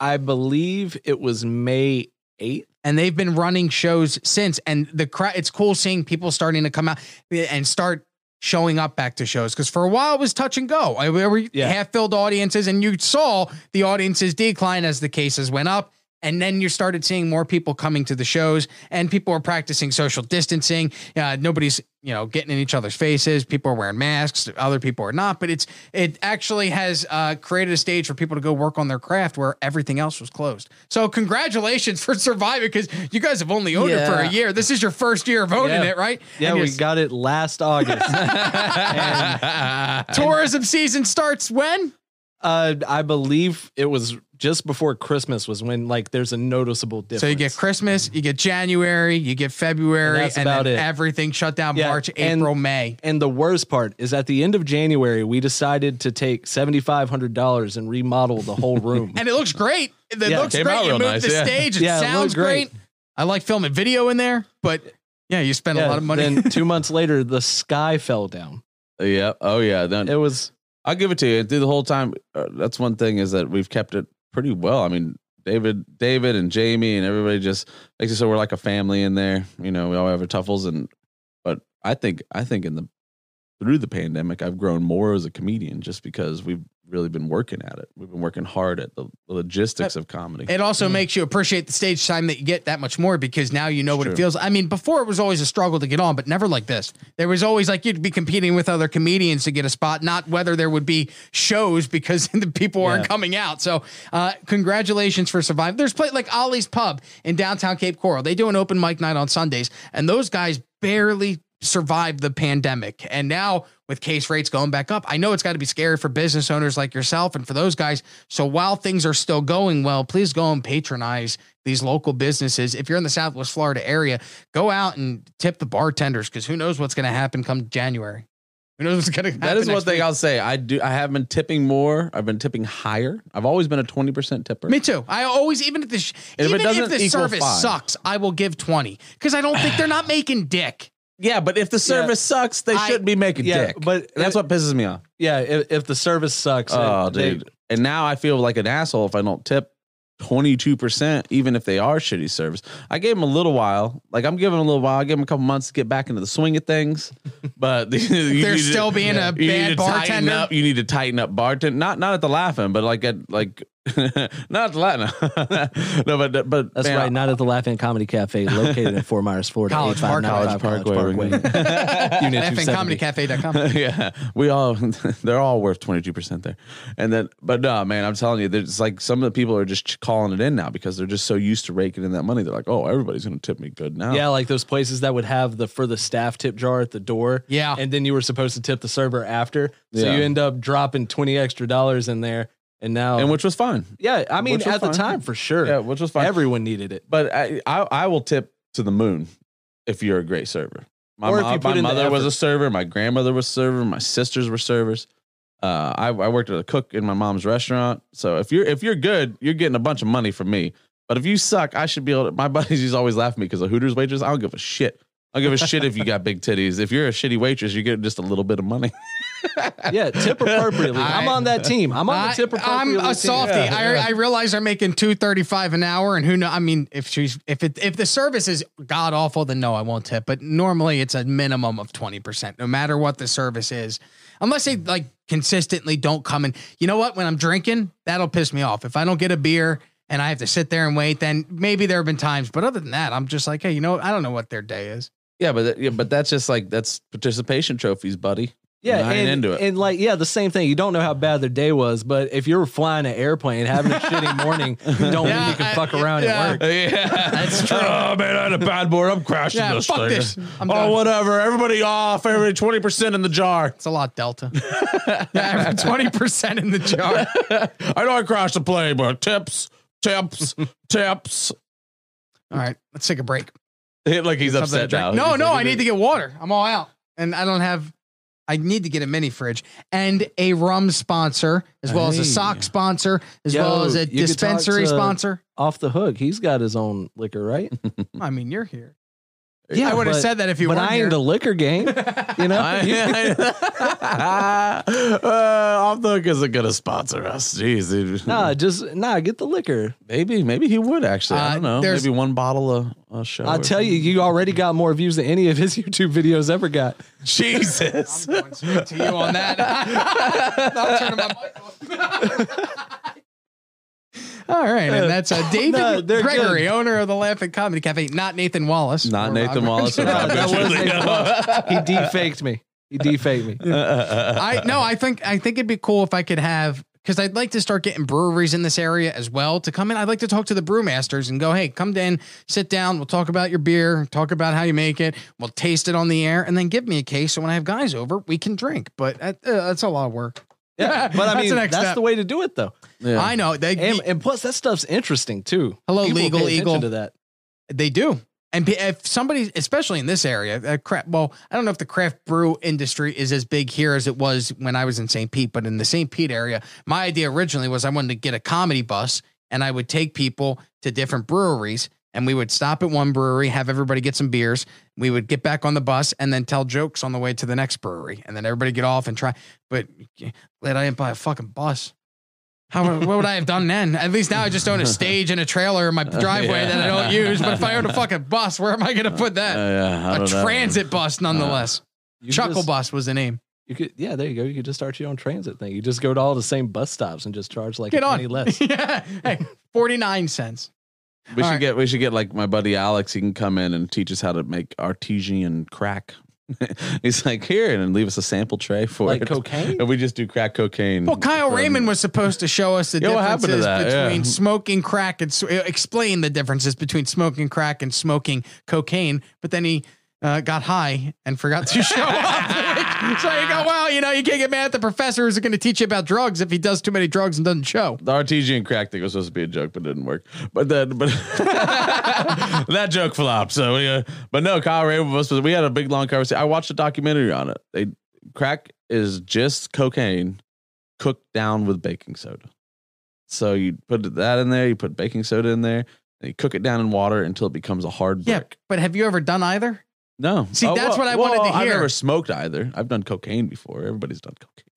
J: I believe it was May 8th.
A: And they've been running shows since. And the crowd, it's cool seeing people starting to come out and start showing up back to shows. Cause for a while it was touch and go. I, we were half filled audiences and you saw the audiences decline as the cases went up. And then you started seeing more people coming to the shows, and people are practicing social distancing. Uh, nobody's, you know, getting in each other's faces. People are wearing masks. Other people are not. But it's it actually has uh, created a stage for people to go work on their craft where everything else was closed. So congratulations for surviving because you guys have only owned it for a
J: Yeah.
A: year. This is your first year of owning
J: Yeah.
A: it, right?
J: Yeah,
A: And
J: we
A: yes,
J: got it last August.
A: tourism season starts when?
J: Uh, I believe it was just before Christmas was when like there's a noticeable difference.
A: So you get Christmas, you get January, you get February,
J: And
A: and,
J: that's about
A: then
J: it.
A: everything shut down
J: Yeah,
A: March,
J: and-
A: April, May.
J: And the worst part is at the end of January, we decided to take seventy five hundred dollars and remodel the whole room.
A: And it looks great. It
J: Yeah, it
A: looks
J: came
A: great.
J: out
A: You
J: real
A: moved
J: nice,
A: the
J: yeah.
A: stage. It
J: Yeah, it looked
A: sounds great.
J: great.
A: I like filming video in there, but yeah, you spend a lot of money.
J: Then two months later, the sky fell down.
B: Yeah. Oh yeah. Then
J: it was.
B: I'll give it to you. Through the whole time, uh, that's one thing is that we've kept it pretty well. I mean, David, David, and Jamie, and everybody just makes it so we're like a family in there. You know, we all have our tuffles, and but I think I think in the through the pandemic, I've grown more as a comedian just because we've really been working at it. We've been working hard at the logistics of comedy.
A: Uh,
B: Mm.
A: It also makes you appreciate the stage time that you get that much more because now you know what it
B: true.
A: feels. I mean, before it was always a struggle to get on, but never like this. There was always like you'd be competing with other comedians to get a spot, not whether there would be shows because the people aren't
B: Yeah.
A: coming out. So, uh, congratulations for surviving. There's play like Ollie's Pub in downtown Cape Coral. They do an open mic night on Sundays, and those guys barely survived the pandemic. And now with case rates going back up, I know it's got to be scary for business owners like yourself and for those guys. So while things are still going well, please go and patronize these local businesses. If you're in the Southwest Florida area, go out and tip the bartenders because who knows what's going to happen come January. Who knows what's going to happen?
B: That is one
A: next
B: thing
A: week.
B: I'll say. I do. I have been tipping more. I've been tipping higher. I've always been a twenty percent tipper.
A: Me too. I always, even if the sh-
B: And if it
A: even if
B: doesn't
A: the
B: equal
A: service
B: five.
A: sucks, I will give twenty because I don't think they're not making dick.
B: Yeah, but if the service sucks, they
A: I-
B: shouldn't be making
J: Yeah,
B: dick.
J: but
B: And that's what pisses me off.
J: Yeah, if, if the service sucks,
B: Oh,
J: they-
B: dude. And now I feel like an asshole if I don't tip 22%, even if they are shitty service. I gave them a little while. Like, I'm giving them a little while. I give them a couple months to get back into the swing of things. But you
A: They're
B: need
A: still being a
B: you need
A: bad
B: to tighten
A: bartender.
B: Up, you need to tighten up bartender. Not not at the laughing, but like at like not Latin. no, but but
L: That's
B: man,
L: right. Not at the Laughing Comedy Cafe located at Fort Myers, Florida.
B: College Park,
L: 85955
B: College Parkway.
L: Unit
A: Laughing
L: 270.
A: comedycafe.com.
B: yeah, we all they're all worth twenty two percent there, and then but no, man, I'm telling you, there's like some of the people are just calling it in now because they're just so used to raking in that money. They're like, oh, everybody's gonna tip me good now.
J: Yeah, like those places that would have the for the staff tip jar at the door.
A: Yeah.
J: And then you were supposed to tip the server after. So
B: Yeah.
J: you end up dropping 20 extra dollars in there. And now.
B: and which was fine.
J: Yeah. I mean,
B: Which was
J: at the
B: fine.
J: time for sure.
B: Yeah, which was fine.
J: Everyone needed it.
B: But I, I, I will tip to the moon if you're a great server. My,
J: Or if
B: mo-
J: you put
B: my
J: in the
B: mother was
J: effort.
B: a server. My grandmother was a server. My sisters were servers. Uh, I, I worked as a cook in my mom's restaurant. So if you're if you're good, you're getting a bunch of money from me. But if you suck, I should be able. to My buddies used to always laugh at me because a Hooters waitress. I don't give a shit. I don't give a shit if you got big titties. If you're a shitty waitress, you get just a little bit of money.
J: yeah, tip appropriately. I, am on that team. I'm on
A: I,
J: the tip appropriately.
A: I'm
J: team.
A: a softie.
J: Yeah.
A: I, I realize they're making two thirty five an hour, and who know? I mean, if she's if it if the service is god awful, then no, I won't tip. But normally, it's a minimum of twenty percent, no matter what the service is, unless they like consistently don't come in. You know what? When I'm drinking, that'll piss me off. If I don't get a beer and I have to sit there and wait, then maybe there have been times. But other than that, I'm just like, hey, you know, what? I don't know what their day is.
B: Yeah, but that- yeah, but that's just like that's participation trophies, buddy.
J: Yeah,
B: I ain't
J: and,
B: into it.
J: and like yeah, the same thing. You don't know how bad their day was, but if you're flying an airplane having a shitty morning, you don't mean you can fuck around at work.
B: Yeah, that's true. Oh man, I had a bad board. I'm crashing
A: Yeah,
B: this
A: fuck
B: thing.
A: this. I'm
B: oh
A: done.
B: whatever. Everybody off. Everybody twenty percent in the jar.
A: It's a lot, Delta. Twenty percent in the jar.
B: I know I crashed the plane, but tips, tips, tips.
A: All right, let's take a break.
B: like he's
A: something
B: upset
A: to
B: now.
A: drink. No, no, I need to get water. I'm all out. And I don't have I need to get a mini fridge and a rum sponsor, as well as
J: Hey.
A: a sock sponsor, as
J: Yo,
A: well as a
J: you could talk
A: dispensary
J: to
A: sponsor.
J: Off the hook. He's got his own liquor, right?
A: I mean, you're here. Yeah, I would have
J: but-
A: said that if you
J: But
A: weren't
J: I
A: here.
J: ain't the liquor game. You know,
B: I- uh, off the hook isn't gonna sponsor us. Jeez, dude.
J: nah, just nah. Get the liquor.
B: maybe maybe he would actually.
J: Uh,
B: I don't know.
J: there's-
B: Maybe one bottle of a show.
J: I
B: or
J: tell you, you already got more views than any of his YouTube videos ever got.
B: Jesus.
A: I'm going straight to you on that. I'm turning my mic off. All right, and that's uh, David
J: No, they're
A: Gregory,
J: good.
A: owner of the Laughing Comedy Cafe, not Nathan Wallace.
B: Not
A: or
B: Nathan
A: Rob-
B: Wallace or Rob
J: That was
B: Really?
J: Nathan Wallace. he defaked me. He defaked me.
A: I no, I think I think it'd be cool if I could have because I'd like to start getting breweries in this area as well to come in. I'd like to talk to the brewmasters and go, hey, come in, sit down, we'll talk about your beer, talk about how you make it, we'll taste it on the air, and then give me a case so when I have guys over, we can drink. But that, uh, that's a lot of work.
J: Yeah, but I
A: That's
J: mean,
A: the
J: that's,
A: next step.
J: the way to do it, though.
B: Yeah.
A: I know they
J: and, and plus, that stuff's interesting too.
A: Hello,
J: People
A: Legal
J: pay attention
A: Eagle.
J: To that,
A: They do. And pe- if somebody, especially in this area, uh, craft, well, I don't know if the craft brew industry is as big here as it was when I was in St. Pete, but in the St. Pete area, my idea originally was I wanted to get a comedy bus and I would take people to different breweries and we would stop at one brewery, have everybody get some beers. We would get back on the bus and then tell jokes on the way to the next brewery. And then everybody get off and try. But glad I didn't buy a fucking bus. How, what would I have done then? At least now I just own a stage and a trailer in my driveway
B: Yeah.
A: that I don't use. But if I owned a fucking bus, where am I going to put that?
B: yeah, I
A: a
B: don't know. Uh,
A: transit bus, nonetheless.
J: You
A: Chuckle
J: just-
A: Bus was the name.
J: you could. Yeah, there you go. You could just start your own transit thing. You just go to all the same bus stops and just charge like
A: Get on.
J: any less.
A: yeah. Hey, 49 cents.
B: We
A: All
B: should
A: right.
B: get we should get like my buddy Alex. He can come in and teach us how to make artesian crack. He's like here and then leave us a sample tray for
J: Like
B: it.
J: cocaine?
B: and we just do crack cocaine.
A: Well, Kyle
B: from-
A: Raymond was supposed to show us the
B: Yeah, what happened to
A: differences
B: that? Yeah.
A: between smoking crack and s- uh, explain the differences between smoking crack and smoking cocaine, but then he uh, got high and forgot to show up. so you go, well, you know, you can't get mad at the professor who's going to teach you about drugs if he does too many drugs and doesn't show.
B: The artesian crack thing was supposed to be a joke, but it didn't work. But then, but that joke flopped. So, yeah. but no, Kyle Raymond was. We had a big long conversation. I watched a documentary on it. They crack is just cocaine cooked down with baking soda. So you put that in there. You put baking soda in there. And you cook it down in water until it becomes a hard
A: Yeah,
B: brick.
A: but have you ever done either?
B: No. Oh,
A: See, that's what I wanted to
B: I've
A: hear.
B: never smoked either. I've done cocaine before. Everybody's done cocaine.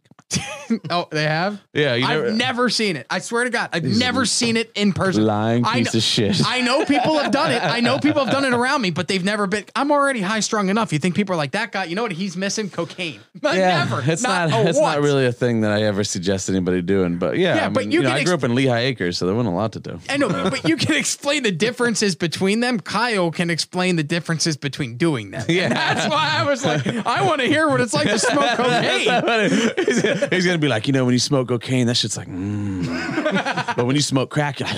A: oh, they have.
B: Yeah, you
A: I've never seen it. I swear to God, I've never seen it in person.
B: lying
A: I
B: piece
A: kn-
B: of shit.
A: I know people have done it. I know people have done it around me, but they've never been. I'm already high strung enough. You think people are like that guy? You know what he's missing? Cocaine. never.
B: It's not.
A: a
B: it's not
A: once.
B: really a thing that I ever suggest anybody doing. But yeah,
A: Yeah,
B: I
A: but
B: mean,
A: you
B: you know,
A: can
B: I grew up in Lehigh Acres, so there wasn't a lot to do.
A: I know, but you can explain the differences between them. Kyle can explain the differences between doing them.
B: Yeah.
A: And that's why I was like, I want to hear what it's like to smoke cocaine.
B: he's, gonna- he's gonna be like, you know, when you smoke cocaine, that shit's like, mm. but when you smoke crack, you're like,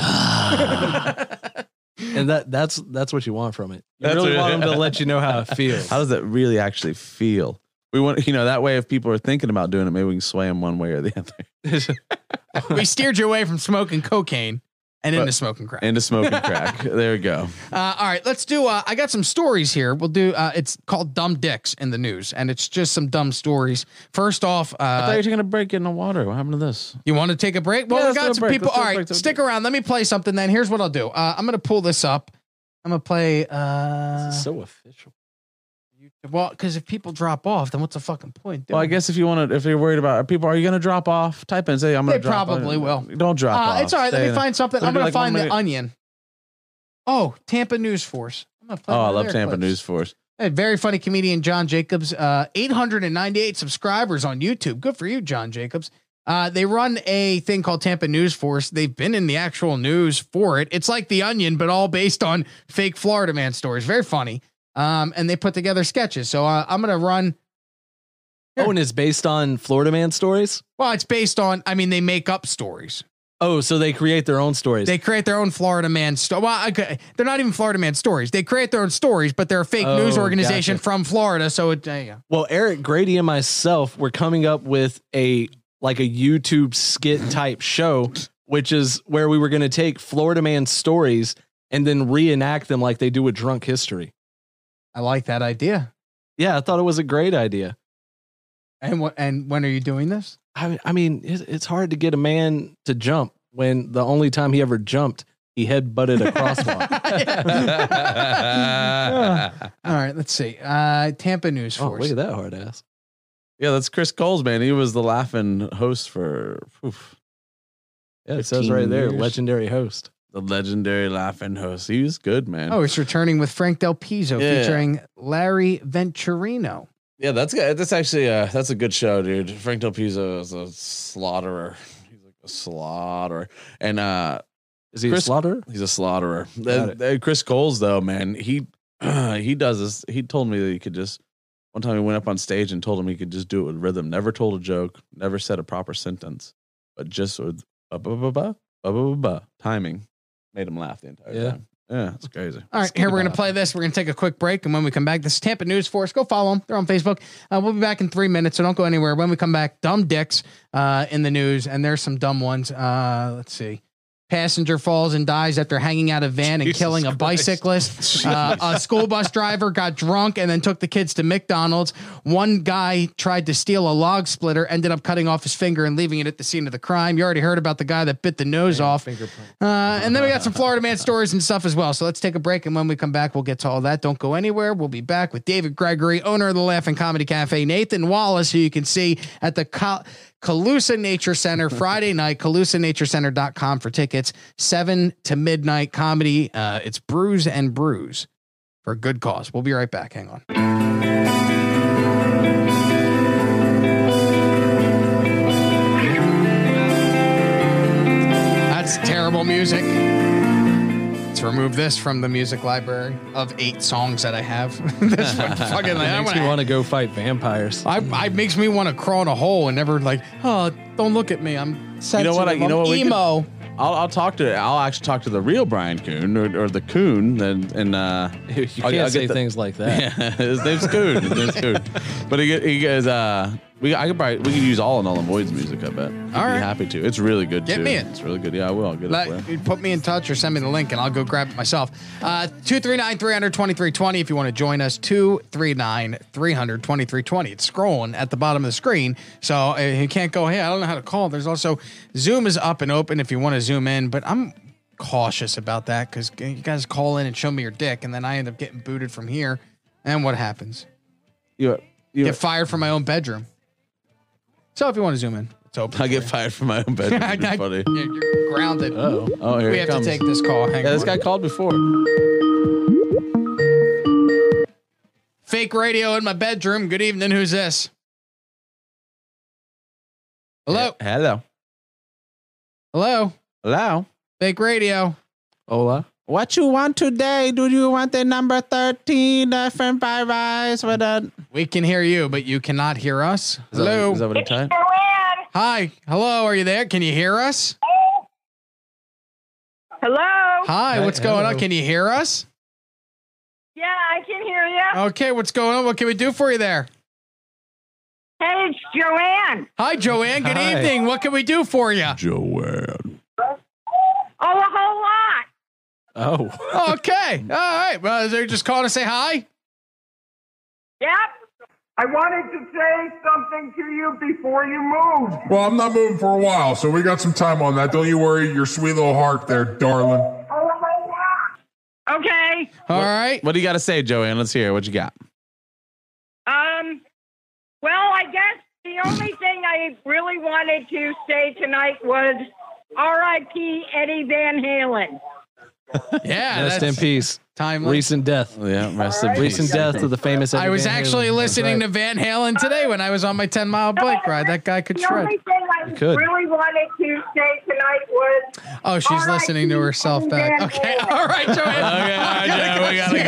J: and that that's that's what you want from it. You
B: That's
J: really
B: what-
J: want them to let you know how it feels.
B: How does that really actually feel? We want, you know, that way if people are thinking about doing it, maybe we can sway them one way or the other.
A: we steered you away from smoking cocaine and into
B: But-
A: smoking crack.
B: Into smoking crack. There we go.
A: Uh, all right, let's do. Uh, I got some stories here. We'll do. Uh, it's called "Dumb Dicks in the News," and it's just some dumb stories. First off, uh,
B: I thought you were gonna break in the water. What happened to this?
A: You want to take a break? Well,
B: Yeah,
A: we
B: let's do
A: got
B: a
A: some
B: break.
A: people.
B: Let's do
A: All
B: a
A: right,
B: break, do a
A: stick around. Let me play something. Then here's what I'll do. Uh, I'm gonna pull this up. I'm gonna play. Uh,
J: so official.
A: Well, because if people drop off, then what's the fucking point? dude?
B: Well, I guess if you want to, if you're worried about are people, are you gonna drop off? Type in, say I'm gonna.
A: They
B: drop off."
A: probably will.
B: Don't drop
A: Uh,
B: off.
A: it's all right.
B: Stay
A: Let
B: in
A: me
B: there.
A: find something.
B: We're
A: I'm
B: gonna
A: gonna
B: do like one
A: find the
B: minute.
A: onion. Oh, Tampa News Force. I'm gonna play
B: Oh,
A: one
B: I
A: of
B: love
A: their
B: Tampa
A: clips.
B: News Force.
A: Hey, very funny comedian John Jacobs, uh, 898 subscribers on YouTube. Good for you, John Jacobs. Uh, they run a thing called Tampa News Force. They've been in the actual news for it. It's like The Onion, but all based on fake Florida man stories. Very funny. Um, and they put together sketches. So uh, I'm going to run.
J: Oh, and it's based on Florida Man stories.
A: Well, it's based on, I mean, they make up stories.
J: Oh, so they create their own stories.
A: They create their own Florida man story. Well, okay, they're not even Florida man stories. They create their own stories, but they're a fake news
J: Oh,
A: organization
J: gotcha.
A: from Florida. So it, uh, there you go.
J: well, Eric Grady and myself were coming up with a like a YouTube skit type show, which is where we were going to take Florida Man stories and then reenact them like they do with Drunk History.
A: I like that idea.
J: Yeah, I thought it was a great idea.
A: And what? And when are you doing this?
J: I, I mean, it's, it's hard to get a man to jump when the only time he ever jumped, he head butted a crosswalk.
B: yeah,
A: All right, let's see. Uh, Tampa News
J: Oh,
A: Force.
J: look at that hard ass.
B: that's Chris Coles, man. He was the laughing host for. oof.
J: Yeah, it says right there, legendary host.
B: The legendary laughing host. He was good, man.
A: Oh, it's returning with Frank Del Pizzo
B: Yeah.
A: featuring Larry Venturino.
B: Yeah, that's good. That's actually uh that's a good show, dude. Frank Del Pizzo is a slaughterer. He's like a slaughterer. And uh
J: Is he a slaughterer?
B: He's a slaughterer.
J: Got
B: Uh, uh, Chris Coles though, man, he he does this. He told me that he could just one time he went up on stage and told him he could just do it with rhythm. Never told a joke, never said a proper sentence, but just with ba ba ba ba ba ba ba ba timing made him laugh the entire
J: Yeah.
B: time. Yeah, it's crazy.
A: All right,
B: Let's
A: here
B: keep
A: we're
B: it
A: going
B: up.
A: to play this. We're going to take a quick break. And when we come back, this is Tampa News Force. Go follow them. They're on Facebook. Uh, we'll be back in three minutes, so don't go anywhere. When we come back, dumb dicks uh, in the news. And there's some dumb ones. Uh, let's see. Passenger falls and dies after hanging out a van and
B: Jesus
A: killing a
B: Christ.
A: bicyclist. Uh, a school bus driver got drunk and then took the kids to McDonald's. One guy tried to steal a log splitter, ended up cutting off his finger and leaving it at the scene of the crime. You already heard about the guy that bit the nose off. Uh, and then we got some Florida man stories and stuff as well. So let's take a break. And when we come back, we'll get to all that. Don't go anywhere. We'll be back with David Gregory, owner of the Laughing Comedy Cafe, Nathan Wallace, who you can see at the Cal- Calusa Nature Center Friday night, calusanaturecenter.com for tickets, 7 to midnight comedy. Uh, it's Brews and Brews for a good cause. We'll be right back. Hang on. That's terrible music. Let's remove this from the music library of eight songs that I have. this one fucking like, I
J: makes me
A: wanna-
J: want to go fight vampires.
A: I, I makes me want to crawl in a hole and never like, oh, don't look at me. I'm
B: You know
A: sensitive.
B: what? I, you know
A: I'm
B: what? we
A: emo.
B: could- I'll, I'll talk to. I'll actually talk to the real Brian Coon or, or the Coon, and, and uh,
J: You can't say things like that.
B: Yeah, his name's Coon. His name's Coon. But he, get- he goes. Uh, we I could probably we could use all in all and Void's music. I bet. All I'd
A: right.
B: be happy to. It's really good.
A: Get
B: too.
A: me it.
B: It's really good. Yeah, I will. I'll get it.
A: Let,
B: for you.
A: you put me in touch or send me the link and I'll go grab it myself. Uh, 239 32320 if you want to join us. 239 32320. It's scrolling at the bottom of the screen. So uh, you can't go, hey, I don't know how to call. There's also Zoom is up and open if you want to zoom in, but I'm cautious about that because you guys call in and show me your dick and then I end up getting booted from here. And what happens?
B: You, you
A: Get fired from my own bedroom. So if you want to zoom in, it's open.
B: I get fired from my own bedroom. It'd
A: I-
B: be funny.
A: You're, you're grounded.
B: Oh, oh, here
A: we
B: it
A: have
B: comes.
A: to take this call. Hang
B: yeah,
A: on.
B: this guy called before.
A: Fake radio in my bedroom. Good evening. Who's this? Hello.
B: Hello.
A: Hello.
B: Hello.
A: Fake radio.
B: Hola. What you want today? Do you want the number 13 uh, from Five Eyes with a.
A: We can hear you, but you cannot hear us.
B: that-
A: Hello.
B: is that what it typed?
A: Hi. Hello. Are you there? Can you hear us?
M: Hello.
A: Hi. What's going on? Can you hear us?
M: Yeah, I can hear you.
A: Okay. What's going on? What can we do for you there?
M: Hey, it's Joanne.
A: Hi, Joanne. Good
M: Hi.
A: evening. What can we do for you?
B: Joanne.
M: Oh, a whole lot.
B: Oh.
A: okay. All right. Well, they're just calling to say hi.
M: Yep.
N: I wanted to say something to you before you moved.
O: Well, I'm not moving for a while, so we got some time on that. Don't you worry, your sweet little heart there, darling.
M: Okay.
A: All right.
B: What do you got to say, Joanne? Let's hear it. What you got?
M: Um. Well, I guess the only thing I really wanted to say tonight was R.I.P. Eddie Van Halen.
A: Yeah.
J: Rest in
A: that's-
J: peace.
A: Timely.
J: Recent death.
B: Yeah, rest
J: in peace. Recent death of the famous.
A: I
J: Eddie
A: was
J: Van Halen.
A: actually
J: That's
A: listening
J: right.
A: to Van Halen today when I was on my 10 mile bike ride. That guy could
M: The
A: shred.
M: only thing I
A: You could.
M: really wanted to say tonight was
A: Oh, she's listening to herself back. Okay. All right, Joanne. okay,
B: we gotta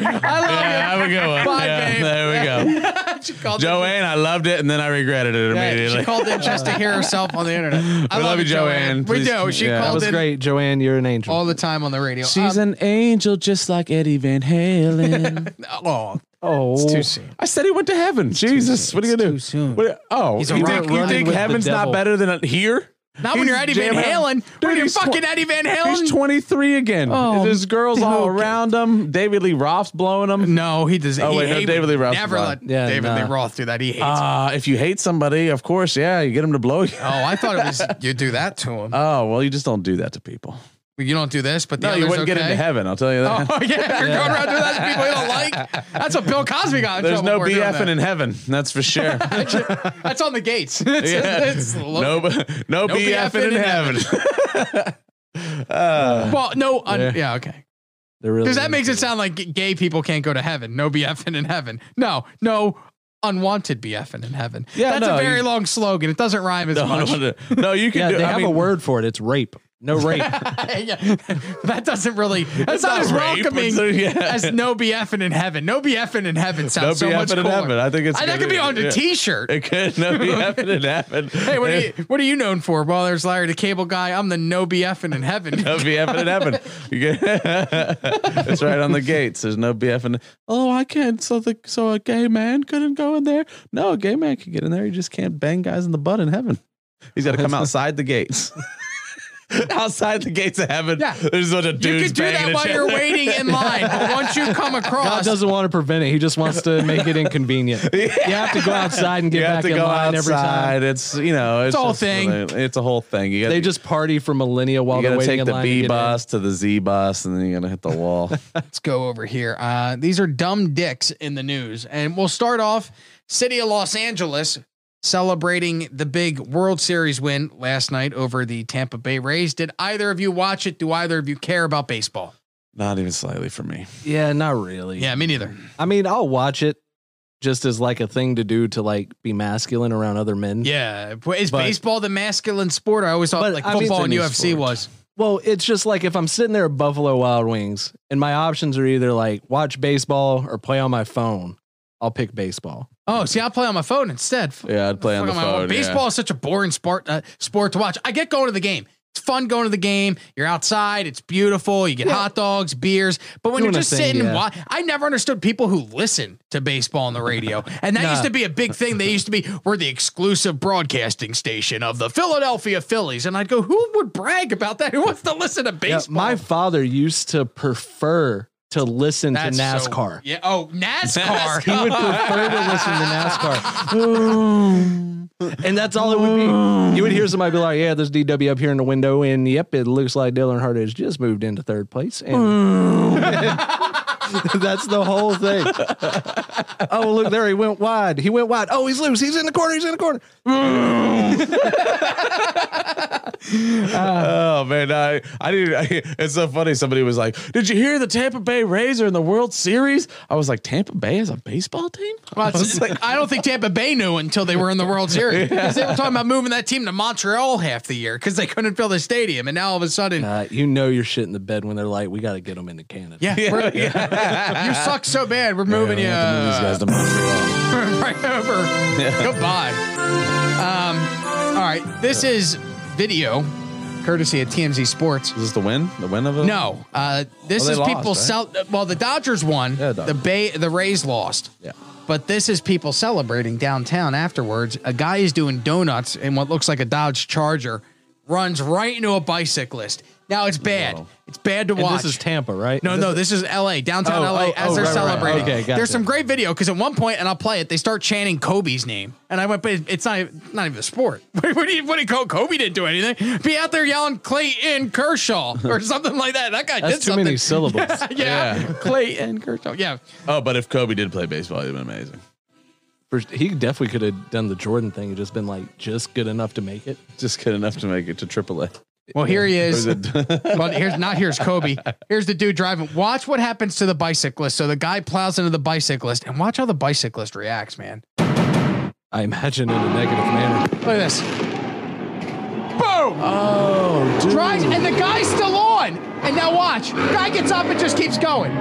B: go.
A: I love
B: Yeah, have a good one.
A: Bye,
B: Yeah,
A: babe.
B: There we go.
A: you. She called
B: Joanne, I loved it, and then I regretted it
A: in- yeah,
B: immediately.
A: she called in just to hear herself on the internet. I
B: We love you, Joanne.
A: We
B: Please
A: do.
B: keep-
A: She
B: yeah. That
A: called
B: was
A: in
J: great, Joanne. You're an angel.
A: all the time on the radio. Um,
B: She's an angel just like Eddie Van Halen.
A: Oh,
J: oh,
A: it's too soon.
B: I said he went to heaven. Jesus, what are you gonna do? What- oh,
A: He's a
B: you
A: rock
B: think, you
A: running
B: think
A: with the
B: heaven's not
A: devil.
B: better than here?
A: Not when
B: He's
A: you're Eddie Van
B: jamming out.
A: Halen. when you're
B: he's
A: fucking
B: tw-
A: Eddie Van Halen.
B: He's 23 again.
A: Oh,
B: There's girls all
A: okay.
B: around him. David Lee Roth's blowing him.
A: No, he doesn't.
B: Oh,
A: he-
B: wait, no,
A: he
B: David
A: would
B: Lee Roth's
A: Never
B: blowing.
A: let David Lee Roth do that. He hates
B: Uh, if you hate somebody, of course, yeah, you get him to blow you.
A: Oh, I thought it was you do that to him.
B: Oh, well, you just don't do that to people.
A: Well, you don't do this, but the
B: No, you
A: other's
B: wouldn't get
A: okay.
B: into heaven. I'll tell you that.
A: Oh yeah, you're going around doing that to people you don't like. That's what Bill Cosby got. In
B: There's
A: trouble
B: no
A: for doing
B: BFing
A: that.
B: in heaven. That's for sure.
A: That's on the gates.
B: Yeah. no, b- no, BFing in heaven. Uh,
A: Well, no, un- yeah.
B: Yeah.
A: okay.
J: They're really
A: Because that makes it sound like g- gay people can't go to heaven. No BFing in heaven. No, no unwanted BFing in heaven.
J: Yeah,
A: that's
J: no,
A: a very
J: you-
A: long slogan. It doesn't rhyme as
B: No,
A: much.
B: no, no, you can
J: Yeah,
B: do.
J: they
B: I
J: have
B: mean,
J: a word for it. It's rape. No rape.
A: Yeah. That doesn't really. That's
B: It's
A: not,
B: not
A: as
B: rape,
A: welcoming
B: it's a- yeah.
A: as no BFing in heaven. No BFing in heaven sounds
B: no
A: so much
B: BFing in
A: cooler.
B: heaven. I think it's.
A: that
B: good.
A: could be on a
B: Yeah.
A: T-shirt.
B: It could no BFing in heaven.
A: Hey, what are you what are you known for? Well, there's Larry the Cable Guy. I'm the no BFing in heaven.
B: No BFing in heaven. You get- it's right on the gates. There's no BFing. Oh, I can't. So the so a gay man couldn't go in there. No, a gay man can get in there. He just can't bang guys in the butt in heaven. He's got to come outside the gates. outside the gates of heaven. Yeah. There's a bunch of
A: you
B: dudes
A: could do
B: banging
A: that
B: each
A: while you're
B: other.
A: waiting in line, but once you come
J: God
A: across,
J: doesn't want to prevent it. He just wants to make it inconvenient. You have to go outside and get
B: You have
J: back
B: to
J: in
B: go
J: line every time.
B: outside. It's you know, it's,
J: It's a whole
B: just
J: thing.
B: really- it's a whole thing. You gotta,
J: They just party for millennia while
B: you
J: they're
B: gotta
J: waiting
B: take
J: in
B: the
J: line. to
B: B
J: get in.
B: bus to the Z bus, and then you're gonna hit the wall.
A: let's go over here. Uh, these are dumb dicks in the news, and we'll start off city of Los Angeles celebrating the big World Series win last night over the Tampa Bay Rays. Did either of you watch it? Do either of you care about baseball?
B: Not even slightly for me.
J: Yeah, not really.
A: Yeah, me neither.
J: I mean, I'll watch it just as like a thing to do to like be masculine around other men.
A: Yeah, is
J: But-
A: baseball the masculine sport? I always thought like
J: I mean,
A: football
J: it's a
A: and
J: new
A: UFC
J: sport.
A: was.
J: Well, it's just like if I'm sitting there at Buffalo Wild Wings and my options are either like watch baseball or play on my phone, I'll pick baseball.
A: Oh, see, I play on my phone instead.
B: Yeah, I'd play on the
A: Fuck, I'm like,
B: phone. yeah.
A: baseball is such a boring sport uh, sport to watch. I get going to the game. It's fun going to the game. You're outside. It's beautiful. You get hot dogs, beers. But when
J: Doing
A: you're
J: a
A: just
J: thing,
A: sitting and
J: yeah.
A: watch, I never understood people who listen to baseball on the radio, and that
J: Nah.
A: used to be a big thing. They used to be we're the exclusive broadcasting station of the Philadelphia Phillies, and I'd go, who would brag about that? Who wants to listen to
J: Yeah,
A: baseball?
J: my father used to prefer to listen
A: That's
J: to
A: so-
J: NASCAR.
A: yeah. Oh, NASCAR.
J: He would prefer to listen to NASCAR. and that's all it would be. You would hear somebody be like, Yeah, there's DW up here in the window. And yep, it looks like Dylan Hart has just moved into third place. And
P: That's the whole thing. Oh, look there. He went wide. He went wide. Oh, he's loose. He's in the corner. He's in the corner.
J: Mm. Uh.
B: oh man, I I didn't. I, it's so funny. Somebody was like, "Did you hear the Tampa Bay Rays are in the World Series?" I was like, "Tampa Bay is a baseball team."
A: Well, it's- I don't think Tampa Bay knew until they were in the World Series. 'Cause They were talking about moving that team to Montreal half the year because they couldn't fill the stadium, and now all of a sudden,
J: Uh, you know you're shit in the bed when they're like, we got to get them into Canada.
A: yeah, we're- you suck so bad. We're moving
J: we have to move these guys to Montreal.
A: you right over. Goodbye. Um, all right, this is video, courtesy of TMZ Sports.
B: Is this the win? The win of it?
A: No, uh, this
B: Oh, they
A: is
B: lost,
A: people
B: right?
A: sell. Well, the Dodgers won. the Bay, the Rays lost. Yeah. But this is people celebrating downtown afterwards. A guy is doing donuts in what looks like a Dodge Charger, runs right into a bicyclist. Now it's bad. It's bad to
P: And
A: watch.
P: this is Tampa, right?
A: no, no, this is L.A. downtown
P: Oh,
A: L.A.
P: oh,
A: as
P: oh, right,
A: they're
P: right, right.
A: celebrating.
P: Okay, gotcha.
A: There's some great video because at one point, and I'll play it. They start chanting Kobe's name, and I went, but it's not not even a sport. what do you what do you call Kobe? Didn't do anything. Be out there yelling Clayton Kershaw or something like that. That guy
P: That's
A: did
P: too
A: something.
P: many syllables.
A: yeah, yeah. Clayton Kershaw. Yeah.
B: Oh, but if Kobe did play baseball, it'd been amazing.
J: For, he definitely could have done the Jordan thing and just been like, just good enough to make it.
B: Just good enough to make it to AAA.
A: Well, here he
B: Or
A: is.
B: it-
A: well, here's not here's Kobe. Here's the dude driving. Watch what happens to the bicyclist. So the guy plows into the bicyclist, and watch how the bicyclist reacts, man.
J: I imagine in a negative manner.
A: Look at this. Boom! Oh,
J: dude.
A: Drives, and the guy's still on. And now watch. Guy gets up and just keeps going.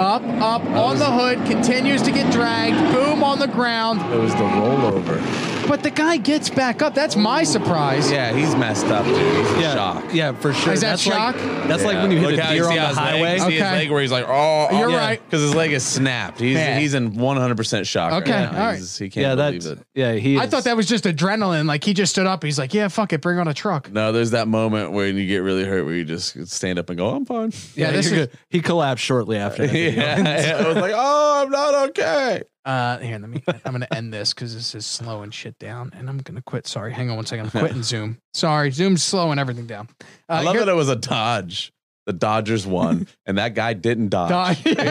A: up, up, on the hood, continues to get dragged. Boom on the ground.
B: It was the rollover.
A: But the guy gets back up. That's my surprise.
B: Yeah, he's messed up, dude. He's in
A: Yeah.
B: shock.
J: Yeah, for sure.
A: Is that
J: that's
A: shock?
J: Like, that's like
B: Yeah.
J: when you hit
B: Look
J: a
B: how-
J: deer
B: see
J: on
B: how
J: the
B: his leg-
J: highway.
B: See his leg where he's like, oh, oh,
J: You're right.
B: because his leg is snapped. He's
A: Man.
B: he's in one hundred percent shock.
A: Okay,
B: right now.
A: all right.
B: He's- he can't
J: Yeah,
B: believe it.
J: Yeah, he.
A: I thought that was just adrenaline. Like he just stood up. He's like, yeah, fuck it, bring on a truck.
B: No, there's that moment when you get really hurt where you just stand up and go, "Oh, I'm fine.
A: Yeah,
J: Yeah,
A: this
J: you're
A: is-
J: good. He collapsed shortly after. that video.
B: yeah, yeah, I was like, oh, I'm not okay.
A: Uh, here, let me. I'm gonna end this because this is slowing shit down, and I'm gonna quit. Sorry, hang on one second. I'm quitting Zoom. Sorry, Zoom's slowing everything down. uh,
B: I love that it was a dodge. The Dodgers won, and that guy didn't dodge.
A: Dodge.
B: you know,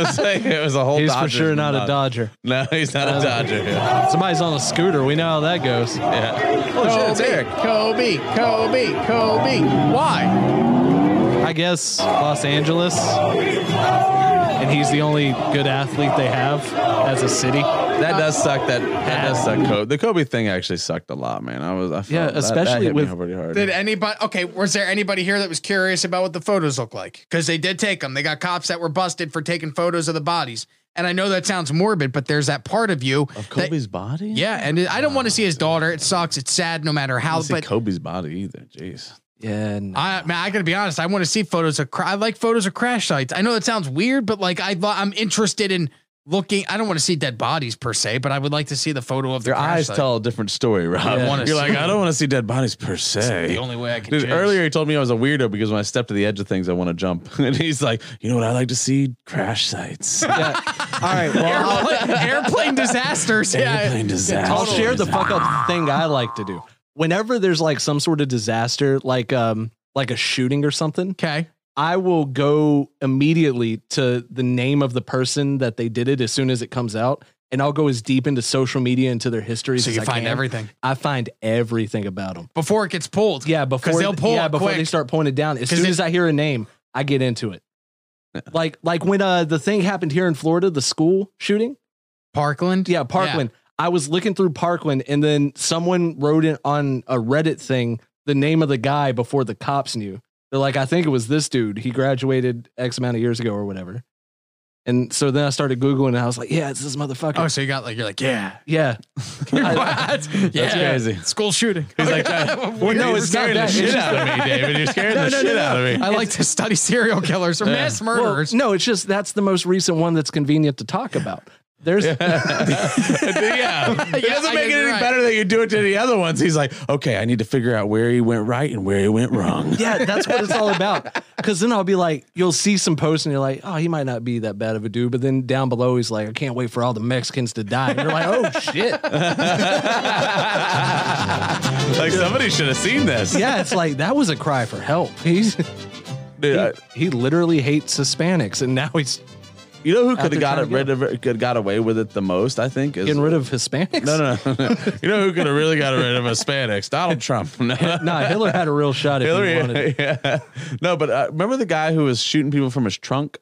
B: it was, like, it was a whole.
J: He's for
B: Dodgers
J: sure not a
B: dodge.
J: Dodger.
B: No, he's not a
J: Um,
B: Dodger. Yeah.
J: Somebody's on a scooter. We know how that goes.
B: Yeah.
J: Oh, shit, it's Eric.
A: Kobe, Kobe, Kobe. Why?
J: I guess Los Angeles, and he's the only good athlete they have as a city.
B: That does suck. That that does suck. Kobe. The Kobe thing actually sucked a lot, man. I was. I felt
J: Yeah,
B: that- that
J: especially
B: hit me
J: with-
B: pretty hard.
A: Did anybody? Okay, was there anybody here that was curious about what the photos look like? Because they did take them. They got cops that were busted for taking photos of the bodies. And I know that sounds morbid, but there's that part of you of
B: Kobe's body.
A: Yeah, and I don't want to see his daughter. It sucks. It's sad, no matter
B: I
A: how.
B: don't see
A: But
B: Kobe's body either. Jeez.
J: Yeah,
A: I man, I gotta be honest. I want to see photos of. Cra- I like photos of crash sites. I know that sounds weird, but like I, lo- I'm interested in looking. I don't want to see dead bodies per se, but I would like to see the photo of the
B: Your
A: crash
B: eyes
A: site.
B: tell a different story, Rob.
A: I wanna
B: You're like,
A: see-
B: I don't want to see dead bodies per se.
A: the only way I can
B: Dude,
A: judge.
B: earlier he told me I was a weirdo because when I step to the edge of things, I want to jump. And he's like, you know what I like to see? Crash sites.
J: All right, well, I'll-
A: airplane, airplane disasters. Yeah,
B: Airplane disasters. Ah.
J: I'll share the fuck up thing I like to do. Whenever there's like some sort of disaster, like um like a shooting or something,
A: okay,
J: I will go immediately to the name of the person that they did it as soon as it comes out, and I'll go as deep into social media into their histories.
A: So
J: as
A: you
J: I
A: find
J: can.
A: everything.
J: I find everything about them
A: before it gets pulled.
J: Yeah, before
A: they'll pull
J: Yeah,
A: it
J: before
A: quick.
J: they start pointing down. As
A: 'Cause
J: soon
A: it-
J: as I hear a name, I get into it. Like like when uh the thing happened here in Florida, the school shooting.
A: Parkland?
J: Yeah, Parkland. I was looking through Parkland and then someone wrote it on a Reddit thing the name of the guy before the cops knew. They're like, I think it was this dude. He graduated X amount of years ago or whatever. And so then I started Googling and I was like, yeah, it's this motherfucker.
A: Oh, so you got like you're like yeah,
J: yeah.
A: What? yeah,
B: crazy.
A: School shooting.
B: He's like,
A: Well,
B: no,
A: you're
B: it's scaring
A: not
B: the
A: that.
B: shit
A: It's
B: out of
A: just-
B: me, David. You're scaring the
J: No, no,
B: shit
J: no,
B: out of me.
A: I like to study serial killers or
J: Yeah.
A: mass
J: Well,
A: murderers.
J: no, it's just that's the most recent one that's convenient to talk about. There's
B: yeah. It
A: Yeah,
B: doesn't
A: I
B: make it
A: guess
B: any
A: you're right.
B: better that you do it to the other ones. He's like, okay, I need to figure out where he went right and where he went wrong.
J: yeah, that's what it's all about. Because then I'll be like, you'll see some posts and you're like, oh, he might not be that bad of a dude, but then down below he's like, I can't wait for all the Mexicans to die. And you're like, oh shit.
B: like somebody should have seen this.
J: Yeah, it's like that was a cry for help. He's Dude, he, he literally hates Hispanics, and now he's.
B: You know who
J: out
B: could
J: there
B: have got it
J: trying to get
B: rid of it, could got away with it the most? I think is
J: Getting rid of Hispanics?
B: No, no, no, no. you know who could have really got rid of Hispanics? Donald Trump. No,
J: Nah, Hitler had a real shot if he
B: Hillary.
J: wanted.
B: Yeah. No, but uh, remember the guy who was shooting people from his trunk?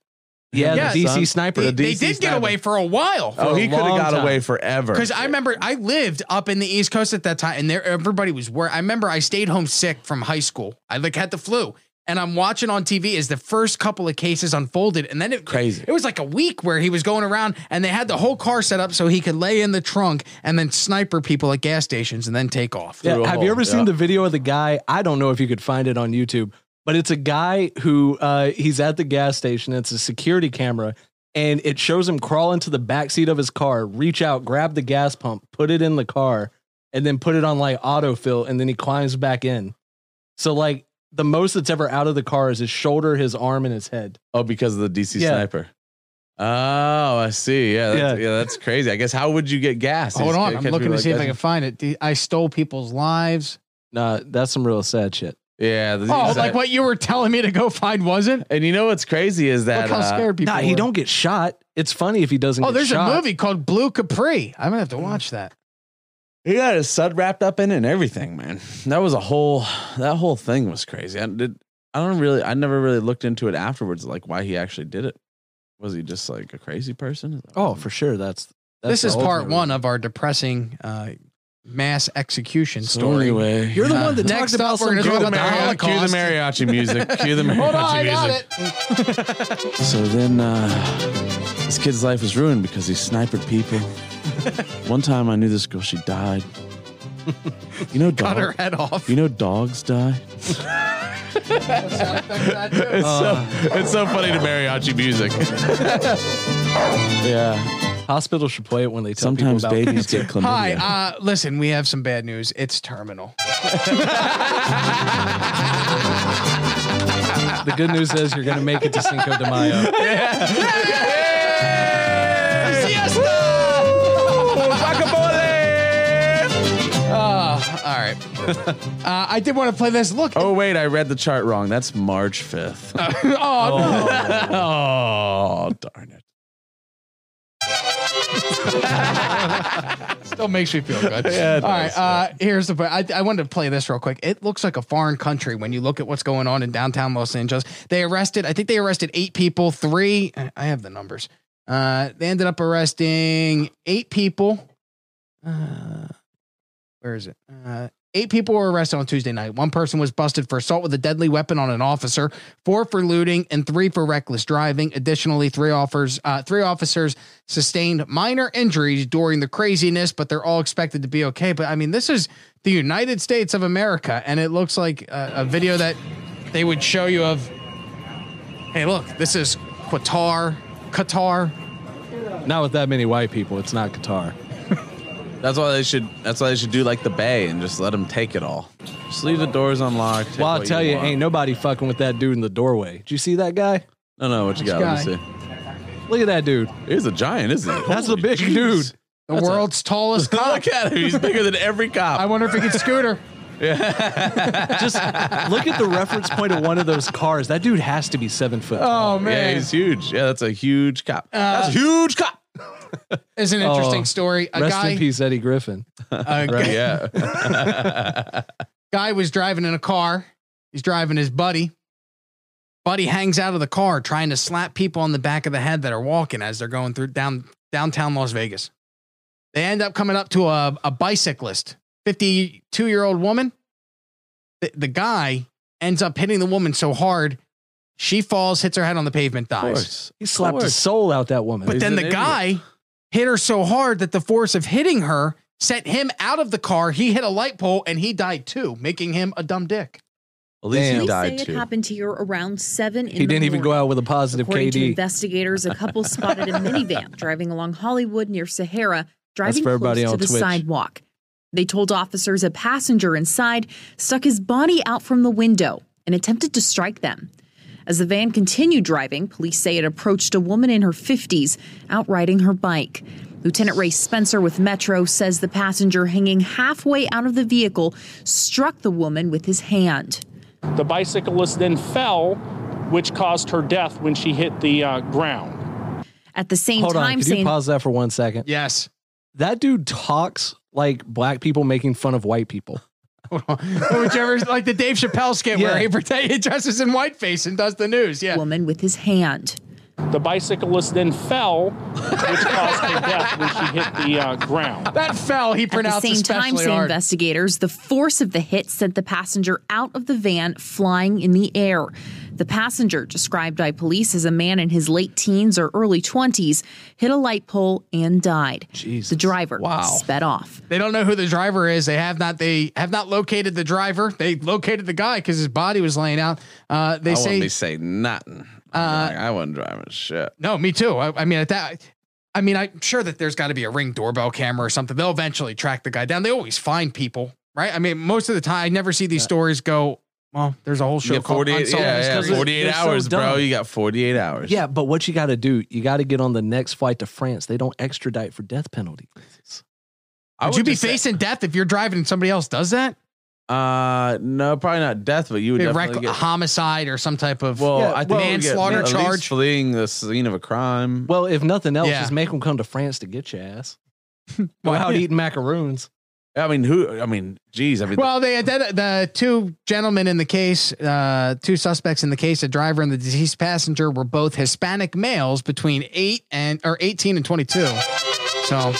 J: Yeah,
A: Yeah.
J: the DC
B: Son?
J: sniper.
A: They,
B: The
A: they
B: DC
A: did get
B: sniper.
A: away for a while. For
B: Oh,
A: a
B: he could have
A: long
B: got
A: time.
B: away forever.
A: Because I remember I lived up in the East Coast at that time, and there everybody was where I remember I stayed home sick from high school. I like had the flu, and I'm watching on TV as the first couple of cases unfolded, and then it
B: Crazy.
A: It was like a week where he was going around, and they had the whole car set up so he could lay in the trunk and then sniper people at gas stations and then take off.
J: Yeah, have you ever seen the video of the guy? I don't know if you could find it on YouTube, but it's a guy who uh, he's at the gas station. It's a security camera, and it shows him crawl into the back seat of his car, reach out, grab the gas pump, put it in the car, and then put it on like autofill, and then he climbs back in. So like the most that's ever out of the car is his shoulder, his arm, and his head.
B: Oh, because of the DC
J: Yeah.
B: sniper. Oh, I see. Yeah, that's, yeah. that's crazy. I guess how would you get gas?
A: Hold
B: It's-
A: on,
B: it
A: I'm
B: can't be
A: looking to
B: like
A: see if I
B: that.
A: can find it. The- I stole people's lives.
J: Nah, that's some real sad shit.
B: Yeah. The
A: Oh,
B: DC
A: like what you were telling me to go find wasn't?
B: And you know what's crazy is that uh,
A: Look how scared people
J: Nah, he
A: were.
J: don't get shot. It's funny if he doesn't.
A: Oh,
J: get
A: there's
J: shot.
A: a movie called Blue Capri. I'm gonna have to watch that.
B: He got his sud wrapped up in it and everything, man. That was a whole that whole thing was crazy. I did I don't really I never really looked into it afterwards, like why he actually did it. Was he just like a crazy person?
J: Oh, for sure. That's,
A: this is part one of our depressing uh, mass execution
B: So
A: story.
B: anyway,
J: You're the
A: Uh,
J: one that
A: next
J: talks about
A: up, we're
J: some
A: gonna
J: dude
A: talk about the
B: Mari- cue the
A: Holocaust.
B: mariachi music. Cue the mariachi
A: Hold on, I got
B: music.
A: it.
B: So then uh, this kid's life was ruined because he sniped people. One time I knew this girl, she died. You know,
A: Cut
B: dog-
A: her head off.
B: You know, dogs die. It's,
J: Uh.
B: so, it's so funny to mariachi music.
A: Uh,
B: yeah.
J: Hospitals should play it when they tell
B: Sometimes
J: people about
B: babies get chlamydia.
A: Hi, uh, listen, we have some bad news. It's terminal.
J: The good news is you're going to make it to Cinco de Mayo.
A: Uh, all right. Uh, I did want to play this. Look.
B: Oh wait, I read the chart wrong. That's March fifth.
A: oh, no.
B: oh darn it!
A: Still makes me feel good.
B: Yeah, it
A: All right. Uh, here's the. I, I wanted to play this real quick. It looks like a foreign country when you look at what's going on in downtown Los Angeles. They arrested. I think they arrested eight people. Three. I I have the numbers. Uh, they ended up arresting eight people. Uh, where is it? Uh, eight people were arrested on Tuesday night. One person was busted for assault with a deadly weapon on an officer, four for looting, and three for reckless driving. Additionally, three offers, uh, three officers sustained minor injuries during the craziness, but they're all expected to be okay. But I mean, this is the United States of America, and it looks like a, a video that they would show you of. Hey, look, this is Qatar. Qatar.
J: Not with that many white people. It's not Qatar.
B: That's why they should. That's why they should do like the Bay and just let them take it all. Just leave the doors unlocked. take
J: Well, I'll
B: what
J: tell you,
B: want.
J: ain't nobody fucking with that dude in the doorway. Did you see that guy?
B: No, no, what you got? Let me
J: guy?
B: see.
J: Look at that dude.
B: He's a giant, isn't he?
J: That's a big dude.
A: The world's tallest cop.
B: Look at him. He's bigger than every cop.
A: I wonder if he can scooter.
J: Just look at the reference point of one of those cars. That dude has to be seven foot.
A: Oh
B: Yeah,
A: man,
B: he's huge. Yeah, that's a huge cop. that's
A: Uh,
B: a huge cop.
A: it's an interesting
J: Oh,
A: story. A
J: Rest
A: guy,
J: in peace, Eddie Griffin.
A: a
B: Right,
A: guy-
B: yeah.
A: guy was driving in a car. He's driving his buddy. Buddy hangs out of the car trying to slap people on the back of the head that are walking as they're going through down downtown Las Vegas. They end up coming up to a, a bicyclist, 52 year old woman. The, the guy ends up hitting the woman so hard, she falls, hits her head on the pavement, dies.
J: He slapped his soul out that woman.
A: But then the guy hit her so hard that the force of hitting her sent him out of the car. He hit a light pole and he died too, making him a dumb dick.
B: At least
J: Damn.
B: he
Q: Police
B: died
Q: say it
B: too.
Q: happened here around seven. In
J: He didn't
Q: the
J: even go
Q: morning.
J: out with a positive
Q: According to
J: KD.
Q: investigators, a couple spotted a minivan driving along Hollywood near Sahara, driving
J: for everybody
Q: close to
J: on
Q: the
J: Twitch.
Q: sidewalk. They told officers a passenger inside stuck his body out from the window and attempted to strike them. As the van continued driving, police say it approached a woman in her 50s out riding her bike. Lieutenant Ray Spencer with Metro says the passenger hanging halfway out of the vehicle struck the woman with his hand.
R: The bicyclist then fell which caused her death when she hit the uh, ground.
Q: At the same
J: Hold on.
Q: time,
J: Could you
Q: saying
J: pause that for one second?
A: Yes.
J: That dude talks like black people making fun of white people.
A: Whichever, like the Dave Chappelle skit where
J: Yeah.
A: he, pretend, he dresses in whiteface and does the news. Yeah.
Q: Woman with his hand.
R: The bicyclist then fell, which caused her death when she hit the uh, ground.
A: That fell, he
Q: At
A: pronounced
Q: the same time,
A: especially
Q: say
A: hard.
Q: investigators, the force of the hit sent the passenger out of the van, flying in the air. The passenger, described by police as a man in his late teens or early 20s, hit a light pole and died. The driver sped off.
A: They don't know who the driver is. They have not. They have not located the driver. They located the guy because his body was laying out. Uh, they
B: I
A: say
B: wouldn't be saying nothing.
A: Uh,
B: Like, I wasn't driving shit.
A: No, me too. I, I mean, at that, I mean, I'm sure that there's got to be a ring doorbell camera or something. They'll eventually track the guy down. They always find people, right? I mean, most of the time, I never see these stories go. Well, there's a whole
B: You
A: show
B: get
A: called
B: 48, yeah,
A: Unsolved
B: yeah,
A: Mysteries."
B: 48
J: They're so
B: hours, bro.
J: dumb.
B: You got 48 hours.
J: Yeah, but what you got to do, you got to get on the next flight to France. They don't extradite for death penalty.
B: I
A: Would you
B: would
A: be
B: just say-
A: facing death if you're driving and somebody else does that?
B: Uh, no, probably not death, but you would
A: Maybe
B: definitely
A: rec-
B: get.
A: homicide or some type of
B: Well, I think you would get
A: manslaughter
B: at least
A: charge.
B: fleeing the scene of a crime.
J: Well, if nothing else,
B: Yeah.
J: just make them come to France to get your ass. Go out eating macaroons.
B: I mean, who? I mean, geez, I mean,
A: Well, they ident- the two gentlemen in the case, uh, two suspects in the case, a driver and the deceased passenger were both Hispanic males between eight and or eighteen and twenty-two. So,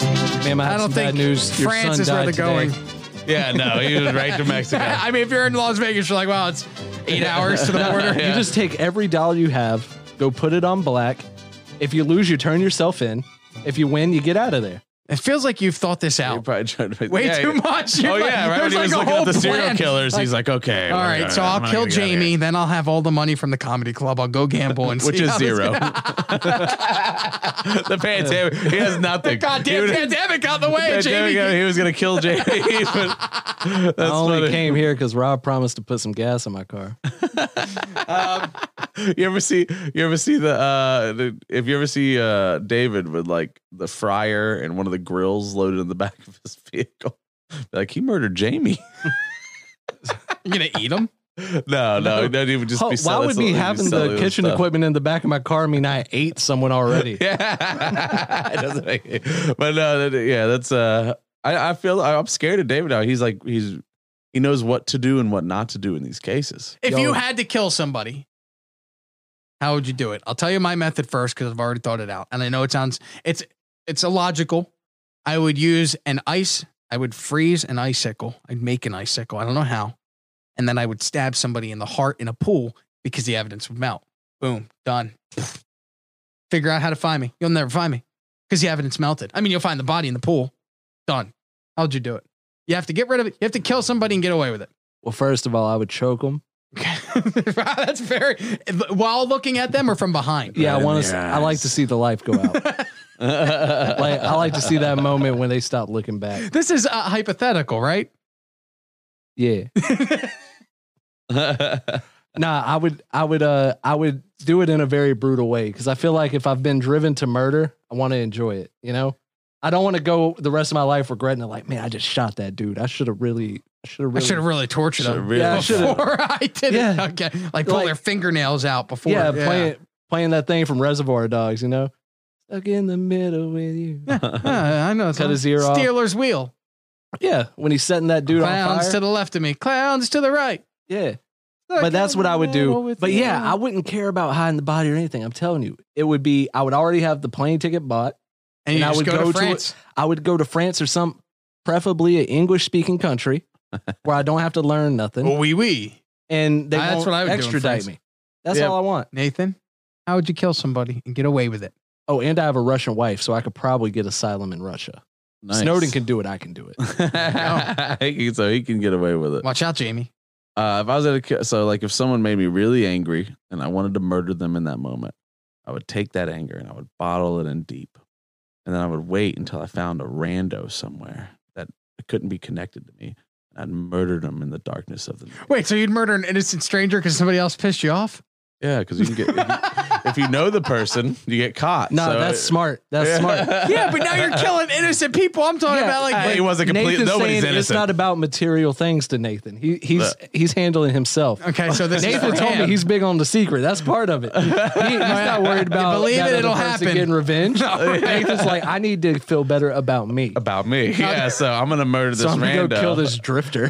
J: Ma'am, I,
A: I
J: have
A: don't
J: some bad
A: think
J: news. Your
A: France
J: son
A: is where
J: died
A: they're
J: today.
A: going.
B: yeah, no, he was right to Mexico.
A: I mean, if you're in Las Vegas, you're like, wow, it's eight hours to the
J: No,
A: border.
J: You just take every dollar you have, go put it on black. If you lose, you turn yourself in. If you win, you get out of there.
A: It feels like you've thought this out. Way
B: Yeah,
A: too
B: yeah.
A: much.
B: Oh
A: You're like-
B: yeah, right. When
A: there's
B: he was
A: like a
B: looking at
A: whole
B: the serial
A: plan.
B: killers, he's like, okay,
A: all
B: we're
A: right,
B: gonna-
A: so I'll
B: I'm gonna
A: kill
B: get out of here."
A: Jamie, then I'll have all the money from the comedy club. I'll go gamble and
B: Which
A: see
B: is
A: how this-
B: zero. the pandemic. He has nothing.
A: Goddamn
B: He would-
A: pandemic out the way,
B: pandemic,
A: Jamie.
B: uh, He was gonna kill Jamie. but that's
J: I only
B: funny.
J: came here because Rob promised to put some gas in my car.
B: You ever see? You ever see the? uh the, If you ever see uh David with like the fryer and one of the grills loaded in the back of his vehicle, like he murdered Jamie.
A: You gonna eat him?
B: No, no, no. He would just
J: Huh,
B: be.
J: why
B: selling
J: would
B: some-
J: me
B: he'd be
J: having
B: selling
J: the
B: his
J: kitchen
B: stuff.
J: equipment in the back of my car mean I ate someone already?
B: Yeah, it doesn't make it. But no, that, yeah, that's. uh I, I feel I'm scared of David now. He's like he's he knows what to do and what not to do in these cases.
A: If you had to kill somebody, how would you do it? I'll tell you my method first because I've already thought it out, and I know it sounds it's it's illogical. I would use an ice. I would freeze an icicle. I'd make an icicle. I don't know how, and then I would stab somebody in the heart in a pool because the evidence would melt. Boom, done. Figure out how to find me. You'll never find me because the evidence melted. I mean, you'll find the body in the pool. Done. How'd you do it? You have to get rid of it. You have to kill somebody and get away with it.
J: Well, first of all, I would choke them.
A: That's very while looking at them or from behind.
J: Yeah, I want to. I like to see the life go out. like I like to see that moment when they stop looking back.
A: This is uh, hypothetical, right?
J: Yeah. Nah, I would, I would, uh, I would do it in a very brutal way because I feel like if I've been driven to murder, I want to enjoy it. You know, I don't want to go the rest of my life regretting it. Like, man, I just shot that dude. I should have really, I should have
A: I
J: really,
A: should have really tortured
J: Should've
A: them
J: really- Yeah, I should've.
A: before I did
J: Yeah.
A: it. Okay, like pull
J: Like-
A: their fingernails out before.
J: yeah, playing playing that thing from Reservoir Dogs. You know, stuck in the middle with you.
A: Yeah, I know.
J: Cut his ear off.
A: Steelers wheel.
J: Yeah, when he's setting that dude on
A: Clowns
J: fire.
A: to the left of me. Clowns to the right.
J: Yeah. but that's what I would do. But yeah, I wouldn't care about hiding the body or anything. I'm telling you, it would be. I would already have the plane ticket bought,
A: And you
J: I
A: just
J: would
A: go to France.
J: I would go to France or some, preferably an English speaking country, where I don't have to learn nothing.
A: Oh, wee wee.
J: And they
A: Ah,
J: won't extradite me. That's all I want.
A: Nathan, how would you kill somebody and get away with it?
J: Oh, and I have a Russian wife, so I could probably get asylum in Russia.
B: Nice.
J: Snowden can do it. I can do it.
B: He can- so he can get away with it.
A: Watch out, Jamie.
B: Uh, if I was at a ki- so like if someone made me really angry and I wanted to murder them in that moment, I would take that anger and I would bottle it in deep, and then I would wait until I found a rando somewhere that couldn't be connected to me, and I'd murder them in the darkness of the night.
A: Wait, so you'd murder an innocent stranger because somebody else pissed you off?
B: Yeah, because you can get if you, if you know the person, you get caught.
J: No,
B: so-
J: that's smart. That's smart.
A: yeah, but now you're killing innocent people. I'm talking about like
B: But he wasn't complete-
J: Nathan's
B: nobody's
J: saying It's
B: innocent.
J: not about material things to Nathan. He he's
B: Look.
J: he's handling himself.
A: Okay, so this is
J: Nathan
A: for
J: told
A: him.
J: me he's big on the secret. That's part of it. He- he's not worried about
A: You believe
J: that
A: it,
J: other
A: it'll
J: person
A: happen.
J: Getting revenge.
A: No.
J: Nathan's like, I need to feel better about me.
B: About me. Yeah, so I'm gonna murder this
J: So I'm gonna
B: rando.
J: go kill this drifter.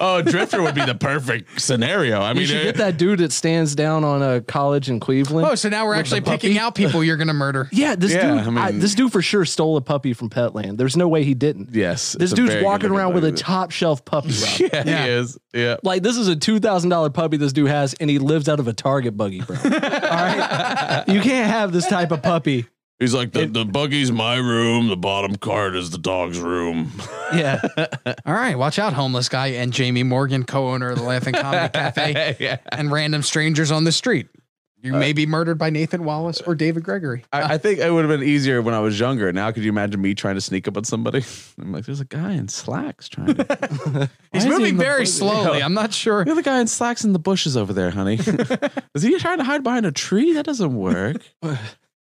B: oh, drifter would be the perfect scenario. I
J: you
B: mean,
J: should
B: it-
J: get that dude that stands down on a college in Cleveland.
A: Oh, so now we're
J: with the
A: actually
J: puppy.
A: picking out people you're gonna murder.
J: Yeah, this
A: Yeah,
J: dude,
A: I
J: I-
A: mean-
J: this dude for sure stole a puppy from Petland. There's no way he didn't.
B: Yes,
J: this
B: it's a
J: dude's
B: very
J: walking
B: good-looking
J: around with a
B: puppy.
J: top shelf puppy. Rob.
B: yeah, he is. Yeah,
J: Like this is a two thousand dollar puppy this dude has, and he lives out of a Target buggy, bro. All right, you can't have this type of puppy.
B: he's like the, the buggy's my room. The bottom card is the dog's room.
J: Yeah.
A: All right, watch out, homeless guy and Jamie Morgan, co-owner of the Laughing Comedy Cafe,
B: Yeah. Uh,
A: and random strangers on the street. You may be murdered by Nathan Wallace or David Gregory.
B: I, I think it would have been easier when I was younger. Now, could you imagine me trying to sneak up on somebody? I'm like, there's a guy in slacks trying to. Why is
A: He's
B: he in
A: moving
B: the
A: very
B: buggy?
A: slowly.
B: Yeah.
A: I'm not sure.
B: You're the guy in slacks in the bushes over there, honey. is he trying to hide behind a tree? That doesn't work.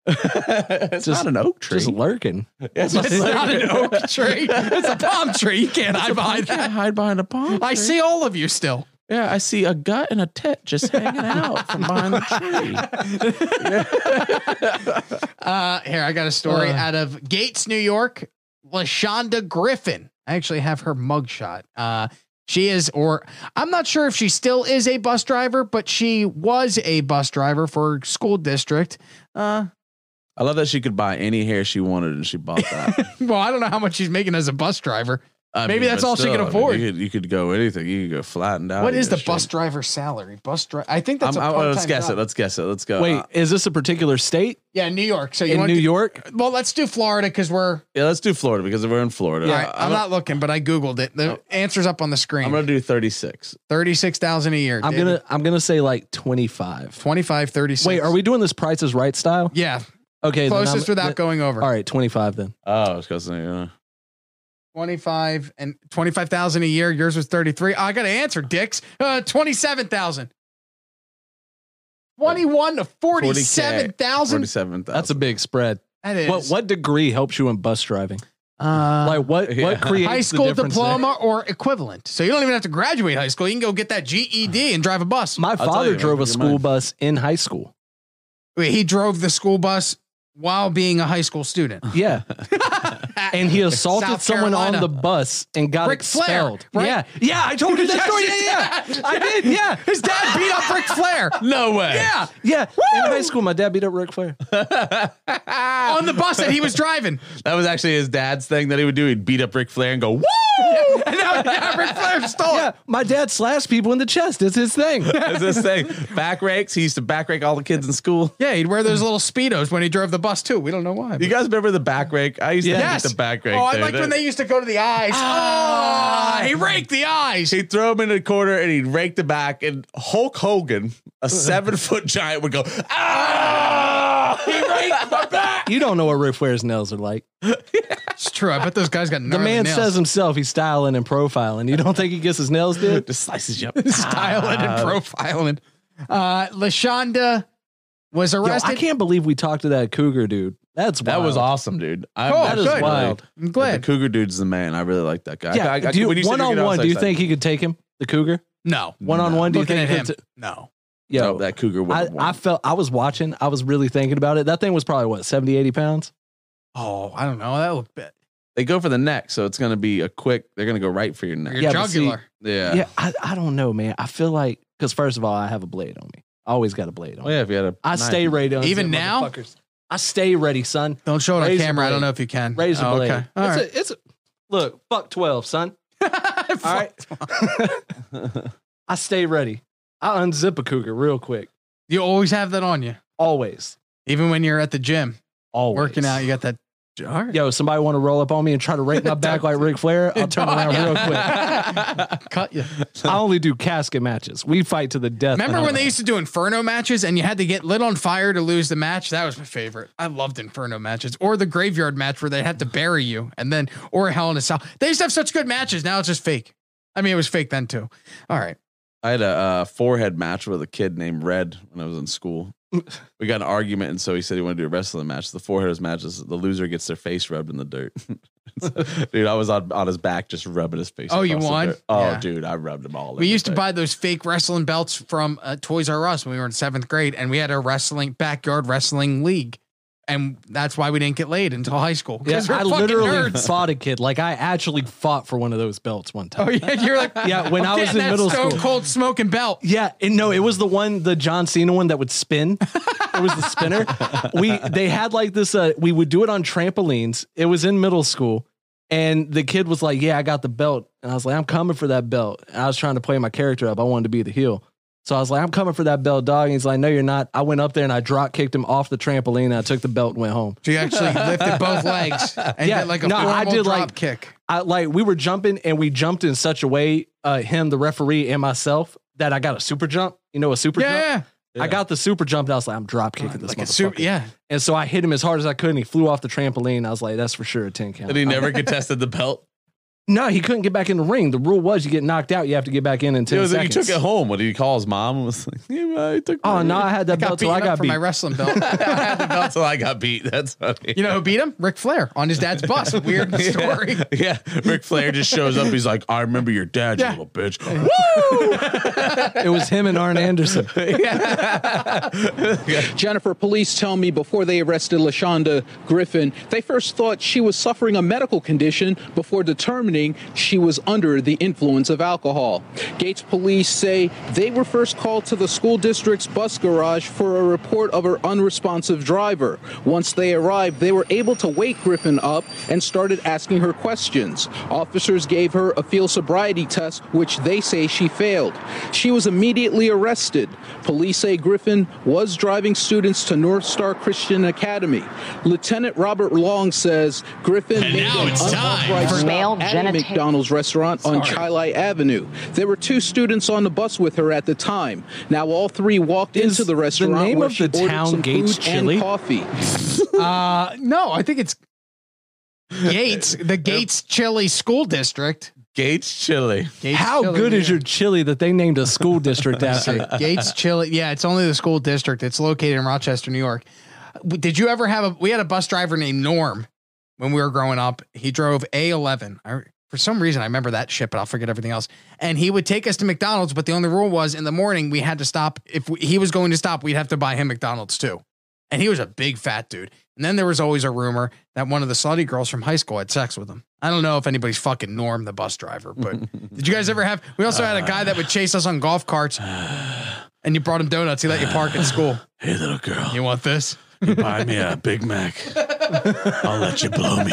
B: it's
J: Just-
B: not an oak tree.
J: Just lurking.
B: It's
A: It's not an oak tree. It's a palm tree. You
B: It's
A: can't
B: a palm-
A: hide behind
B: you can't
A: that.
B: hide behind a palm.
A: I
B: tree.
A: see all of you still.
B: Yeah, I see a gut and a tit just hanging out from behind the tree.
A: Uh, here, I got a story
B: Uh.
A: out of Gates, New York. Lashonda Griffin. I actually have her mugshot. Uh, she is, or I'm not sure if she still is a bus driver, but she was a bus driver for her school district. Uh,
B: I love that she could buy any hair she wanted, and she bought that.
A: well, I don't know how much she's making as a bus driver.
B: I
A: Maybe
B: mean,
A: that's
B: but
A: all she
B: still,
A: can
B: I mean,
A: afford.
B: you, could, you could go anything. You could go flattened out.
A: what
B: You
A: is
B: go
A: the bus
B: straight-
A: driver salary? Bus driver. I think that's.
B: I'm,
A: a
B: I'm, let's
A: part-time
B: guess
A: job.
B: it. Let's guess it. Let's go.
J: Wait,
B: Uh,
J: is this a particular state?
A: Yeah, New York. So you
J: In
A: want
J: New
A: to-
J: York?
A: Well, let's do Florida because we're.
B: yeah, let's do Florida because we're in Florida. Oh.
A: All right, I'm not looking, but I googled it. The answer's up on the screen.
B: I'm gonna do 36.
A: Thirty-six thousand a year.
J: I'm gonna I'm gonna say like twenty five.
A: 25, 36.
J: Wait, are we doing this Price is Right style?
A: Yeah,
J: Okay, then
A: closest
J: I'm-
A: without
J: then-
A: going over.
J: All right, twenty five then.
B: Oh, I was gonna say. Uh,
A: Twenty-five and twenty-five thousand a year. Yours was thirty-three. I got to answer, dicks. Uh, twenty-seven thousand. Twenty-one to
B: 40K.
A: forty-seven thousand.
B: 47,000.
J: That's a big spread.
A: That is
J: What what degree helps you in bus driving?
A: Uh,
J: like what
B: yeah.
J: what creates
A: high
J: the
A: school
J: difference there?
A: diploma or equivalent. So you don't even have to graduate high school. You can go get that GED and drive a bus.
J: My
B: tell you,
J: father
B: man,
J: drove a
B: keep your
J: school
B: mind.
J: bus in high school.
A: Wait, he drove the school bus while being a high school student.
J: Yeah. and he assaulted
A: South
J: someone
A: Carolina.
J: on the bus and got
A: Ric Flair,
J: expelled.
A: right?
J: Yeah. Yeah, I told you that
A: Yes,
J: story.
A: yeah,
J: Yeah, yeah. I did. Yeah.
A: His dad beat up Ric Flair
B: No way.
A: Yeah.
J: Yeah. In high school, my dad beat up Ric Flair.
A: on the bus that he was driving.
B: That was actually his dad's thing that he would do. He'd beat up Ric Flair and go, "Woo!"
A: And now, now Ric Flair stole
J: Yeah.
A: it.
J: My dad slashed people in the chest. It's his thing.
B: That's this thing. Back rakes. He used to back rake all the kids in school.
A: Yeah, he'd wear those little speedos when he drove the bus too. We don't know why.
B: You
A: but-
B: guys remember the back rake? I used to
A: Yes.
B: hate the back rake.
A: Oh, I
B: dude.
A: liked when they used to go to the eyes.
J: Ah,
A: Oh, he raked the eyes.
B: He'd throw him in the corner and he'd rake the back, and Hulk Hogan, a seven foot giant, would go, ah! He raked my back.
J: You don't know what Ric Flair's nails are like.
A: It's true. I bet those guys got
J: The
A: gnarly
J: man
A: nails.
J: says himself he's styling and profiling. You don't think he gets his nails did?
B: Just slices you up.
A: styling and profiling. Uh, Lashonda was
J: Yo,
A: arrested.
J: I can't believe we talked to that cougar dude. That's
B: That
J: wild.
B: was awesome, dude. I,
J: Oh,
A: Cool,
B: that is
A: good.
B: wild.
A: I'm
B: But
A: glad.
B: The Cougar dude's the man. I really like that guy.
J: Yeah.
B: I, I-
J: do
B: when
J: you,
B: said
J: one
B: you're
J: on
B: gonna- I was
J: one, do you
B: excited.
J: think he could take him, the cougar?
A: no.
J: One on one, do you
A: Looking
J: think
A: at
J: he
A: him.
J: could? t-
A: no.
J: Yo,
B: No, that Cougar would
J: I,
B: have
J: I
B: won.
J: felt I was watching. I was really thinking about it. That thing was probably what 70, 80 pounds.
A: Oh, I don't know. That looked bad.
B: They go for the neck, so it's going to be a quick. They're going to go right for your neck.
A: Your
J: Yeah, but see-
A: jugular.
B: Yeah.
J: Yeah, I, I don't know, man. I feel like because first of all, I have a blade on me. I always got a blade on.
B: Oh
J: me.
B: yeah. If you had a,
J: I
B: knife.
J: stay ready. on
A: Even
J: them
A: now?
J: motherfuckers. I stay ready, son.
A: Don't show it on
J: Razor
A: camera. I don't
J: blade.
A: know if you can.
J: Razor
A: Oh,
J: blade.
A: Okay. All
J: it's
A: right.
J: a, it's a, look. Fuck twelve, son. all right. I stay ready. I unzip a cougar real quick.
A: You always have that on you.
J: Always.
A: Even when you're at the gym
J: Always
A: working out, you got that. All right.
J: Yo, somebody want to roll up on me and try to rape my back like Ric Flair? I'll turn around real quick.
A: Cut you.
J: I only do casket matches. We fight to the death.
A: Remember when they used to do inferno matches and you had to get lit on fire to lose the match? That was my favorite. I loved inferno matches or the graveyard match where they had to bury you and then or hell in a cell. They used to have such good matches. Now it's just fake. I mean, it was fake then too. All right.
B: I had a uh, forehead match with a kid named Red when I was in school. We got in an argument, and so he said he wanted to do a wrestling match. The forehead was matches. The loser gets their face rubbed in the dirt. dude, I was on, on his back just rubbing his face.
A: Oh, you
B: across the
A: won?
B: dirt. Oh,
A: Yeah.
B: dude, I rubbed him all.
A: We
B: in
A: used
B: the
A: to buy those fake wrestling belts from uh, Toys R Us when we were in seventh grade, and we had a wrestling backyard wrestling league, and that's why we didn't get laid until high school. 'cause
J: Yeah,
A: we're
J: I
A: fucking
J: literally
A: nerds.
J: fought a kid. Like I actually fought for one of those belts one time.
A: Oh yeah, you're like
J: Yeah, when I
A: "I'm
J: was
A: getting
J: in
A: that
J: middle
A: Stone
J: school.
A: Cold smoking belt.
J: Yeah, and no, it was the one, the John Cena one that would spin. It was the spinner. We they had like this. Uh, we would do it on trampolines. It was in middle school, and the kid was like, "Yeah, I got the belt," and I was like, "I'm coming for that belt." And I was trying to play my character up. I wanted to be the heel, so I was like, "I'm coming for that belt, dog." And he's like, "No, you're not." I went up there and I drop kicked him off the trampoline. And I took the belt and went home.
A: So you actually lifted both legs and did like a formal drop kick.
J: I like we were jumping and we jumped in such a way, uh, him, the referee, and myself that I got a super jump. You know, a super jump. I got the super jump. And I was like, I'm drop kicking this motherfucker.
A: yeah.
J: And so I hit him as hard as I could, and he flew off the trampoline. I was like, that's for sure a ten count.
B: dirt. And he never contested the belt.
J: No, he couldn't get back in the ring. The rule was you get knocked out, you have to get back in in ten
B: It was- he
J: seconds.
B: took it home. Uh, What did he call his mom? It was like,
J: oh no, I had that
A: I got
J: belt till I
A: beaten up
J: got
A: for
J: beat.
A: my wrestling belt.
B: that's how I got beat. That's funny.
A: You know who beat him? Ric Flair on his dad's bus. Weird
B: Yeah.
A: story.
B: Yeah, Ric Flair just shows up. He's like, "I remember your dad,
A: Yeah.
B: you little bitch."
J: it was him and Arn Anderson.
S: Jennifer, police tell me before they arrested LaShonda Griffin, they first thought she was suffering a medical condition before determining she was under the influence of alcohol. Gates police say they were first called to the school district's bus garage for a report of her unresponsive driver. Once they arrived, they were able to wake Griffin up and started asking her questions. Officers gave her a field sobriety test, which they say she failed. She was immediately arrested. Police say Griffin was driving students to North Star Christian Academy. Lieutenant Robert Long says Griffin made
T: now
S: an
T: it's time
S: unauthorized
T: for
S: stop
T: male
S: at a
T: genitalia.
S: McDonald's restaurant on
T: Sorry.
S: Chilai Avenue. There were two students on the bus with her at the time. Now all three walked into the restaurant
J: name
S: where
J: of
S: she
J: the
S: ordered
J: town
S: some
J: Gates
S: food
J: Chili?
S: and coffee.
A: Uh, no, I think it's Gates, the Gates Chili School District.
B: Gates Chili.
J: How good is your chili that they named a school district after?
A: Gates Chili. Yeah, it's only the school district. It's located in Rochester, New York. W- Did you ever have a? We had a bus driver named Norm when we were growing up. He drove A11. I, for some reason, I remember that shit, but I'll forget everything else. And he would take us to McDonald's, but the only rule was in the morning we had to stop. If we, he was going to stop, we'd have to buy him McDonald's too. And he was a big fat dude. And then there was always a rumor that one of the slutty girls from high school had sex with him. I don't know if anybody's fucking Norm, the bus driver, but did you guys ever have? We also had a guy that would chase us on golf carts and you brought him donuts. He let you park at school.
B: Hey, little girl.
A: You want this?
B: You buy me a Big Mac. I'll let you blow me.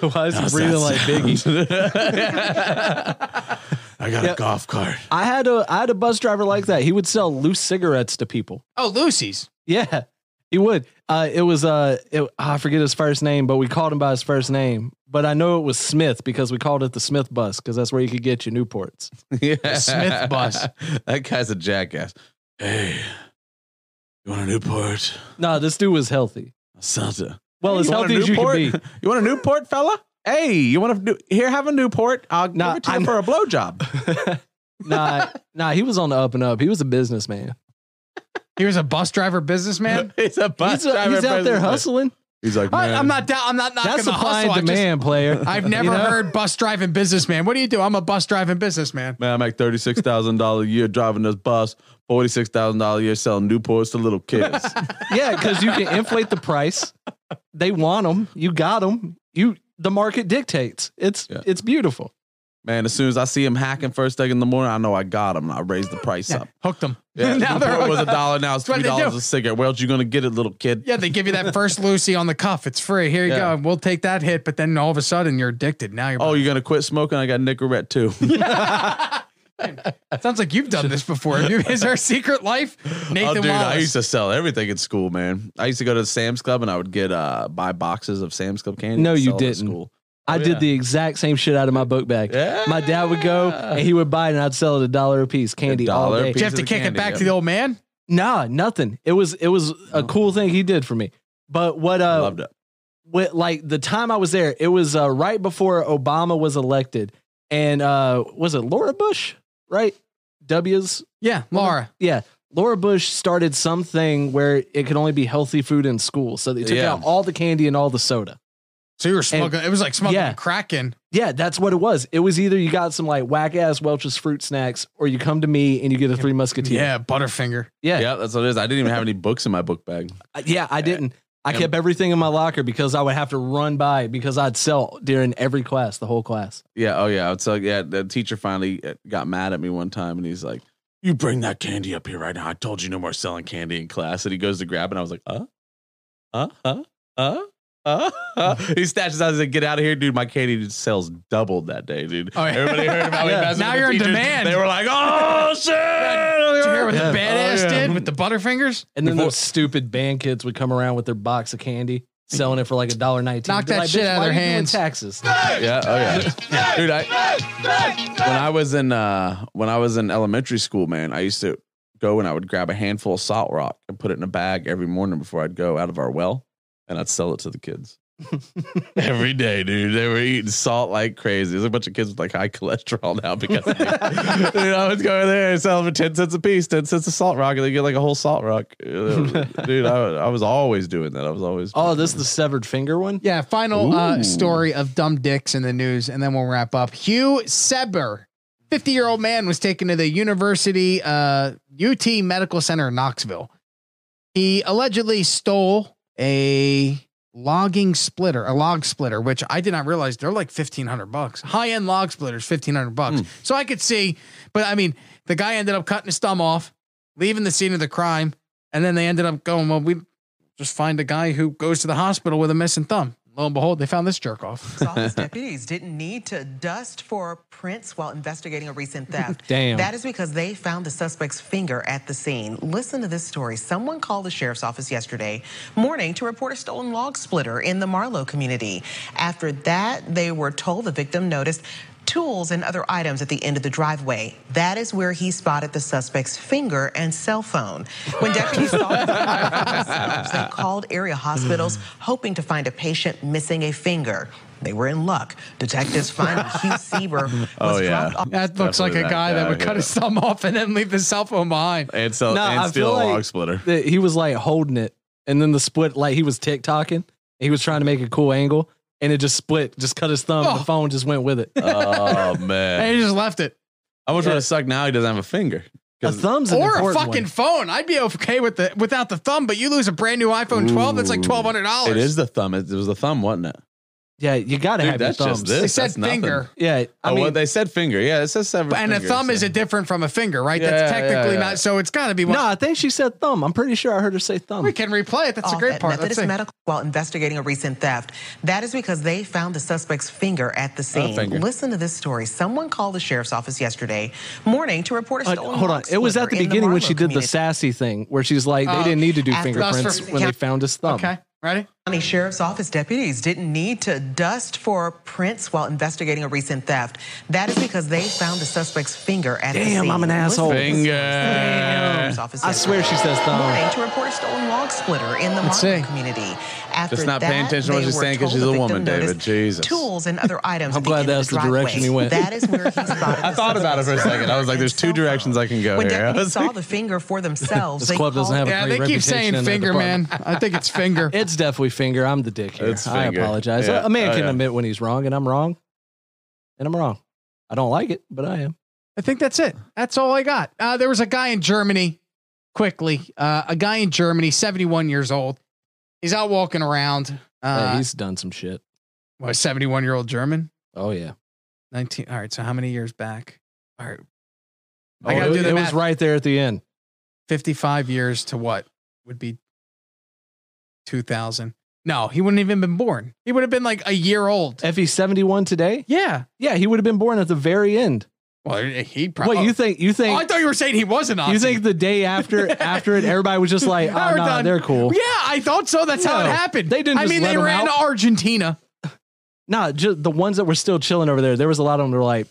J: Why is
B: How's
J: he breathing
B: that
J: like
B: sound?
J: Biggie?
B: I got
J: Yeah.
B: a golf cart.
J: I had a I had a bus driver like that. He would sell loose cigarettes to people.
A: Oh, Lucy's.
J: Yeah, he would. Uh, it was uh, it, I forget his first name, but we called him by his first name. But I know it was Smith because we called it the Smith bus because that's where you could get your Newports.
B: Yeah.
J: Smith bus.
B: That guy's a jackass. Hey, you want a Newport?
J: No, this dude was healthy.
B: Santa.
J: Well, as
B: want a
J: healthy as you can
B: Newport?
J: be.
B: You want a Newport, fella? Hey, you want to here? Have a Newport. I'll
J: Nah,
B: give it to
J: I-
B: you for a blowjob.
J: Nah, nah, he was on the up and up. He was a businessman.
A: He was a bus driver businessman.
B: He's a
J: He's, a, he's out there hustling.
B: He's like,
A: I,
B: "Man,
A: am not. down I'm not knocking
J: That's
A: the
J: supply and
A: hustle. I just-
J: demand, player.
A: I've
J: You
A: never
J: know?
A: heard bus driving businessman. What do you do? I'm a bus driving businessman.
B: Man, I make thirty six thousand dollars a year driving this bus, forty six thousand dollars a year selling Newports to little kids.
J: Yeah, because you can inflate the price. They want them. You got them. You the market dictates. It's it's beautiful.
B: Man, as soon as I see him hacking first thing in the morning, I know I got him. And I raised the price up.
A: Hooked them.
B: Yeah,
A: Now they're
B: Newport was a
A: hooked.
B: dollar. Now it's
A: That's what
B: three
A: they do.
B: dollars a cigarette. Where else you gonna get it, little kid?
A: Yeah, they give you that first Lucy on the cuff. It's free. Here you
B: Yeah.
A: go. We'll take that hit, but then all of a sudden you're addicted. Now you're.
B: Oh, you're gonna quit smoking? I got Nicorette too.
A: Sounds like you've done this before. Have you- Is there a secret life? Nathan
B: oh, dude,
A: Wallace.
B: I used to sell everything at school, man. I used to go to the Sam's Club and I would get uh buy boxes of Sam's Club candy.
J: No,
B: and
J: you
B: sell it at
J: didn't.
B: School.
J: I
B: Oh,
J: did
B: yeah.
J: the exact same shit out of my book bag. My dad would go and he would buy it and I'd sell it a dollar a piece, candy all
B: dollar a
J: day.
B: piece Did you have of to the kick it candy, back to yeah. the
A: old man?
J: Nah, nothing. It was it was a cool thing he did for me. But what uh
B: Loved it.
J: What like the time I was there, it was uh, right before Obama was elected, and uh was it Laura Bush? Right? W's?
A: Yeah, Laura.
J: Yeah. Laura Bush started something where it could only be healthy food in school. So they took
A: Yeah.
J: out all the candy and all the soda.
A: So you were smuggling- it was like smuggling crack in.
J: Yeah, that's what it was. It was either you got some like whack ass Welch's fruit snacks or you come to me and you get a Three Musketeers.
A: Yeah, Butterfinger.
J: Yeah.
B: Yeah, that's what it is. I didn't even have any books in my book bag.
J: Uh, Yeah, I didn't. I kept everything in my locker because I would have to run by it because I'd sell during every class, the whole class.
B: Yeah. Oh, yeah. So, yeah, the teacher finally uh, got mad at me one time and he's like, You bring that candy up here right now. I told you no more selling candy in class. And he goes to grab it. And I was like, Huh? Huh? Huh? Huh? Huh? Huh? he snatches out and said, Get out of here, dude. My candy sells doubled that day, dude.
A: Oh, yeah.
B: Everybody heard about me
A: Yeah.
B: messing
A: Now
B: with
A: you're in
B: teachers.
A: demand.
B: They were like, Oh, shit. Did
A: you hear what
J: Yeah.
A: the badass
J: Oh, yeah.
A: did with the Butterfingers?
J: And then
A: Before-
J: those stupid band kids would come around with their box of candy, selling it for like a dollar nineteen.
A: Knock
J: Be
A: that
J: like,
A: shit
J: "Bitch,
A: out of
J: why
A: their
J: are you doing
A: hands."
J: Taxes.
B: yeah, oh yeah, dude. I, when I was in uh, when I was in elementary school, man, I used to go and I would grab a handful of salt rock and put it in a bag every morning before I'd go out of our well, and I'd sell it to the kids every day, dude. They were eating salt like crazy. There's a bunch of kids with like high cholesterol now because of it. you know it's going there and sell them for ten cents a piece, ten cents a salt rock, and they get like a whole salt rock, dude. I, I was always doing that. I was always
J: Oh, this is the severed finger one.
A: Yeah, final uh,
B: Ooh.
A: story of dumb dicks in the news, and then we'll wrap up. Hugh Seber, 50 year old man, was taken to the University uh, UT Medical Center in Knoxville. He allegedly stole a logging splitter, a log splitter, which I did not realize they're like 1500 bucks. High end log splitters, 1500
B: Hmm.
A: bucks. So I could see, but I mean, the guy ended up cutting his thumb off, leaving the scene of the crime, and then they ended up going, well, we just find a guy who goes to the hospital with a missing thumb. Lo and behold, they found this jerk off.
T: Office deputies didn't need to dust for prints while investigating a recent theft.
A: Damn.
T: That is because they found the suspect's finger at the scene. Listen to this story. Someone called the sheriff's office yesterday morning to report a stolen log splitter in the Marlowe community. After that, they were told the victim noticed tools and other items at the end of the driveway. That is where he spotted the suspect's finger and cell phone. When deputies saw the themselves, they called area hospitals hoping to find a patient missing a finger. They were in luck. Detectives find Hugh Sieber was
B: Oh, yeah.
T: dropped off.
A: That looks like
B: Definitely
A: a
B: that
A: guy that
B: guy,
A: would cut
B: yeah.
A: his thumb off and then leave his cell phone behind.
B: and sell
J: No, I
B: and
J: feel
B: steal a
J: like
B: log splitter.
J: that he was like holding it, and then the split like he was TikToking. He was trying to make a cool angle, and it just split, just cut his thumb. and
A: Oh.
J: The phone just went with it.
B: Oh
A: And
B: man!
A: he just left it.
B: I much
J: Yeah.
B: would it suck now he doesn't have a finger.
J: a thumb's an
A: or a
J: important
A: fucking
J: one.
A: phone. I'd be okay with the without the thumb, but you lose a brand new iPhone 12. That's like twelve hundred dollars.
B: It is the thumb. It was the thumb, wasn't it?
J: Yeah, you gotta
B: Dude,
J: have
B: that's
J: your
B: just
J: thumbs.
B: this.
A: They said
B: That's nothing.
A: finger.
J: Yeah, I
B: oh,
J: mean,
B: well, they said finger. Yeah, it says seven.
A: and a thumb is a different from a finger, right?
B: Yeah,
A: That's
B: yeah,
A: technically
B: yeah.
A: not. So it's got to be one.
J: no, I think she said thumb. I'm pretty sure I heard her say thumb.
A: We can replay it. That's a
T: off
A: great
T: at
A: part. Let's
T: Methodist
A: see.
T: Medical while investigating a recent theft. That is because they found the suspect's finger at the scene.
J: finger.
T: Listen to this story. Someone called the sheriff's office yesterday morning to report a
J: Uh,
T: stolen
J: hold on.
T: log
J: It was
T: splitter
J: at the
T: in
J: beginning when
T: Marlowe
J: she did the
T: community.
J: sassy thing where she's like,
T: Oh.
J: they didn't need to do
T: After-
J: fingerprints
T: Buster-
J: when
T: yeah.
J: they found his thumb.
T: Okay.
A: Ready?
T: County Sheriff's Office deputies didn't need to dust for prints while investigating a recent theft. That is because they found the suspect's finger at the
J: Damn,
T: scene.
J: I'm an asshole.
B: Finger.
T: Sheriff's Office
J: I swear she says thumb.
T: Morning to report a stolen log splitter in the
J: Let's
T: Marlowe
J: see.
T: community. After
B: Just not paying
T: that,
B: attention to what
T: they
B: she's
T: were
B: saying 'cause
T: told
B: she's
T: the
B: a
T: victim
B: woman, David.
T: noticed
B: Jesus.
T: Tools and other items.
J: I'm
T: at the
J: glad
T: end of
J: that's the
T: driveway.
J: direction he went.
T: That is where he spotted
B: I thought about it for a second. I was like, "There's two directions I can go
T: when
B: here." I
T: deputies
B: was
T: saw
B: like,
T: the finger for themselves.
J: This club doesn't
T: called-
J: have a
A: Yeah,
J: great
A: they keep
J: reputation
A: saying
J: in their
A: finger,
J: department.
A: man. I think it's finger.
J: It's definitely finger. I'm the dick here.
B: It's
J: I
B: finger.
J: apologize.
B: Yeah.
J: A- A man
B: Oh,
J: can
B: yeah.
J: admit when he's wrong, and I'm wrong. And I'm wrong. I don't like it, but I am.
A: I think that's it. That's all I got. Uh, there was a guy in Germany, quickly, uh, a guy in Germany, 71 years old. He's out walking around.
J: Hey,
A: Uh,
J: he's done some shit.
A: what, 71 year old German?
J: Oh, yeah.
A: 19. All right. So how many years back? All right.
J: Oh,
A: I got to
J: it
A: do the
J: it
A: math.
J: was right there at the end.
A: 55 years to what would be 2000. No, he wouldn't even been born. He would have been like a year old.
J: If he's 71 today,
A: Yeah.
J: yeah, he would have been born at the very end.
A: Well, he probably.
J: What you think? You think?
A: I thought you were saying he was a Nazi.
J: You think the day after after it, everybody was just like,
A: Now
J: oh,
A: we're
J: no,
A: done."
J: they're cool.
A: Yeah, I thought so. That's how it
J: No,
A: happened.
J: they didn't
A: I
J: just
A: mean,
J: let
A: they
J: him
A: ran
J: out.
A: to Argentina.
J: Nah, just the ones that were still chilling over there. There was a lot of them. that were like,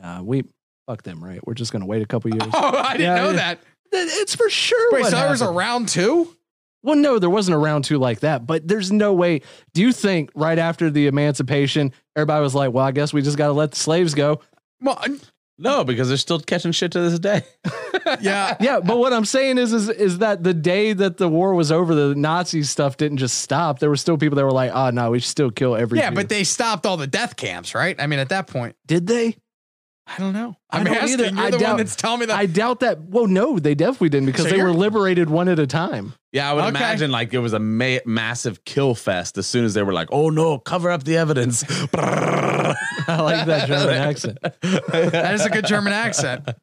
J: nah, we fuck them, right? We're just gonna wait a couple years.
A: Oh, I didn't
J: Yeah,
A: know
J: yeah.
A: that.
J: Th- It's for sure.
A: Wait,
J: what
A: so there was a
J: happened.
A: round two?
J: Well, no, there wasn't a round two like that. But there's no way. Do you think right after the emancipation, everybody was like, well, I guess we just gotta let the slaves go?
A: Well,
B: No, because they're still catching shit to this day.
J: yeah, yeah. But what I'm saying is, is, is that the day that the war was over, the Nazi stuff didn't just stop. There were still people that were like, "Oh no, we should still kill every."
A: yeah,
J: Jew."
A: but they stopped all the death camps, right? I mean, at that point,
J: did they?
A: I don't know.
J: I
A: I'm
J: don't
A: asking.
J: either.
A: You're
J: I
A: the
J: doubt-
A: one that's telling me that.
J: I doubt that. Well, no, they definitely didn't because
A: So
J: they
A: you're-
J: were liberated one at a time.
B: Yeah, I would
J: Okay.
B: imagine like it was a ma- massive kill fest as soon as they were like, "Oh no, cover up the evidence."
J: I like that German accent.
A: that is a good German accent. Um,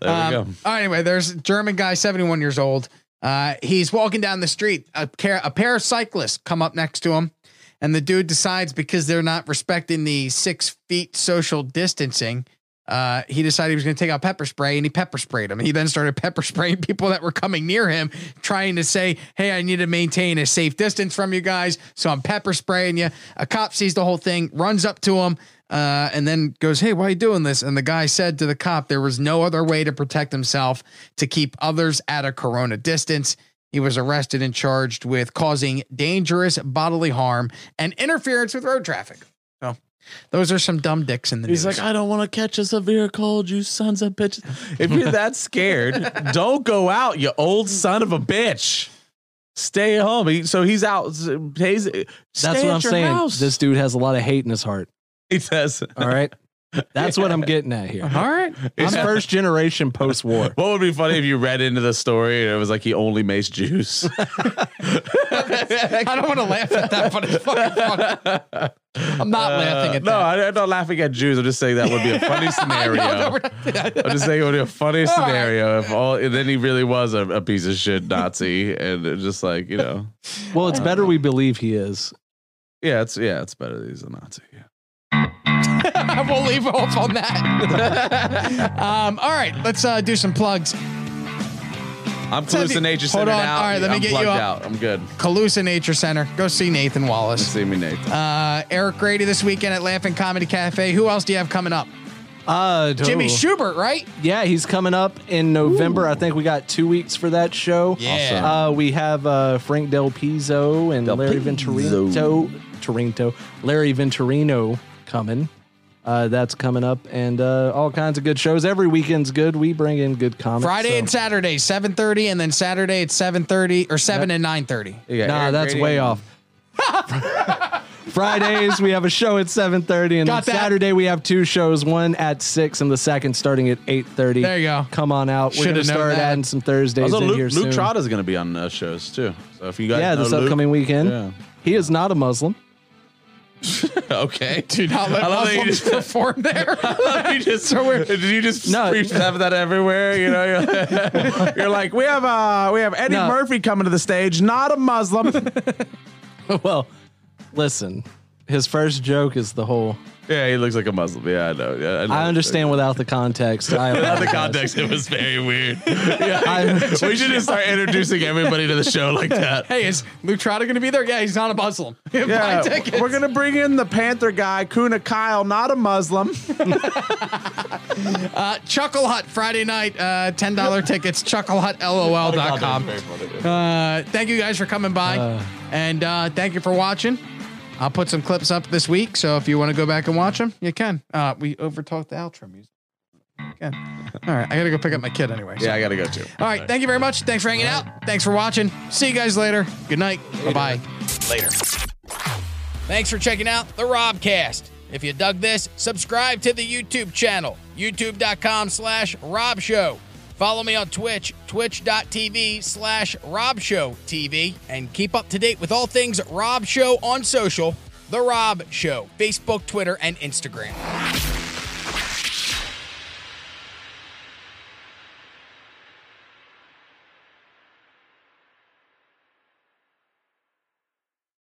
B: There we go.
A: All right, anyway, there's a German guy, 71 years old. Uh, he's walking down the street. A pair, a pair of cyclists come up next to him, and the dude decides because they're not respecting the six feet social distancing. Uh, he decided he was going to take out pepper spray and he pepper sprayed him. He then started pepper spraying people that were coming near him, trying to say, Hey, I need to maintain a safe distance from you guys. So I'm pepper spraying you. A cop sees the whole thing, runs up to him, uh, and then goes, Hey, why are you doing this? And the guy said to the cop, There was no other way to protect himself to keep others at a corona distance. He was arrested and charged with causing dangerous bodily harm and interference with road traffic. So those are some dumb dicks in the
B: He's
A: news.
B: like, I don't want to catch a severe cold, you sons of bitches. If you're that scared, don't go out, you old son of a bitch. Stay home. He- So he's out. He's,
J: That's what I'm saying. This dude has a lot of hate in his heart.
B: He does.
J: All right. That's what I'm getting at here.
A: All right.
J: He's
B: Yeah.
J: first generation post war.
B: What would be funny if you read into the story and it was like he only makes juice?
A: I don't want to laugh at that, but it's fucking funny. I'm not laughing at
B: Uh, no, that. No, I'm not laughing at Jews. I'm just saying that would be a funny scenario. I'm just saying it would be a funny
A: All right.
B: scenario if all and then he really was a, a piece of shit Nazi and it just like, you know.
J: Well, it's better we believe he is.
B: Yeah, it's yeah, it's better that he's a Nazi. Yeah.
A: we'll leave off on that. um, all right, let's uh, do some plugs.
B: I'm
A: Sandy,
B: hallucinating
A: hold
B: centered
A: on.
B: out.
A: All right, let me
B: I'm
A: get you
B: plugged
A: up.
B: out. I'm good.
A: Calusa Nature Center. Go see Nathan Wallace.
B: See me, Nathan.
A: Uh, Eric Grady this weekend at Laughing Comedy Cafe. Who else do you have coming up?
J: Uh,
A: Jimmy
J: totally.
A: Schubert, right?
J: Yeah, he's coming up in November. I think we got two weeks for that show.
A: Yeah.
J: Uh, we have uh, Frank Del Pizzo and Larry Venturino. Torinto. Larry Venturino coming. Uh, that's coming up, and uh, all kinds of good shows. Every weekend's good. We bring in good comedy.
A: Friday and Saturday, 7.30, and then Saturday at 7.30, or 7 and 9.30.
J: nah, that's way off. Fridays we have a show at seven thirty, and
A: Got
J: then
A: that.
J: Saturday we have two shows, one at six and the second starting at eight thirty.
A: There you go.
J: Come on out. We're
A: Shoulda
J: gonna
A: known
J: start
A: that.
J: adding some Thursdays
B: Also,
J: in
B: Luke,
J: here
B: Luke
J: soon.
B: Trotta's going to be on uh, shows too. So if you guys
J: yeah,
B: know
J: this
B: Luke-
J: upcoming weekend.
B: Yeah.
J: He is not a Muslim.
B: okay,
A: do not let
B: I love that you
A: Muslims
B: just-
A: perform there.
B: you just so we're, did you just preach that, that everywhere? You know, you're, you're like we have uh we have Eddie
J: No.
B: Murphy coming to the stage, not a Muslim.
J: well, listen, his first joke is the whole.
B: yeah, he looks like a Muslim. Yeah, I know. Yeah, know.
J: I understand without the context. I
B: Without the
J: apologize.
B: context, it was very weird. Yeah,
J: I'm-
B: we should just start introducing everybody to the show like that.
A: Hey, is Luke Trotta going to be there? Yeah, he's not a Muslim.
B: Yeah,
A: Buy tickets.
B: we're gonna bring in the Panther guy, Kuna Kyle, not a Muslim.
A: Uh, Chuckle Hut Friday night, uh, ten dollar tickets. ChuckleHutLOL.com. Uh, thank you guys for coming by,
J: Uh.
A: and uh, thank you for watching. I'll put some clips up this week, so if you want to go back and watch them, you can. Uh, we overtalked the outro music. Again. All right, I gotta go pick up my kid anyway. so-
B: yeah, I gotta go too.
A: All right, thank you very much. Thanks for hanging out. Thanks for watching. See you guys later. Good night. Bye bye. Later. Thanks for checking out the Robcast. If you dug this, subscribe to the YouTube channel, youtube.com slash Rob Show. Follow me on Twitch, twitch.tv slash Rob Show TV, and keep up to date with all things Rob Show on social, The Rob Show, Facebook, Twitter, and Instagram.